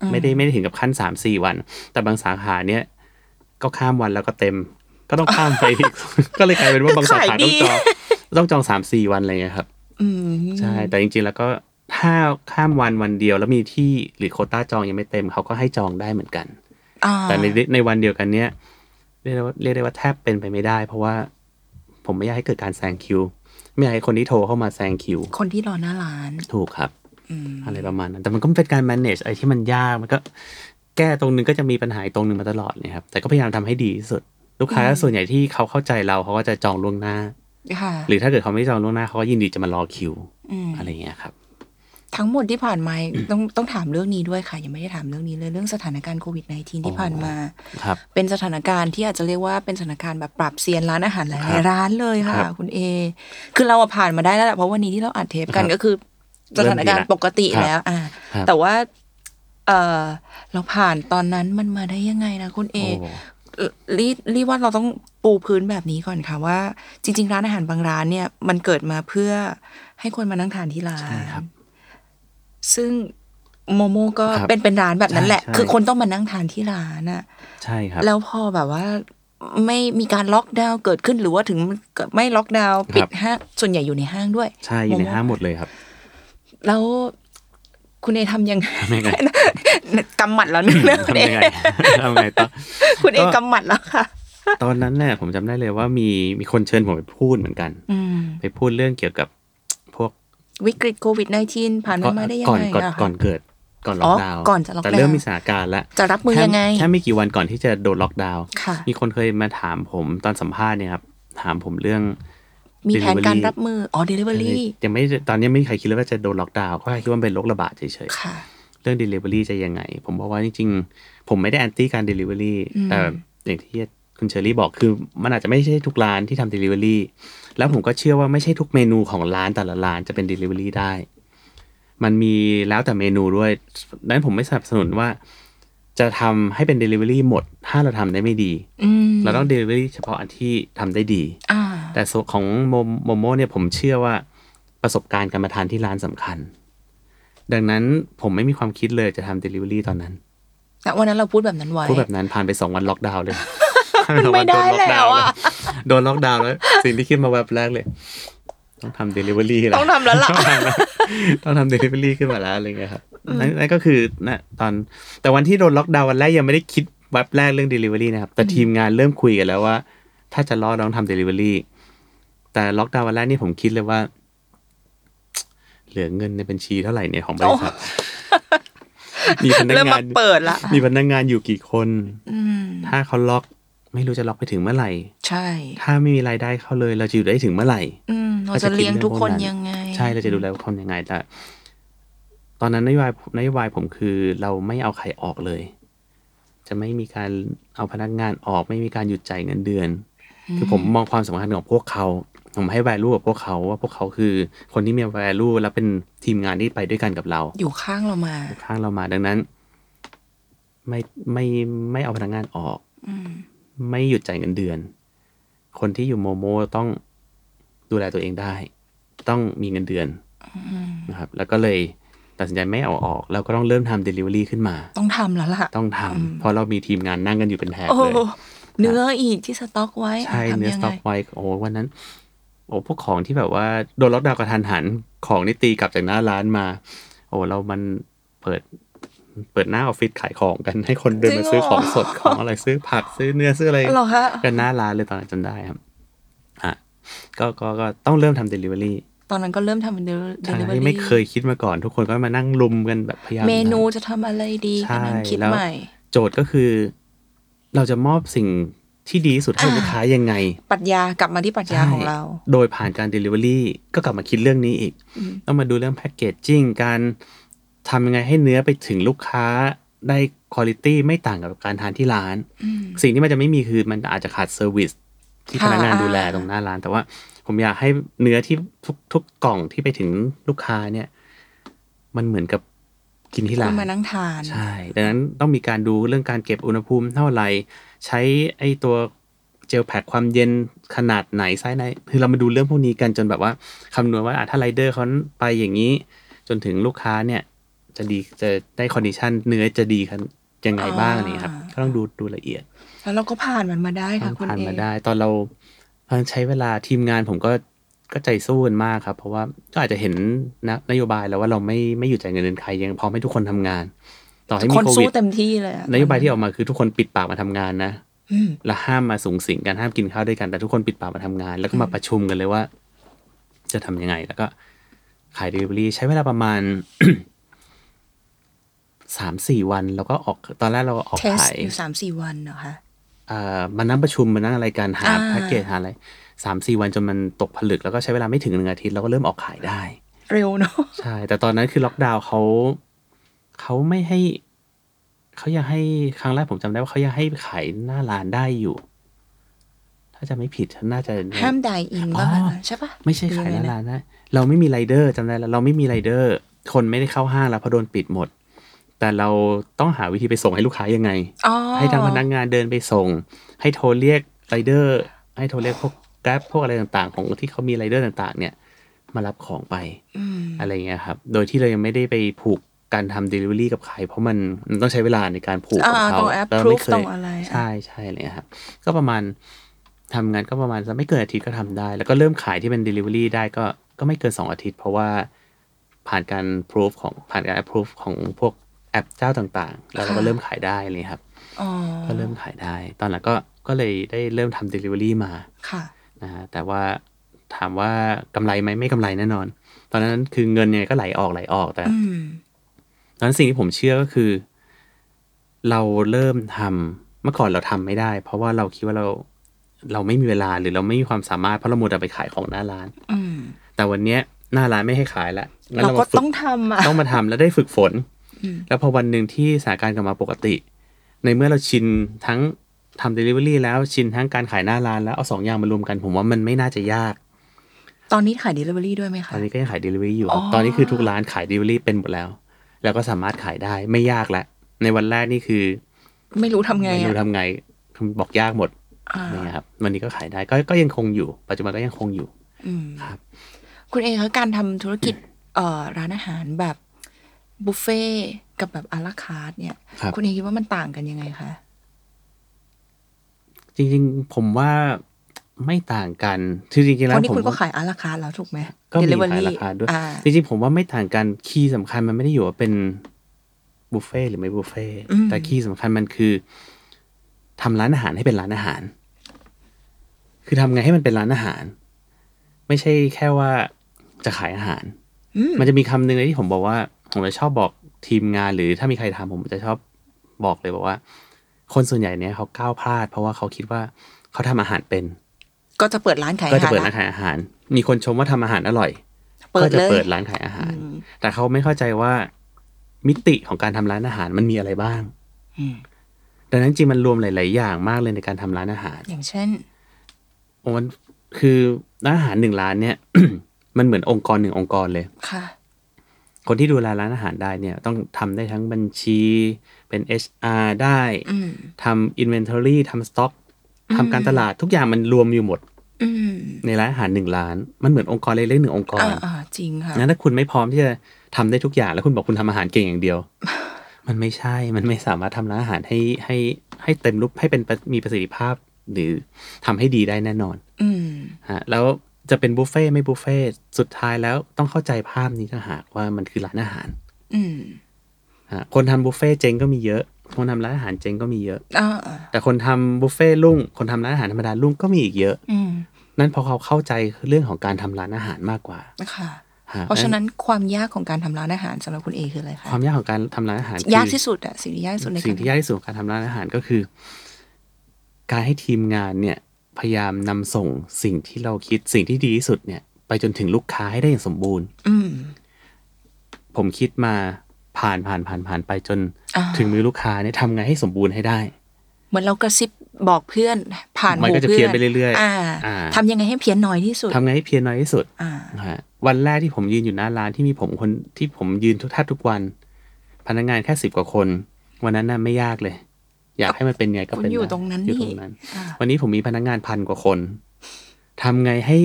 [SPEAKER 1] อืม
[SPEAKER 2] ไม่ได้ไม่ได้ถึงกับขั้นสามสี่วัน แต่บางสาขาเนี่ย ก็ข้ามวันแล้วก็เต็ม ก็ต้องข้ามไป อีก ก็เลยกลายเป็นว่าบางสาขาต้องจอง ต้องจองสามสี่วันอะไรเงี้ยครับ
[SPEAKER 1] อืม
[SPEAKER 2] ใช่แต่จริงๆแล้วก็ถ้าข้ามวันวันเดียวแล้วมีที่หรือโควต้าจองยังไม่เต็มเขาก็ให้จองได้เหมือนกัน
[SPEAKER 1] อ่า
[SPEAKER 2] แต่ในในวันเดียวกันเนี้ยเรียกได้ว่าเรียกได้ว่าแทบเป็นไปไม่ได้ เพราะว่าผมไม่อยากให้เกิดการแซงคิว ไม่อยากให้คนที่โทรเข้ามาแซงคิว
[SPEAKER 1] คนที่รอหน้าร้าน
[SPEAKER 2] ถูกครับ
[SPEAKER 1] อืม
[SPEAKER 2] อะไรประมาณนั้น แต่มันก็เป็นการ manage อะไรที่มันยากมันก็ แก้ตรงนึงก็จะมีปัญหาอีกตรงนึงมาตลอดเนี่ยครับแต่ก็พยายามทำให้ดีที่สุด ลูกค้าส่วนใหญ่ที่เขาเข้าใจเราเขาก็จะจองล่วงหน้า
[SPEAKER 1] ค่ะ
[SPEAKER 2] หรือถ้าเกิดเขาไม่จองล่วงหน้าเขาก็ยินดีจะมารอคิว
[SPEAKER 1] ม
[SPEAKER 2] อะไรอย่างเงี้ยครับ
[SPEAKER 1] ทั้งหมดที่ผ่าน มาต้องต้องถามเรื่องนี้ด้วยค่ะยังไม่ได้ถามเรื่องนี้เลยเรื่องสถานการณ์โควิด -19 ที่ผ่านมา
[SPEAKER 2] ครับ
[SPEAKER 1] เป็นสถานการณ์ที่อาจจะเรียกว่าเป็นสถานการณ์แบบปรับเซียนร้านอาหารหลา
[SPEAKER 2] ครั
[SPEAKER 1] ย
[SPEAKER 2] บ
[SPEAKER 1] ๆร้านเลยค่ะ
[SPEAKER 2] ครับ
[SPEAKER 1] คุณเอ คือเราอะผ่านมาได้แล้วแหละเพราะวันนี้ที่เราอัดเทปกัน
[SPEAKER 2] ครับ
[SPEAKER 1] ก็คือสถานการณ์ปกติ
[SPEAKER 2] ครับ
[SPEAKER 1] แล้ว อ่า
[SPEAKER 2] ครับ
[SPEAKER 1] แต่ว่า เออเราผ่านตอนนั้นมันมาได้ยังไงนะคุณเอ
[SPEAKER 2] โอ้โห
[SPEAKER 1] เอ่อรีรีว่าเราต้องปูพื้นแบบนี้ก่อนค่ะว่า จริง ๆ ร้านอาหารบางร้านเนี่ย มันเกิดมาเพื่อให้คนมานั่งทานที่ร้าน
[SPEAKER 2] ใช่ครับ
[SPEAKER 1] ซึ่งโมโมก็
[SPEAKER 2] ครับ
[SPEAKER 1] เป็นเป็นร้านแบบนั้นแหละ
[SPEAKER 2] ใช่
[SPEAKER 1] คือคนต้องมานั่งทานที่ร้านอะ
[SPEAKER 2] ใช่ครับ
[SPEAKER 1] แล้วพอแบบว่า ไม่มีการล็อกดาวน์เกิดขึ้นหรือว่าถึงไม่ล็อกดาวน์ปิ
[SPEAKER 2] ครั
[SPEAKER 1] ด
[SPEAKER 2] บ
[SPEAKER 1] ห้างส่วนใหญ่อยู่ในห้างด้วย
[SPEAKER 2] ใช่อยู่ใน
[SPEAKER 1] โมโม่
[SPEAKER 2] ห้างหมดเลยครับ
[SPEAKER 1] แล้วคุณเอทำยังไง
[SPEAKER 2] ทำยังไง
[SPEAKER 1] กำหมัดแล้วนึงนะคุณเอ
[SPEAKER 2] ทำยังไง ทำยังไงต่อ
[SPEAKER 1] คุณเอ
[SPEAKER 2] ก็
[SPEAKER 1] กำหมัดแล้วค่ะ
[SPEAKER 2] ตอนนั้นเนี่ยผมจำได้เลยว่ามีมีคนเชิญผมไปพูดเหมือนกัน
[SPEAKER 1] อืม
[SPEAKER 2] ไปพูดเรื่องเกี่ยวกับพวก
[SPEAKER 1] วิกฤตโควิด -19 ผ่านมันมาได้ยัง
[SPEAKER 2] ก่อน
[SPEAKER 1] ไง
[SPEAKER 2] ก่อน
[SPEAKER 1] นะคะ
[SPEAKER 2] ก่อนเกิดก่อนล็
[SPEAKER 1] อ๋
[SPEAKER 2] อ
[SPEAKER 1] อก
[SPEAKER 2] ดาวน์
[SPEAKER 1] ก่อนจะล็อกดาวน์
[SPEAKER 2] แต่เริ่มมีสถานการณ์แล้ว
[SPEAKER 1] จะรับมือยังไง
[SPEAKER 2] แค่แค่ไม่กี่วันก่อนที่จะโดนล็อกดาวน์
[SPEAKER 1] ค่ะ
[SPEAKER 2] มีคนเคยมาถามผมตอนสัมภาษณ์เนี่ยครับถามผมเรื่อง
[SPEAKER 1] มีแผนการ
[SPEAKER 2] delivery
[SPEAKER 1] รับมือ อ๋อ delivery
[SPEAKER 2] ยังไม่ตอนนี้ไม่มีใครคิดเลยว่าจะโดนล็อกดาวน์ก็แค่คิดว่ามันเป็นโรคระบาดเฉย
[SPEAKER 1] ค่ะ
[SPEAKER 2] ๆ เรื่อง Delivery จะยังไง ผมบอกว่าจริงๆ ผมไม่ได้แอนตี้การ Delivery
[SPEAKER 1] อืม
[SPEAKER 2] แต่อย่างที่คุณเชอรี่บอกคือ มันอาจจะไม่ใช่ทุกร้านที่ทำ Delivery แล้วผมก็เชื่อว่าไม่ใช่ทุกเมนูของร้านแต่ละร้านจะเป็น Delivery ได้ มันมีแล้วแต่เมนูด้วยดังนั้นผมไม่สนับสนุนว่า จะทำให้เป็น Delivery หมด ถ้าเราทำได้ไม่ดี
[SPEAKER 1] อืม
[SPEAKER 2] เราต้อง Delivery เฉพาะอันที่ทำได้ดี
[SPEAKER 1] อ่า
[SPEAKER 2] แต่ส่วนของโมโมโมเนี่ยผมเชื่อว่าประสบการณ์การมาทานที่ร้านสำคัญ ดังนั้นผมไม่มีความคิดเลยจะทำ Delivery ตอนนั้น
[SPEAKER 1] แต่วันนั้นเราพูดแบบนั้นไว้
[SPEAKER 2] พูดแบบนั้นผ่านไป 2 วันล็อกดาวน์เลย
[SPEAKER 1] ไม่ได้แล้วอะ
[SPEAKER 2] โดนล็อกดาวน์เลย สิ่งที่คิดมาแวบแรกเลย ต้องทำ Delivery แล้ว
[SPEAKER 1] ต้องทำแล้วล่ะ
[SPEAKER 2] ต้องทำเดลิเวอรี่ขึ้นมาแล้วอะไรเงี้ยครับนั่นนั่นก็คือนะตอนแต่วันที่โดนล็อกดาวน์วันแรกยังไม่ได้คิดแว็บแรกเรื่องเดลิเวอรี่นะครับ แต่ทีมงานเริ่มคุยกันแล้วว่า ถ้าจะรอดต้องทำเดลิเวอรี่แต่ล็อกดาวน์วันแรกนี่ผมคิดเลยว่า เหลือเงินในบัญชีเท่าไหร่เนี่ยของบริษัทมีพนัก
[SPEAKER 1] เริ่
[SPEAKER 2] งาม
[SPEAKER 1] มาน เปิดละ
[SPEAKER 2] มีพนักงานอยู่กี่คน
[SPEAKER 1] อืม
[SPEAKER 2] ถ้าเขาล็อก ไม่รู้จะล็อกไปถึงเมื่อไหร่
[SPEAKER 1] ใช่
[SPEAKER 2] ถ้าไม่มีรายได้เข้าเลย เราจะอยู่ได้ถึงเมื่อไหร่
[SPEAKER 1] อืม เราจะเลี้ยงทุกคนยังไง
[SPEAKER 2] ใช่เราจะดูแลคนยังไงแต่ตอนนั้นนโยบายนโยบายผมคือเราไม่เอาใครออกเลย จะไม่มีการเอาพนักงานออก ไม่มีการหยุดจ่ายเงินเดือน คือผมมองความสำคัญของพวกเขา ผมให้ value กับพวกเขาว่าพวกเขาคือคนที่มี value และเป็นทีมงานที่ไปด้วยกันกับเรา
[SPEAKER 1] อยู่ข้างเรามา
[SPEAKER 2] ข้างเรามาดังนั้น ไม่ไม่ไม่เอาพนักงานออก
[SPEAKER 1] อืม
[SPEAKER 2] ไม่หยุดจ่ายเงินเดือน คนที่อยู่โมโมต้องดูแลตัวเองได้ ต้องมีเงินเดือนนะครับ แล้วก็เลยตัดสินใจไม่เอาออก แล้วก็ต้องเริ่มทำ Delivery ขึ้นมา
[SPEAKER 1] ต้องทำแล้วล่ะ
[SPEAKER 2] ต้องทำเพราะเรามีทีมงานนั่งกันอยู่เป็นแถบ
[SPEAKER 1] โอ้
[SPEAKER 2] เลย
[SPEAKER 1] เนื้ออีกที่สต็อกไว้
[SPEAKER 2] ใช่
[SPEAKER 1] ะ
[SPEAKER 2] เนื้อ
[SPEAKER 1] ทำยัง
[SPEAKER 2] สต็
[SPEAKER 1] ไง
[SPEAKER 2] อกไว้โอ้วันนั้น โอ้พวกของที่แบบว่าโดนล็อกดาวน์กระทันหันของนี่ตีกลับจากหน้าร้านมา โอ้เรามันเปิด เปิดหน้าออฟฟิศขายของกันให้คนเดิน
[SPEAKER 1] จริ
[SPEAKER 2] มาง
[SPEAKER 1] เหรอ
[SPEAKER 2] ซื้อของสดของอะไรซื้อผักซื้อเนื้อซื้ออะไร
[SPEAKER 1] เหรอคะ
[SPEAKER 2] กันหน้าร้านเลยตอนนั้นจำได้ครับอ่ะก็ก็ก็ต้องเริ่มทำ Delivery
[SPEAKER 1] ตอนนั้นก็เริ่มทำเป็นเด
[SPEAKER 2] ใช่
[SPEAKER 1] ลิเวอรี่
[SPEAKER 2] ไม่เคยคิดมาก่อน ทุกคนก็มานั่งลุมกันแบบพยายาม
[SPEAKER 1] เมนู
[SPEAKER 2] ท
[SPEAKER 1] จะทำอะไรดี
[SPEAKER 2] ใช่
[SPEAKER 1] กำลังคิด
[SPEAKER 2] แล้ว
[SPEAKER 1] ใหม่
[SPEAKER 2] ำโจทย์ก็คือ เราจะมอบสิ่งที่ดีที่สุดให้
[SPEAKER 1] อ่า
[SPEAKER 2] ลูกค้ายังไง
[SPEAKER 1] ปรัชญากลับมาที่ปรัชญาของเรา
[SPEAKER 2] ใช่โดยผ่านการ Delivery ก็กลับมาคิดเรื่องนี้อีก
[SPEAKER 1] อืม
[SPEAKER 2] ต้องมาดูเรื่องแพ c เกจจิ้งการทำยังไงให้เนื้อไปถึงลูกค้าได้คุณ i t y ไม่ต่างกับการทานที่ร้าน
[SPEAKER 1] อืม
[SPEAKER 2] สิ่งที่มันจะไม่มีคือมันอาจจะขาดเซอร์วิสที่พ
[SPEAKER 1] ค่ะ
[SPEAKER 2] นักงานดูแล
[SPEAKER 1] อ่า
[SPEAKER 2] ตรงหน้าร้าน แต่ว่าผมอยากให้เนื้อที่ทุกทุกกล่องที่ไปถึงลูกค้าเนี่ย มันเหมือนกับกินที่ร้า
[SPEAKER 1] คุ
[SPEAKER 2] น
[SPEAKER 1] ณมานั่งทาน
[SPEAKER 2] ใช่ ดังนั้นต้องมีการดูเรื่องการเก็บอุณหภูมิเท่าไหร่ ใช้ไอ้ตัวเจลแพคความเย็นขนาดไหนไซส์ไหน คือเรามาดูเรื่องพวกนี้กันจนแบบว่าคำนวณว่าอ่ะถ้าไรเดอร์เขาไปอย่างนี้ จนถึงลูกค้าเนี่ย จะดีจะได้คอนดิชันเนื้อจะดีกันยังไงบ้าง
[SPEAKER 1] อ่า
[SPEAKER 2] อะไรอย่างเงี้ยครับ ก็ต้องดูดูละเอียด
[SPEAKER 1] แล้วเราก็ผ่านมันมาได้
[SPEAKER 2] ต้
[SPEAKER 1] ค่ะ
[SPEAKER 2] อง
[SPEAKER 1] คุณ
[SPEAKER 2] ผ่าน
[SPEAKER 1] เอ
[SPEAKER 2] มาได้ ตอนเราตอนใช้เวลาทีมงานผมก็ก็ใจสู้กันมากครับ เพราะว่าก็อาจจะเห็นนะนโยบายแล้วว่าเราไม่ไม่อยู่ใจายเงินเดือนใครยังพร้อมให้ทุกคนทำงาน ต่อให้มี
[SPEAKER 1] คน
[SPEAKER 2] โค
[SPEAKER 1] สู้
[SPEAKER 2] วิด
[SPEAKER 1] เต็มที่เลยอะ
[SPEAKER 2] นโยบายที่ออกมาคือทุกคนปิดปากมาทำงานนะ
[SPEAKER 1] อืม
[SPEAKER 2] และห้ามมาสูงสิงกันห้ามกินข้าวด้วยกันแต่ทุกคนปิดปากมาทำงาน แล้วก็มาประชุมกันเลยว่า จะทำยังไง แล้วก็ขายเดลิเวอรี่ใช้เวลาประมาณ สามสี่วัน แล้วก็ออกตอนแรกเราออก
[SPEAKER 1] เทส
[SPEAKER 2] ขาย
[SPEAKER 1] อยู่สามสี่วันเหรอคะ
[SPEAKER 2] เอ่อมานั่งประชุมมานั่งอะไรกันหา
[SPEAKER 1] อ่า
[SPEAKER 2] แพ็กเกจหาอะไรสามสี่วันจนมันตกผลึกแล้วก็ใช้เวลาไม่ถึงหนึ่งอาทิตย์เราก็เริ่มออกขายได้
[SPEAKER 1] เร็วเนาะ
[SPEAKER 2] ใช่ แต่ตอนนั้นคือล็อกดาวน์เขาเขาไม่ให้ เขายังให้ครั้งแรกผมจำได้ว่าเขายังให้ขายหน้าร้านได้อยู่ ถ้าจะไม่ผิดน่าจะ
[SPEAKER 1] ห้ามไดอิน
[SPEAKER 2] อ๋อ
[SPEAKER 1] บ้างอะใช่ปะ
[SPEAKER 2] ไม่ใช่ขายหน้าร้านนะเราไม่มีไรเดอร์จำได้แล้วเราไม่มีไรเดอร์ คนไม่ได้เข้าห้างแล้วเพราะโดนปิดหมด แต่เราต้องหาวิธีไปส่งให้ลูกค้ายังไง
[SPEAKER 1] อ๋อ
[SPEAKER 2] ให้ทางพนักงานเดินไปส่ง ให้โทรเรียกไรเดอร์ ให้โทรเรียกพวกแกร็บพวกอะไรต่างๆ ของที่เขามีไรเดอร์ต่างๆ เนี่ย มารับของไป
[SPEAKER 1] อืม
[SPEAKER 2] อะไรเงี้ยครับ โดยที่เรายังไม่ได้ไปผูกการทำ Delivery กับใคร เพราะมันมันต้องใช้เวลาในการผูก
[SPEAKER 1] อ่าตร
[SPEAKER 2] กับเขา
[SPEAKER 1] งแอป
[SPEAKER 2] เรา
[SPEAKER 1] พรู
[SPEAKER 2] ไม่
[SPEAKER 1] ฟ
[SPEAKER 2] เค
[SPEAKER 1] ตร
[SPEAKER 2] ย
[SPEAKER 1] งอะไร
[SPEAKER 2] ใช่ใช่อะไรเลยครับ ก็ประมาณทำงานก็ประมาณสักไม่เกินอาทิตย์ก็ทำได้ แล้วก็เริ่มขายที่เป็น Delivery ได้ก็ก็ไม่เกิน 2 อาทิตย์ เพราะว่าผ่านการ proof ของผ่านการ approve ของพวกแอปเจ้าต่างๆ แล้วเราก็เริ่มขายได้อะไรเลยครับ
[SPEAKER 1] อ๋อ
[SPEAKER 2] ก็เริ่มขายได้ ตอนหลังก็ก็เลยได้เริ่มทำ Delivery มา
[SPEAKER 1] ค่ะ
[SPEAKER 2] นะฮะแต่ว่าถามว่ากำไรไหมไม่กำไรแน่นอน ตอนนั้นคือเงินเนี่ยก็ไหลออกไหลออกแต่
[SPEAKER 1] อืม
[SPEAKER 2] ตอนนั้นสิ่งที่ผมเชื่อก็คือ เราเริ่มทำเมื่อก่อนเราทำไม่ได้ เพราะว่าเราคิดว่าเราเราไม่มีเวลาหรือเราไม่มีความสามารถเพราะเราโมวแต่ไปขายของหน้าร้าน
[SPEAKER 1] อืม
[SPEAKER 2] แต่วันเนี้ยหน้าร้านไม่ให้ขายละงั้น
[SPEAKER 1] เราก็
[SPEAKER 2] มฝึ
[SPEAKER 1] ต้องทำ อ่ะ
[SPEAKER 2] ต้องมาทำแล้วได้ฝึกฝน
[SPEAKER 1] อืม
[SPEAKER 2] แล้วพอวันหนึ่งที่สถานการณ์กลับมาปกติ ในเมื่อเราชินทั้งทำ Delivery แล้วชินทั้งการขายหน้าร้านแล้วเอาสองอย่างมารวมกัน ผมว่ามันไม่น่าจะยาก
[SPEAKER 1] ตอนนี้ขาย Delivery ด้วยไหม
[SPEAKER 2] ต
[SPEAKER 1] คะ
[SPEAKER 2] อนนี้ก็ยังขาย Delivery อยู่ครับ
[SPEAKER 1] อ๋อ
[SPEAKER 2] ตอนนี้คือทุกร้านขาย Delivery เป็นหมดแล้ว แล้วก็สามารถขายได้ไม่ยากละในวันแรกนี่คือ
[SPEAKER 1] ไม่รู้ทำไง
[SPEAKER 2] ไม่
[SPEAKER 1] อ่ะ
[SPEAKER 2] รู้ทำไงคือบอกยากหมด
[SPEAKER 1] อ่า
[SPEAKER 2] อะไรเงี้ยครับ วันนี้ก็ขายได้ก็ก็ยังคงอยู่ ปัจจุบันก็ยังคงอยู่
[SPEAKER 1] อืม
[SPEAKER 2] ครับ
[SPEAKER 1] คุณเองคะการทำธุรกิจเอ่อร้านอาหารแบบบุฟเฟ่ต์กับแบบอาราคาร์ทเนี่ย
[SPEAKER 2] ครับ
[SPEAKER 1] คุณเองคิดว่ามันต่างกันยังไงคะ
[SPEAKER 2] จริงๆ ผมว่าไม่ต่างกันคือจริ
[SPEAKER 1] เพ
[SPEAKER 2] งๆแล้ว
[SPEAKER 1] ราะนี่
[SPEAKER 2] ผม
[SPEAKER 1] คุณก็
[SPEAKER 2] ว่า
[SPEAKER 1] ขายอาราคาร์ทแล้วถูกไหม
[SPEAKER 2] ก็มี
[SPEAKER 1] Delivery
[SPEAKER 2] ขายอาราคาร์ทด้วย
[SPEAKER 1] อ่า
[SPEAKER 2] จริงๆ ผมว่าไม่ต่างกัน คีย์สำคัญมันไม่ได้อยู่ว่าเป็นบุฟเฟ่ต์หรือไม่บุฟเฟ่ต์
[SPEAKER 1] อืม
[SPEAKER 2] แต่คีย์สำคัญมันคือทำร้านอาหารให้เป็นร้านอาหาร คือทำไงให้มันเป็นร้านอาหาร ไม่ใช่แค่ว่าจะขายอาหาร
[SPEAKER 1] อืม
[SPEAKER 2] มันจะมีคำหนึ่งเลยที่ผมบอกว่า ผมจะชอบบอกทีมงานหรือถ้ามีใครถามผมจะชอบบอกเลยบอกว่า คนส่วนใหญ่เนี่ยเขาก้าวพลาด เพราะว่าเขาคิดว่าเขาทำอาหารเป็น
[SPEAKER 1] ก็จะเปิดร้านขาย
[SPEAKER 2] ก็
[SPEAKER 1] อา
[SPEAKER 2] จะ
[SPEAKER 1] หาร
[SPEAKER 2] เปิด
[SPEAKER 1] ละ
[SPEAKER 2] ร้านขายอาหาร มีคนชมว่าทำอาหารอร่อย
[SPEAKER 1] เปิ
[SPEAKER 2] ก็
[SPEAKER 1] ด
[SPEAKER 2] จะ
[SPEAKER 1] เลย
[SPEAKER 2] เปิดร้านขายอาหาร
[SPEAKER 1] อืม
[SPEAKER 2] แต่เขาไม่เข้าใจว่ามิติของการทำร้านอาหารมันมีอะไรบ้าง
[SPEAKER 1] อืม
[SPEAKER 2] ดังนั้นจริงมันรวมหลาย ๆ อย่างมากเลยในการทำร้านอาหาร
[SPEAKER 1] อย่างเช่น
[SPEAKER 2] โอ้มันคือร้านอาหารหนึ่งร้านเนี่ย มันเหมือนองค์กรหนึ่งองค์กรเลย
[SPEAKER 1] ค่ะ
[SPEAKER 2] คนที่ดูแลร้านอาหารได้เนี่ยต้องทำได้ทั้งบัญชีเป็น HR ได้
[SPEAKER 1] อืม
[SPEAKER 2] ทำ inventory ทำ stock ทำการตลาดทุกอย่างมันรวมอยู่หมด
[SPEAKER 1] อืม
[SPEAKER 2] ในร้านอาหารหนึ่งร้าน มันเหมือนองค์กรเล็กๆหนึ่งองค์กร
[SPEAKER 1] อ่าอ่าจริงค่ะ
[SPEAKER 2] งั้นถ้าคุณไม่พร้อมที่จะทำได้ทุกอย่างแล้วคุณบอกคุณทำอาหารเก่งอย่า งเดียว มันไม่ใช่มันไม่สามารถทำร้านอาหารให้ให้ให้เต็มรูปให้เป็นประมีประสิทธิภาพ หรือทำให้ดีได้แน่นอน
[SPEAKER 1] อืม
[SPEAKER 2] ฮะแล้วจะเป็นบุฟเฟ่ต์ไม่บุฟเฟ่ต์สุดท้ายแล้วต้องเข้าใจภาพนี้ต่างหากว่ามันคือร้านอาหาร
[SPEAKER 1] อืม
[SPEAKER 2] ฮะคนทำบุฟเฟ่ต์เจ๊งก็มีเยอะ คนทำร้านอาหารเจ๊งก็มีเยอะ
[SPEAKER 1] อ่าอ่า
[SPEAKER 2] แต่คนทำบุฟเฟ่ต์รุ่ง คนทำร้านอาหารธรรมดารุ่งก็มีอีกเยอะ
[SPEAKER 1] อืม
[SPEAKER 2] นั่นเพราะเขาเข้าใจเรื่องของการทำร้านอาหารมากกว่า
[SPEAKER 1] นะคะ
[SPEAKER 2] ฮ
[SPEAKER 1] เพราะฉะนั้นความยากของการทำร้านอาหารสำหรับคุณเอคืออะไรคะ
[SPEAKER 2] ความยากของการทำร้านอาหาร
[SPEAKER 1] ยาก
[SPEAKER 2] คือ
[SPEAKER 1] ที่สุดอะสิ่งที่ยากที่สุดใน
[SPEAKER 2] สิ่งที่ยากที่สุดของการทำร้านอาหารก็คือ การให้ทีมงานเนี่ยพยายามนำส่งสิ่งที่เราคิดสิ่งที่ดีที่สุดเนี่ย ไปจนถึงลูกค้าให้ได้อย่างสมบูรณ์
[SPEAKER 1] อืม
[SPEAKER 2] ผมคิดมาผ่านผ่านผ่านผ่านไปจน
[SPEAKER 1] อ่า
[SPEAKER 2] ถึงมือลูกค้าเนี่ยทำไงให้สมบูรณ์ให้ได้
[SPEAKER 1] เหมือนเรากระซิบบอกเพื่อน ผ่าน
[SPEAKER 2] มัน
[SPEAKER 1] หู
[SPEAKER 2] ก็จะ
[SPEAKER 1] เพื่
[SPEAKER 2] เพี้
[SPEAKER 1] อย น
[SPEAKER 2] นไปเรื่อยๆ
[SPEAKER 1] อ่า
[SPEAKER 2] อ่า
[SPEAKER 1] ทำยังไงให้เพี้ยนน้อยที่สุด
[SPEAKER 2] ทำไงให้เพียรน้อยที่สุด
[SPEAKER 1] อ่า
[SPEAKER 2] นะฮะวันแรกที่ผมยืนอยู่หน้าร้านที่มีผมคนที่ผมยืนทุกท่าทุกวัน พนักงานแค่สิบกว่าคน วันนั้นน่ะไม่ยากเลย อยากให้มันเป็นไงก็เป็น
[SPEAKER 1] คุณอยู่
[SPEAKER 2] ะ
[SPEAKER 1] ตรงนั้น
[SPEAKER 2] อยู่
[SPEAKER 1] นี่
[SPEAKER 2] ตรงนั้น
[SPEAKER 1] อ่า
[SPEAKER 2] วันนี้ผมมีพนักงานพันกว่าคนทำไงให้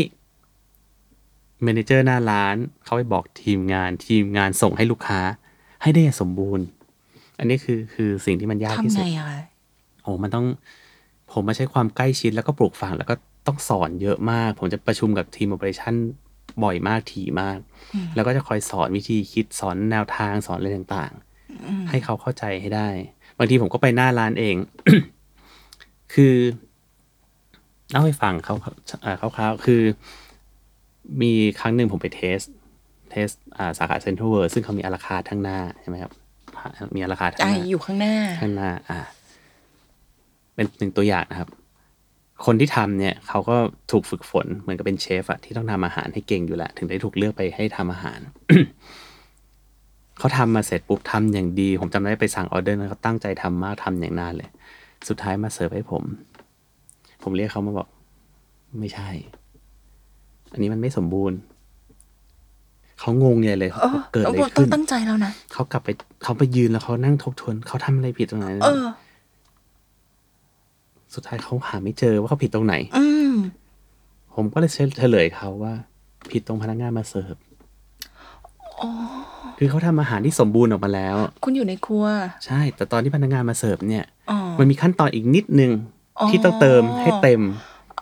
[SPEAKER 2] เมเนเจอร์หน้าร้านเขาไปบอกทีมงาน ทีมงานส่งให้ลูกค้า ให้ได้อย่างสมบูรณ์ อันนี้คือคือสิ่งที่มันยากที่
[SPEAKER 1] ทำ
[SPEAKER 2] สุ
[SPEAKER 1] ไง
[SPEAKER 2] ด
[SPEAKER 1] อะคะ
[SPEAKER 2] โอ้มันต้องผมมาใช้ความใกล้ชิดแล้วก็ปลูกฝังแล้วก็ต้องสอนเยอะมาก ผมจะประชุมกับทีมโอเปอเรชั่นบ่อยมากทีมาก แล้วก็จะคอยสอนวิธีคิดสอนแนวทางสอนอะไรต่างๆ ให้เขาเข้าใจให้ได้ บางทีผมก็ไปหน้าร้านเอง คือเล่าให้ฟังเขาเอ่อคร่าวๆคือ มีครั้งหนึ่งผมไปเทส เทสอ่าสาขาเซ็นทรัลเวิร์ซึ่งเขามีอาราคาทั้างหน้าใช่ไหมครับมีอาราคาทั้าง
[SPEAKER 1] อ่า
[SPEAKER 2] หน้า
[SPEAKER 1] อยู่ข้างหน้า
[SPEAKER 2] ข้างหน้า อ่า เป็นหนึ่งตัวอย่างนะครับ คนที่ทำเนี่ย เขาก็ถูกฝึกฝนเหมือนกับเป็นเชฟอะที่ต้องทำอาหารให้เก่งอยู่แล้วถึงได้ถูกเลือกไปให้ทำอาหาร เขาทำมาเสร็จปุ๊บทำอย่างดี ผมจำได้ไปสั่งออเดอร์นะเขาตั้งใจทำมากทำอย่างนานเลย สุดท้ายมาเสิร์ฟให้ผม ผมเรียกเขามาบอก ไม่ใช่ อันนี้มันไม่สมบูรณ์ เขางงใหญ่เลย
[SPEAKER 1] เออ
[SPEAKER 2] เกิดอะไร
[SPEAKER 1] โอ้โหต้อ
[SPEAKER 2] ขึ้
[SPEAKER 1] ง
[SPEAKER 2] น
[SPEAKER 1] ตั้งใจแล้วนะ
[SPEAKER 2] เขากลับไปเขาไปยืนแล้วเขานั่งทบทวนเขาทำอะไรผิดตรงไหน
[SPEAKER 1] เออ
[SPEAKER 2] สุดท้ายเขาหาไม่เจอว่าเขาผิดตรงไหน
[SPEAKER 1] อืม
[SPEAKER 2] ผมก็เลยเฉลยเขาว่า ผิดตรงพนักงานมาเสิร์ฟคือเขาทำอาหารที่สมบูรณ์ออกมาแล้ว
[SPEAKER 1] คุณอยู่ในครัว
[SPEAKER 2] ใช่ แต่ตอนที่พนักงานมาเสิร์ฟเนี่ย
[SPEAKER 1] อ๋อ
[SPEAKER 2] มันมีขั้นตอนอีกนิดนึง
[SPEAKER 1] อ๋อ
[SPEAKER 2] ที่ต้องเติมให้เต็ม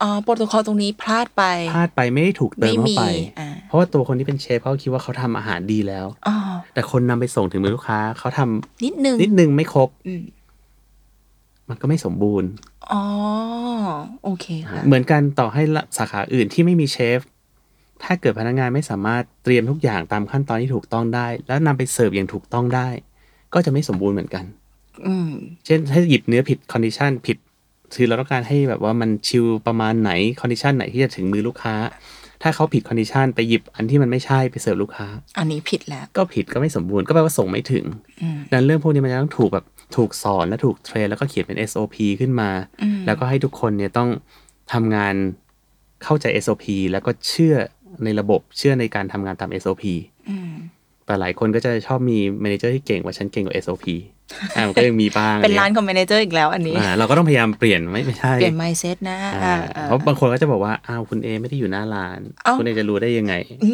[SPEAKER 1] อ๋อโปรโตคอลตรงนี้พลาดไป
[SPEAKER 2] พลาดไปไม่ได้ถูกเติมเข้าไป
[SPEAKER 1] ไม่มีอ่า
[SPEAKER 2] เพราะว่าตัวคนที่เป็นเชฟเขาคิดว่าเขาทำอาหารดีแล้ว
[SPEAKER 1] อ๋อ
[SPEAKER 2] แต่คนนำไปส่งถึงมือลูกค้าเขาทำ
[SPEAKER 1] นิดนึง
[SPEAKER 2] นิดนึงไม่ครบ
[SPEAKER 1] อืม
[SPEAKER 2] มันก็ไม่สมบูรณ์
[SPEAKER 1] อ๋อ โอเคค่ะ
[SPEAKER 2] เหมือนกันต่อให้ละสาขาอื่นที่ไม่มีเชฟ ถ้าเกิดพนักงานไม่สามารถเตรียมทุกอย่างตามขั้นตอนที่ถูกต้องได้ แล้วนำไปเสิร์ฟอย่างถูกต้องได้ ก็จะไม่สมบูรณ์เหมือนกัน
[SPEAKER 1] อืม
[SPEAKER 2] เช่นถ้าหยิบเนื้อผิดคอนดิชันผิดคือเราต้องการให้แบบว่ามันชิลประมาณไหนคอนดิชันไหนที่จะถึงมือลูกค้า ถ้าเขาผิดคอนดิชันไปหยิบอันที่มันไม่ใช่ไปเสิร์ฟลูกค้า
[SPEAKER 1] อันนี้ผิดแล้ว
[SPEAKER 2] ก็ผิดก็ไม่สมบูรณ์ก็แปลว่าส่งไม่ถึง
[SPEAKER 1] อืม
[SPEAKER 2] ดังนั้นเรื่องพวกนี้มันจะต้องถูกแบบถูกสอนและถูกเทรนแล้วก็เขียนเป็น SOP ขึ้นมา แล้วก็ให้ทุกคนเนี่ยต้องทำงานเข้าใจ SOP แล้วก็เชื่อในระบบเชื่อในการทำงานตาม SOP
[SPEAKER 1] อืม
[SPEAKER 2] แต่หลายคนก็จะชอบมีแมเนเจอร์ที่เก่งกว่าฉันเก่งกว่า SOP อ่ามันก็ยังมีบ้าง
[SPEAKER 1] เป็นร้านของแมเนเจอร์อีกแล้วอันนี้
[SPEAKER 2] อ่าเราก็ต้องพยายามเปลี่ยนไม่ไม่ใช่
[SPEAKER 1] เปลี่ยนไมเซ็ตนะ
[SPEAKER 2] อ่า
[SPEAKER 1] อ่าอ่า
[SPEAKER 2] เพราะบางคนก็จะบอกว่าอ้าวคุณเอไม่ได้อยู่หน้าร้าน
[SPEAKER 1] เอ้า
[SPEAKER 2] คุณเอจะรู้ได้ยังไง
[SPEAKER 1] อื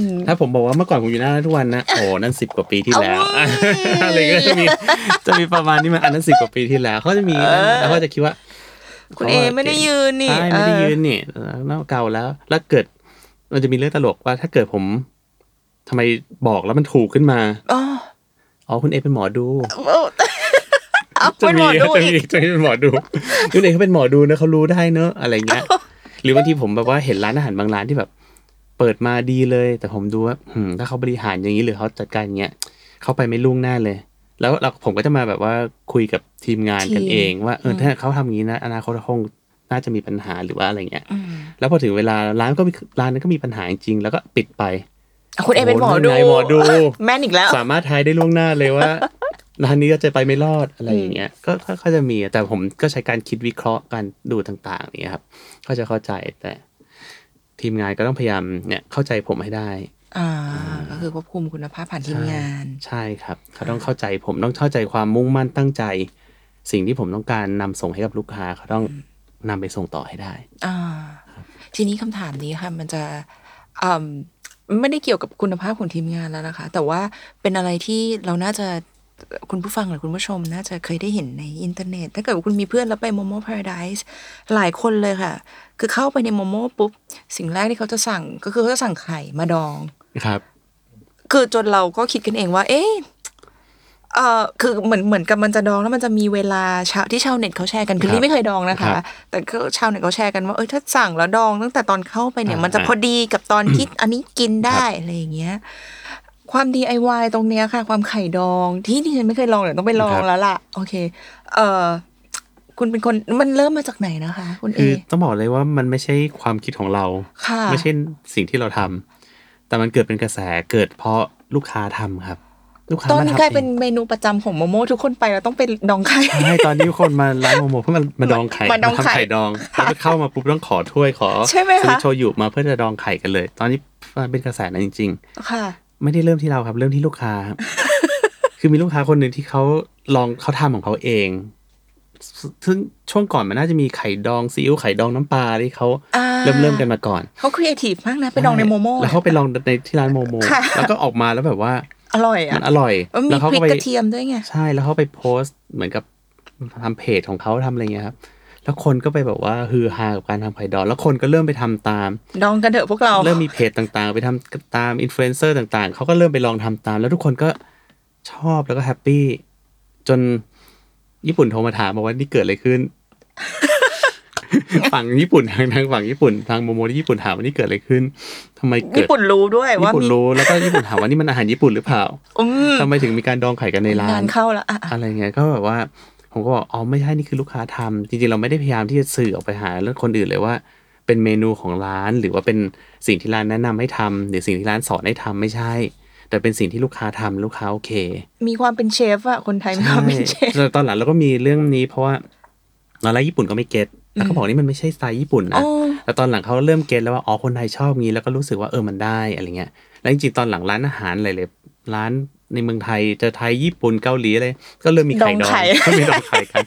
[SPEAKER 1] ม
[SPEAKER 2] ถ้าผมบอกว่าเมื่อก่อนผมอยู่หน้าร้านทุกวันนะ โอ้ นั่นสิบกว่าปีที่แล้ว อะไรก็จะมีจะมีประมาณนี้มาอันนั้นสิบกว่าปีที่แล้วเขาจะมีนั่นแล้วเขาจะคิดว่า
[SPEAKER 1] คุณเอไม่ได้ยืนนี่
[SPEAKER 2] ใช่ไม่ได้
[SPEAKER 1] เออ
[SPEAKER 2] ยืนนี่เน่าเก่าแล้ว แล้วเกิด มันจะมีเรื่องตลกว่าถ้าเกิดผมทำไมบอกแล้วมันถูกขึ้นมา
[SPEAKER 1] อ๋อ
[SPEAKER 2] อ๋อคุณเอเป็นหมอดู
[SPEAKER 1] เอา
[SPEAKER 2] จะ
[SPEAKER 1] เป็นหม
[SPEAKER 2] มี
[SPEAKER 1] อดู
[SPEAKER 2] จะ
[SPEAKER 1] อีก
[SPEAKER 2] มีจะมีเป็นหมอดูคุณเอเขาเป็นหมอดูนะเขารู้ได้เนอะอะไร เงี้ย หรือบางทีผมแบบว่าเห็นร้านอาหารบางร้านที่แบบ เปิดมาดีเลย แต่ผมดูว่าหืมถ้าเขาบริหารอย่างนี้หรือเขาจัดการอย่างเงี้ยเขาไปไม่ลุ่วงหน้าเลย แล้วเราผมก็จะมาแบบว่าคุยกับทีมงานกัน
[SPEAKER 1] ทีม
[SPEAKER 2] เอง ว่าเออถ้าเขาทำอย่างนี้นะอนาคตเขาคงน่าจะมีปัญหาหรือว่าอะไรเงี้ย
[SPEAKER 1] อืม
[SPEAKER 2] แล้วพอถึงเวลาร้านก็มีร้านนั้นก็มีปัญหาจริงๆแล้วก็ปิดไป
[SPEAKER 1] อ่ะคุณเอเป็นหมอดู
[SPEAKER 2] โอ้โหนายหมอดู
[SPEAKER 1] แม่นอีกแล้ว
[SPEAKER 2] สามารถทายได้ล่วงหน้าเลยว่า ร้านนี้ก็จะไปไม่รอดอะไรอย่างเงี้ยก็ก็ก็จะมีแต่ผมก็ใช้การคิดวิเคราะห์การดูต่างๆอย่างเนี้ยครับ ก็จะเข้าใจแต่ทีมงานก็ต้องพยายามเนี่ยเข้าใจผมให้ได้
[SPEAKER 1] อ่า ก็คือควบคุมคุณภาพผ่านทีมงาน
[SPEAKER 2] ใช่ครับ เขาต้องเข้าใจผมต้องเข้าใจความมุ่งมั่นตั้งใจ สิ่งที่ผมต้องการนำส่งให้กับลูกค้า เขาต้องนำไปส่งต่อให้ได้
[SPEAKER 1] อ่า ทีนี้คำถามนี้ค่ะมันจะอืมไม่ได้เกี่ยวกับคุณภาพของทีมงานแล้วนะคะ แต่ว่าเป็นอะไรที่เราน่าจะคุณผู้ฟังหรือคุณผู้ชม น่าจะเคยได้เห็นในอินเทอร์เน็ต ถ้าเกิดว่าคุณมีเพื่อนแล้วไปโมโม่พาราไดส์หลายคนเลยค่ะ คือเข้าไปในโมโม่ปุ๊บ สิ่งแรกที่เขาจะสั่งก็คือเขาจะสั่งไข่มาดอง
[SPEAKER 2] ครับ
[SPEAKER 1] คือจนเราก็คิดกันเองว่า เอ๊ะเออคือเหมือนเหมือนกับมันจะดองแล้วมันจะมีเวลาชาวที่ชาวเน็ตเขาแชร์กันคือ
[SPEAKER 2] ครับ
[SPEAKER 1] ลี่ไม่เคยดองนะ
[SPEAKER 2] ครั
[SPEAKER 1] คะ
[SPEAKER 2] บ
[SPEAKER 1] แต่ก็ชาวเน็ตเขาแชร์กันว่าเอ้ยถ้าสั่งแล้วดองตั้งแต่ตอนเข้าไปเนี่ย
[SPEAKER 2] อ่ามั
[SPEAKER 1] มันจะพอดีกับตอนที่ อันนี้กินได้อะไรอย่างเงี้ย ความ DIY ตรงเนี้ยค่ะ ความไข่ดองที่ดิฉันไม่เคยลองเดี๋ยวต้องไปลอ
[SPEAKER 2] ค
[SPEAKER 1] ง
[SPEAKER 2] รับ
[SPEAKER 1] แล้วล่ะ โอเค เออคุณเป็นคนมันเริ่มมาจากไหนนะคะ คุณเอ
[SPEAKER 2] คือต้องบอกเลยว่ามันไม่ใช่ความคิดของเรา
[SPEAKER 1] ค่ะ
[SPEAKER 2] ไม่ใช่สิ่งที่เราทำ แต่มันเกิดเป็นกระแส เกิดเพราะลูกค้าทำครับ ลูกค้า
[SPEAKER 1] ตอน
[SPEAKER 2] มา
[SPEAKER 1] นี้
[SPEAKER 2] ทำ
[SPEAKER 1] กลายเป็น
[SPEAKER 2] เอง
[SPEAKER 1] เมนูประจำของโมโม่ทุกคนไปแล้วต้องไปดองไข่
[SPEAKER 2] ใช่ ตอนนี้คนมาร้านโมโมเพื่อมามาดองไข่
[SPEAKER 1] มาดองไข่
[SPEAKER 2] ทำไข่ดองแล้วก็เข้ามาปุ๊บต้องขอถ้วยขอ
[SPEAKER 1] ใช่ไหมคะ
[SPEAKER 2] ซื้อโชยุมาเพื่อจะดองไข่กันเลย ตอนนี้มันเป็นกระแสนั้นจริง
[SPEAKER 1] ค่ะ
[SPEAKER 2] ๆ ไม่ได้เริ่มที่เราครับ เริ่มที่ลูกค้า คือมีลูกค้าคนหนึ่งที่เขาลองเขาทำของเขาเอง ซึ่งช่วงก่อนมันน่าจะมีไข่ดองซีอิ๊วไข่ดองน้ำปลาที่เขา
[SPEAKER 1] อ่า
[SPEAKER 2] เริ่มเริ่มกันมาก่อน
[SPEAKER 1] เขาครีเอทีฟมากนะ ไปลองในโมโม่
[SPEAKER 2] แล้วเขาไปลองในที่ร้านโมโม
[SPEAKER 1] ค่ะ
[SPEAKER 2] แล้วก็ออกมาแล้วแบบว่า
[SPEAKER 1] อร่อยอ่ะ
[SPEAKER 2] มันอร่อย
[SPEAKER 1] มันมี
[SPEAKER 2] แล้วเขา
[SPEAKER 1] พริ
[SPEAKER 2] ก็
[SPEAKER 1] ก
[SPEAKER 2] ไป
[SPEAKER 1] กระเทียมด้วยไง
[SPEAKER 2] ใช่แล้วเขาไปโพสต์เหมือนกับทำเพจของเขาทำอะไรเงี้ยครับ แล้วคนก็ไปแบบว่าฮือฮากับการทำไข่ดองแล้วคนก็เริ่มไปทำตาม
[SPEAKER 1] ดองกันเถอะพวกเรา
[SPEAKER 2] เริ่มมีเพจต่างๆ ไปทำตามอินฟลูเอนเซอร์ต่างๆ เขาก็เริ่มไปลองทำตาม แล้วทุกคนก็ชอบแล้วก็แฮปปี้จนญี่ปุ่นโทรมาถามบอกว่านี่เกิดอะไรขึ้ น ฝั่งญี่ปุ่นทางทางฝั่งญี่ปุ่นทางโมโมที่ญี่ปุ่นถามว่านี่เกิดอะไรขึ้นทำไมเกิ
[SPEAKER 1] ญี่
[SPEAKER 2] ด
[SPEAKER 1] ปุ่นรู้ด้วยว่า
[SPEAKER 2] ญี่ปุ่น
[SPEAKER 1] มี
[SPEAKER 2] รู้แล้วก็ ญี่ปุ่นถามว่านี่มันอาหารญี่ปุ่นหรือเปล่า
[SPEAKER 1] อืม
[SPEAKER 2] ทำไมถึงมีการดองไข่กันในร้าง
[SPEAKER 1] าน นเข้าละอ่ะ
[SPEAKER 2] อะไรเงี้ยก็แบบว่า ผมก็บอกอ๋อไม่ใช่นี่คือลูกค้าทำจริงๆเราไม่ได้พยายามที่จะสื่อออกไปหาเรื่องคนอื่นเลยว่า เป็นเมนูของร้าน หรือว่าเป็นสิ่งที่ร้านแนะนำให้ทำหรือสิ่งที่ร้านสอนให้ทำไม่ใช่ แต่เป็นสิ่งที่ลูกค้าทำลูกค้าโอเค
[SPEAKER 1] มีความเป็นเชฟอะคนไทยมีความเป็นเชฟ
[SPEAKER 2] แต่ตอนหลังเราก็มีเรื่องนี้ เพราะว่าตอนแรกญี่ปุ่นก็ไม่เก็ตแล้วเขาบอกนี่มันไม่ใช่สไตล์ญี่ปุ่นนะ
[SPEAKER 1] โอ้
[SPEAKER 2] แต่ตอนหลังเขาเริ่มเก็ตแล้วว่าอ๋อคนไทยชอบงี้แล้วก็รู้สึกว่าเออมันได้อะไรเงี้ย แล้วจริงๆตอนหลังร้านอาหารหลายๆร้านในเมืองไทยเจะไทยญี่ปุ่นเกาหลีอะไรก็เริ่มมีไข่
[SPEAKER 1] ด
[SPEAKER 2] ดอ
[SPEAKER 1] อง งไข่
[SPEAKER 2] ก็มีดองไข่กัน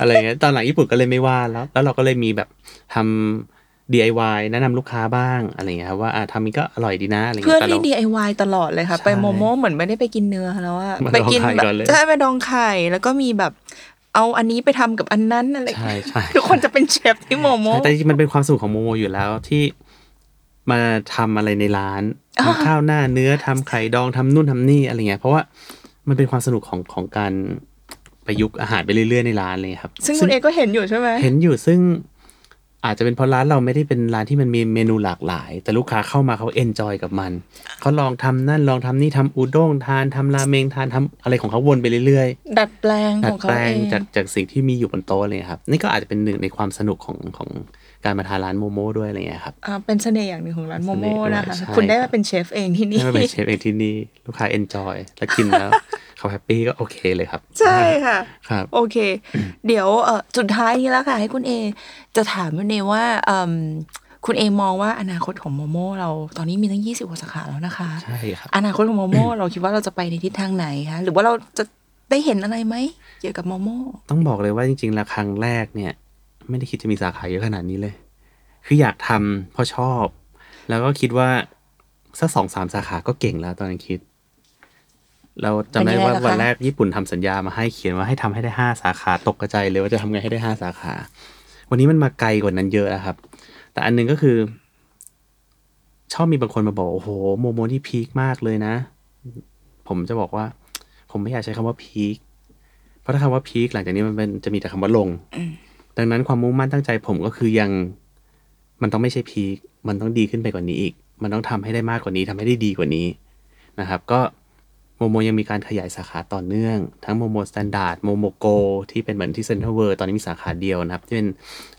[SPEAKER 2] อะไรเงี้ยตอนหลังญี่ปุ่นก็เลยไม่ว่าแล้ว แล้วเราก็เลยมีแบบทำ DIY แนะนำลูกค้าบ้างอะไรเงี้ยครับว่าอ่ะทำนี้ก็อร่อยดีนะอะไรเงี้ย
[SPEAKER 1] เพื่อน
[SPEAKER 2] แต่
[SPEAKER 1] นี่
[SPEAKER 2] เรา
[SPEAKER 1] DIY ตลอดเลยค่ะ
[SPEAKER 2] ใช่
[SPEAKER 1] ไปโมโม่เหมือนไม่ได้ไปกินเนื้อแล้วอะ
[SPEAKER 2] มาดอง
[SPEAKER 1] ไปกิ
[SPEAKER 2] ไข่
[SPEAKER 1] แบบ
[SPEAKER 2] ก่อนเลย
[SPEAKER 1] ใช่ไปดองไข่แล้วก็มีแบบ เอาอันนี้ไปทำกับอันนั้นอะไร
[SPEAKER 2] ใช่ใช่
[SPEAKER 1] ทุกคนจะเป็นเชฟที่โมโม่
[SPEAKER 2] ใช่แต่จริงๆมันเป็นความสุขของโมโมอยู่แล้วที่มาทำอะไรใน ร้าน
[SPEAKER 1] อ่า
[SPEAKER 2] ทำข้าวหน้าเนื้อทำไข่ดองทำนู่นทำนี่อะไรเงี้ยเพราะว่ามันเป็นความสนุกของของการประยุกต์อาหารไปเรื่อยๆในร้านเลยครับ
[SPEAKER 1] ซึ่งคุณเอก็เห็นอยู่ใช่ไหม
[SPEAKER 2] เห็นอยู่ซึ่งอาจจะเป็นเพราะร้านเราไม่ได้เป็นร้านที่มันมีเมนูหลากหลาย แต่ลูกค้าเข้ามาเขาเอนจอยกับมันเขาลองทำนั่นลองทำนี่ทำอุด้งทานทำราเมงทานทำอะไรของเขาวนไปเรื่อยๆ
[SPEAKER 1] ดัดแปลงข
[SPEAKER 2] ดัด
[SPEAKER 1] อง
[SPEAKER 2] แป
[SPEAKER 1] เขา
[SPEAKER 2] ล
[SPEAKER 1] เอง ง
[SPEAKER 2] จากจากสิ่งที่มีอยู่บนโต๊ะเลยครับ นี่ก็อาจจะเป็นหนึ่งในความสนุกของของการมาทานร้านโมโม่ด้วยอะไรเงี้ยครับ
[SPEAKER 1] อ่าเป็นเสน่ห์อย่างหนึ่งของร้านโม
[SPEAKER 2] เสน่
[SPEAKER 1] โม่
[SPEAKER 2] ห์ด้วย
[SPEAKER 1] นะคะ
[SPEAKER 2] ใช่
[SPEAKER 1] คุณได้มาเป็นเชฟเองที่นี่
[SPEAKER 2] ให้มาเป็นเชฟเองที่นี่ลูกค้าเอนจอยแล้วกินแล้ว เขาแฮปปี้ก็โอเคเลยครับ
[SPEAKER 1] ใช่ค่ะ
[SPEAKER 2] ครับ
[SPEAKER 1] โอเค เดี๋ยวเอ่อสุดท้ายนี้แล้วค่ะ ให้คุณเอ จะถามคุณเอว่าเอิ่มคุณเอมองว่าอนาคตของโมโม่เราตอนนี้มีตั้ง 20กว่าสาขาแล้วนะคะ
[SPEAKER 2] ใช่ครับ
[SPEAKER 1] อนาคตของโมโม่ เราคิดว่าเราจะไปในทิศทางไหนคะหรือว่าเราจะได้เห็นอะไรไหมเกี่ยวกับโมโม่
[SPEAKER 2] ต้องบอกเลยว่าจริงๆแล้วครั้งแรกเนี่ย ไม่ได้คิดจะมีสาขาเยอะขนาดนี้เลย คืออยากทำเพราะชอบ แล้วก็คิดว่าสักสองสามสาขาก็เก่งแล้วตอนนั้นคิด เราจำได้ว่า
[SPEAKER 1] เป็นไงล่ะคะ
[SPEAKER 2] วันแรกญี่ปุ่นทำสัญญามาให้เขียนว่าให้ทำให้ได้ห้าสาขาตกกระจายเลยว่าจะทำไงให้ได้ห้าสาขา วันนี้มันมาไกลกว่านั้นเยอะแล้วครับ แต่อันหนึงก็คือ ชอบมีบางคนมาบอกโอ้โหโมโมนี่พีคมากเลยนะ ผมจะบอกว่า ผมไม่อยากใช้คำว่าพีค เพราะถ้าคำว่าพีคหลังจากนี้มันเป็นจะมีแต่คำว่าลง ดังนั้นความมุ่งมั่นตั้งใจผมก็คือยัง มันต้องไม่ใช่พีค มันต้องดีขึ้นไปกว่านี้อีก มันต้องทำให้ได้มากกว่านี้ทำให้ได้ดีกว่านี้นะครับ ก็โมโมยังมีการขยายสาขาต่อเนื่อง ทั้งโมโมสแตนดาร์ดโมโมโกที่เป็นเหมือนที่เซ็นทรัลเวิร์ตอนนี้มีสาขาเดียวนะครับ ที่เป็น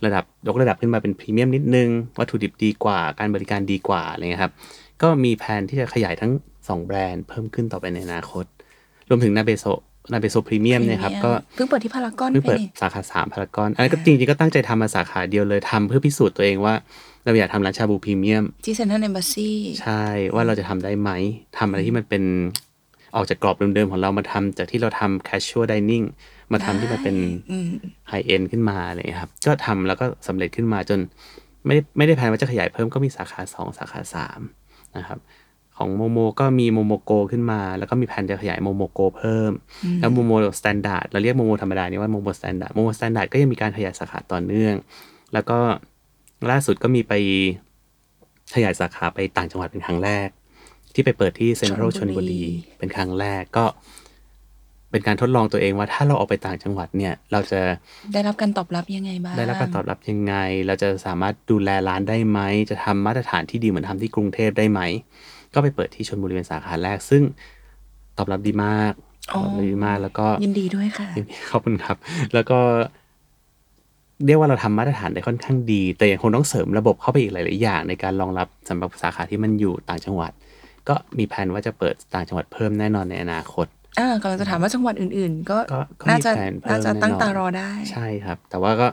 [SPEAKER 2] ระดับยกระดับขึ้นมาเป็นพรีเมียมนิดนึง วัตถุดิบดีกว่า การบริการดีกว่าอะไรเงี้ยครับ ก็มีแผนที่จะขยายทั้งสองแบรนด์เพิ่มขึ้นต่อไปในอนาคต รวมถึงนาเบโซนาเบโซพรีเมียมเนี่ยครับก็
[SPEAKER 1] เพิ่งเปิดที่พารากอน
[SPEAKER 2] เพิ่ง
[SPEAKER 1] ไป
[SPEAKER 2] เปิด
[SPEAKER 1] นี่
[SPEAKER 2] สาขาสามพารากอนอันนั้นก็จริงๆก็ตั้งใจทำมาสาขาเดียวเลยทำเพื่อพิสูจน์ตัวเองว่า เราอยากทำร้านชาบูพรีเมียม
[SPEAKER 1] ที่เซ็นทรัลเอมบาซี
[SPEAKER 2] ใช่ว่าเราจะทำได้ไหมทำอะไรที่มันเป็นออกจากกรอบเดิมๆของเรามาทำจากที่เราทำ casual dining มาทำที่มันเป็น
[SPEAKER 1] อืม
[SPEAKER 2] ไฮเอ็นขึ้นมาอะไรอย่างเงี้ยครับ ก็ทำแล้วก็สำเร็จขึ้นมาจน ไม่ได้ไม่ได้แพลนว่าจะขยายเพิ่มก็มีสาขาสองสาขาสามนะครับ ของโมโมก็มีโมโมโกขึ้นมา แล้วก็มีแผนจะขยายโมโมโกเพิ่ม แล้วโมโมสแตนดาร์ดเราเรียกโมโมธรรมดานี่ว่าโมโมสแตนดาร์ดโมโมสแตนดาร์ดก็ยังมีการขยายสาขาต่อเนื่อง แล้วก็ล่าสุดก็มีไปขยายสาขาไปต่างจังหวัดเป็นครั้งแรก ที่ไปเปิดที่เซ็นทรัล
[SPEAKER 1] ช
[SPEAKER 2] ช
[SPEAKER 1] ล
[SPEAKER 2] น
[SPEAKER 1] บุ
[SPEAKER 2] บุ
[SPEAKER 1] รี
[SPEAKER 2] รีเป็นครั้งแรกก็ เป็นการทดลองตัวเองว่าถ้าเราออกไปต่างจังหวัดเนี่ย เราจะ
[SPEAKER 1] ได้รับการตอบรับยังไงบ้าง
[SPEAKER 2] ได้รับการตอบรับยังไง เราจะสามารถดูแลร้านได้ไหม จะทำมาตรฐานที่ดีเหมือนทำที่กรุงเทพได้ไหม ก็ไปเปิดที่ชนบุรีเป็นสาขาแรก ซึ่งตอบรับดีมาก
[SPEAKER 1] อ๋อ
[SPEAKER 2] ตอบรับดีมากแล้วก็
[SPEAKER 1] ยินดีด้วยค่ะ
[SPEAKER 2] ขอบคุณครับ แล้วก็เรียกว่าเราทำมาตรฐานได้ค่อนข้างดี แต่ยังคงต้องเสริมระบบเข้าไปอีกหลาย ๆ อย่าง ในการรองรับสำหรับสาขาที่มันอยู่ต่างจังหวัด ก็มีแผนว่าจะเปิดต่างจังหวัดเพิ่มแน่นอนในอนาคต
[SPEAKER 1] อ่ากำลังจะถามว่าจังหวัดอื่นๆ ก็
[SPEAKER 2] ก็ก็มี
[SPEAKER 1] น่าจะ
[SPEAKER 2] แผนเพิ่ม
[SPEAKER 1] น่าจะตั้ง
[SPEAKER 2] แน่นอน
[SPEAKER 1] ตารอได้
[SPEAKER 2] ใช่ครับ แต่ว่าก็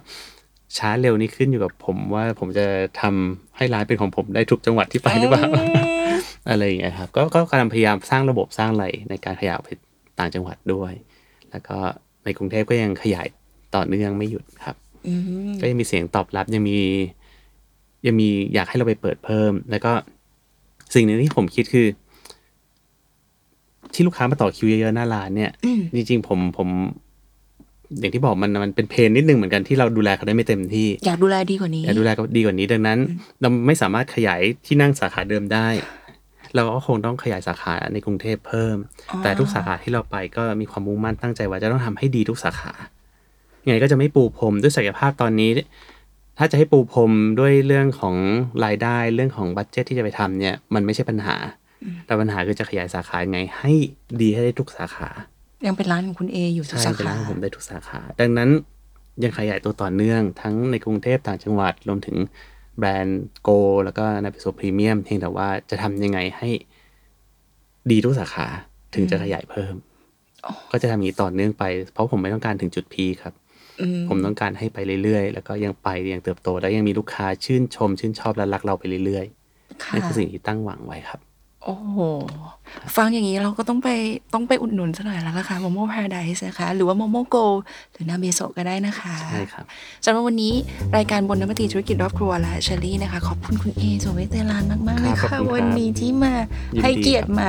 [SPEAKER 2] ช้าเร็วนี่ขึ้นอยู่กับผมว่าผมจะทำให้ร้านเป็นของผมได้ทุกจังหวัดที่ไปหรือเปล่า อะไรอย่างเงี้ยครับก็ก็กำลังพยายามสร้างระบบสร้างอะไรในการขยายออกไปต่างจังหวัดด้วย แล้วก็ในกรุงเทพก็ยังขยายต่อเนื่องไม่หยุดครับ
[SPEAKER 1] อืม
[SPEAKER 2] ก็ยังมีเสียงตอบรับยังมียังมีอยากให้เราไปเปิดเพิ่ม แล้วก็สิ่งหนึ่งที่ผมคิดคือ ที่ลูกค้ามาต่อคิวเยอะๆหน้าร้านเนี่ย จริงๆผมผมอย่างที่บอกมันมันเป็นเพนนิดนึงเหมือนกันที่เราดูแลเขาได้ไม่เต็มที่
[SPEAKER 1] อยากดูแลดีกว่านี้
[SPEAKER 2] อยากดูแลก็ดีกว่านี้ดังนั้น เราไม่สามารถขยายที่นั่งสาขาเดิมได้ เราก็คงต้องขยายสาขาในกรุงเทพเพิ่ม
[SPEAKER 1] อ๋อ
[SPEAKER 2] แต่ทุกสาขาที่เราไปก็มีความมุ่งมั่นตั้งใจว่าจะต้องทำให้ดีทุกสาขายังไงก็จะไม่ปูพรมด้วยศักยภาพตอนนี้ ถ้าจะให้ปูพรมด้วยเรื่องของรายได้เรื่องของบัตเจตที่จะไปทำเนี่ย มันไม่ใช่ปัญหา แต่ปัญหาคือจะขยายสาขายังไง ให้ดีให้ได้ทุกสาขา
[SPEAKER 1] ยังเป็นร้านของคุณเออยู่ทุก
[SPEAKER 2] ใช่
[SPEAKER 1] สา
[SPEAKER 2] เป็น
[SPEAKER 1] ขา
[SPEAKER 2] ร้านของผมได้ทุกสาขา ดังนั้นยังขยายตัวต่อเนื่องทั้งในกรุงเทพต่างจังหวัด รวมถึงแบรนด์โก แล้วก็นาเปโซพรีเมียมเพียงแต่ว่าจะทำยังไงให้ดีทุกสาขาถึงจะขยายเพิ่ม ก็จะทำอย่างนี้ต่อเนื่องไป เพราะผมไม่ต้องการถึงจุดพีคครับ
[SPEAKER 1] อืม
[SPEAKER 2] ผมต้องการให้ไปเรื่อยๆ แล้วก็ยังไปยังเติบโต และยังมีลูกค้าชื่นชม ชื่นชอบและรักเราไปเรื่อยๆ
[SPEAKER 1] ค่ะ
[SPEAKER 2] นั่นคือสิ่งที่ตั้งหวังไว้ครับ
[SPEAKER 1] โอ้โห ฟังอย่างนี้เราก็ต้องไปต้องไปอุดหนุนซะหน่อยแล้วล่ะค่ะโมโม่พาราไดซ์นะคะ หรือว่าโมโมโกหรือนาเบโซะก็ได้นะคะ
[SPEAKER 2] ใช่ครับ
[SPEAKER 1] สำหรับวันนี้รายการบนน้ำมติธุรกิจรอบครัวและเชอรี่นะคะ ขอบคุณคุณเอโซเวสเตลานมากๆเลย
[SPEAKER 2] ครั
[SPEAKER 1] ค่ะ
[SPEAKER 2] บขอบคุณครับ
[SPEAKER 1] วันนี้ที่มา
[SPEAKER 2] ยินดี
[SPEAKER 1] ให้เกียรติมา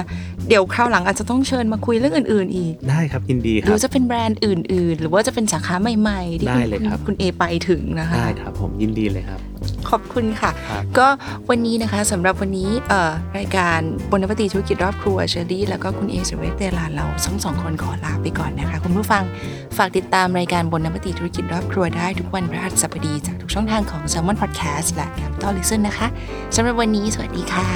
[SPEAKER 1] เดี๋ยวคราวหลังอาจจะต้องเชิญมาคุยเรื่องอื่น ๆ อีก
[SPEAKER 2] ได้ครับยินดีค
[SPEAKER 1] หรื
[SPEAKER 2] รั
[SPEAKER 1] อบ จะเป็นแบรนด์อื่น ๆ หรือว่าจะเป็นสาขาใหม่ ๆ ที่คุณ
[SPEAKER 2] ได้เลยครับ
[SPEAKER 1] คุณเอไปถึงนะคะ
[SPEAKER 2] ได้ครับผมยินดีเลยครับ
[SPEAKER 1] ขอบคุณค่ะ
[SPEAKER 2] ครับ
[SPEAKER 1] ก็วันนี้นะคะสำหรับวันนี้เอ่อรายการบนนวัติธุรกิจรอบครัวเชอรี่ แล้วก็คุณเอเชเวตเตลาเราทั้งสองคนขอลาไปก่อนนะคะ คุณผู้ฟังฝากติดตามรายการบนนวัติธุรกิจรอบครัวได้ทุกวันพฤหัสบดีจากทุกช่องทางของ s ซ l m o n Podcast และ Capital Listen นะคะสำหรับวันนี้สวัสดีค่ะ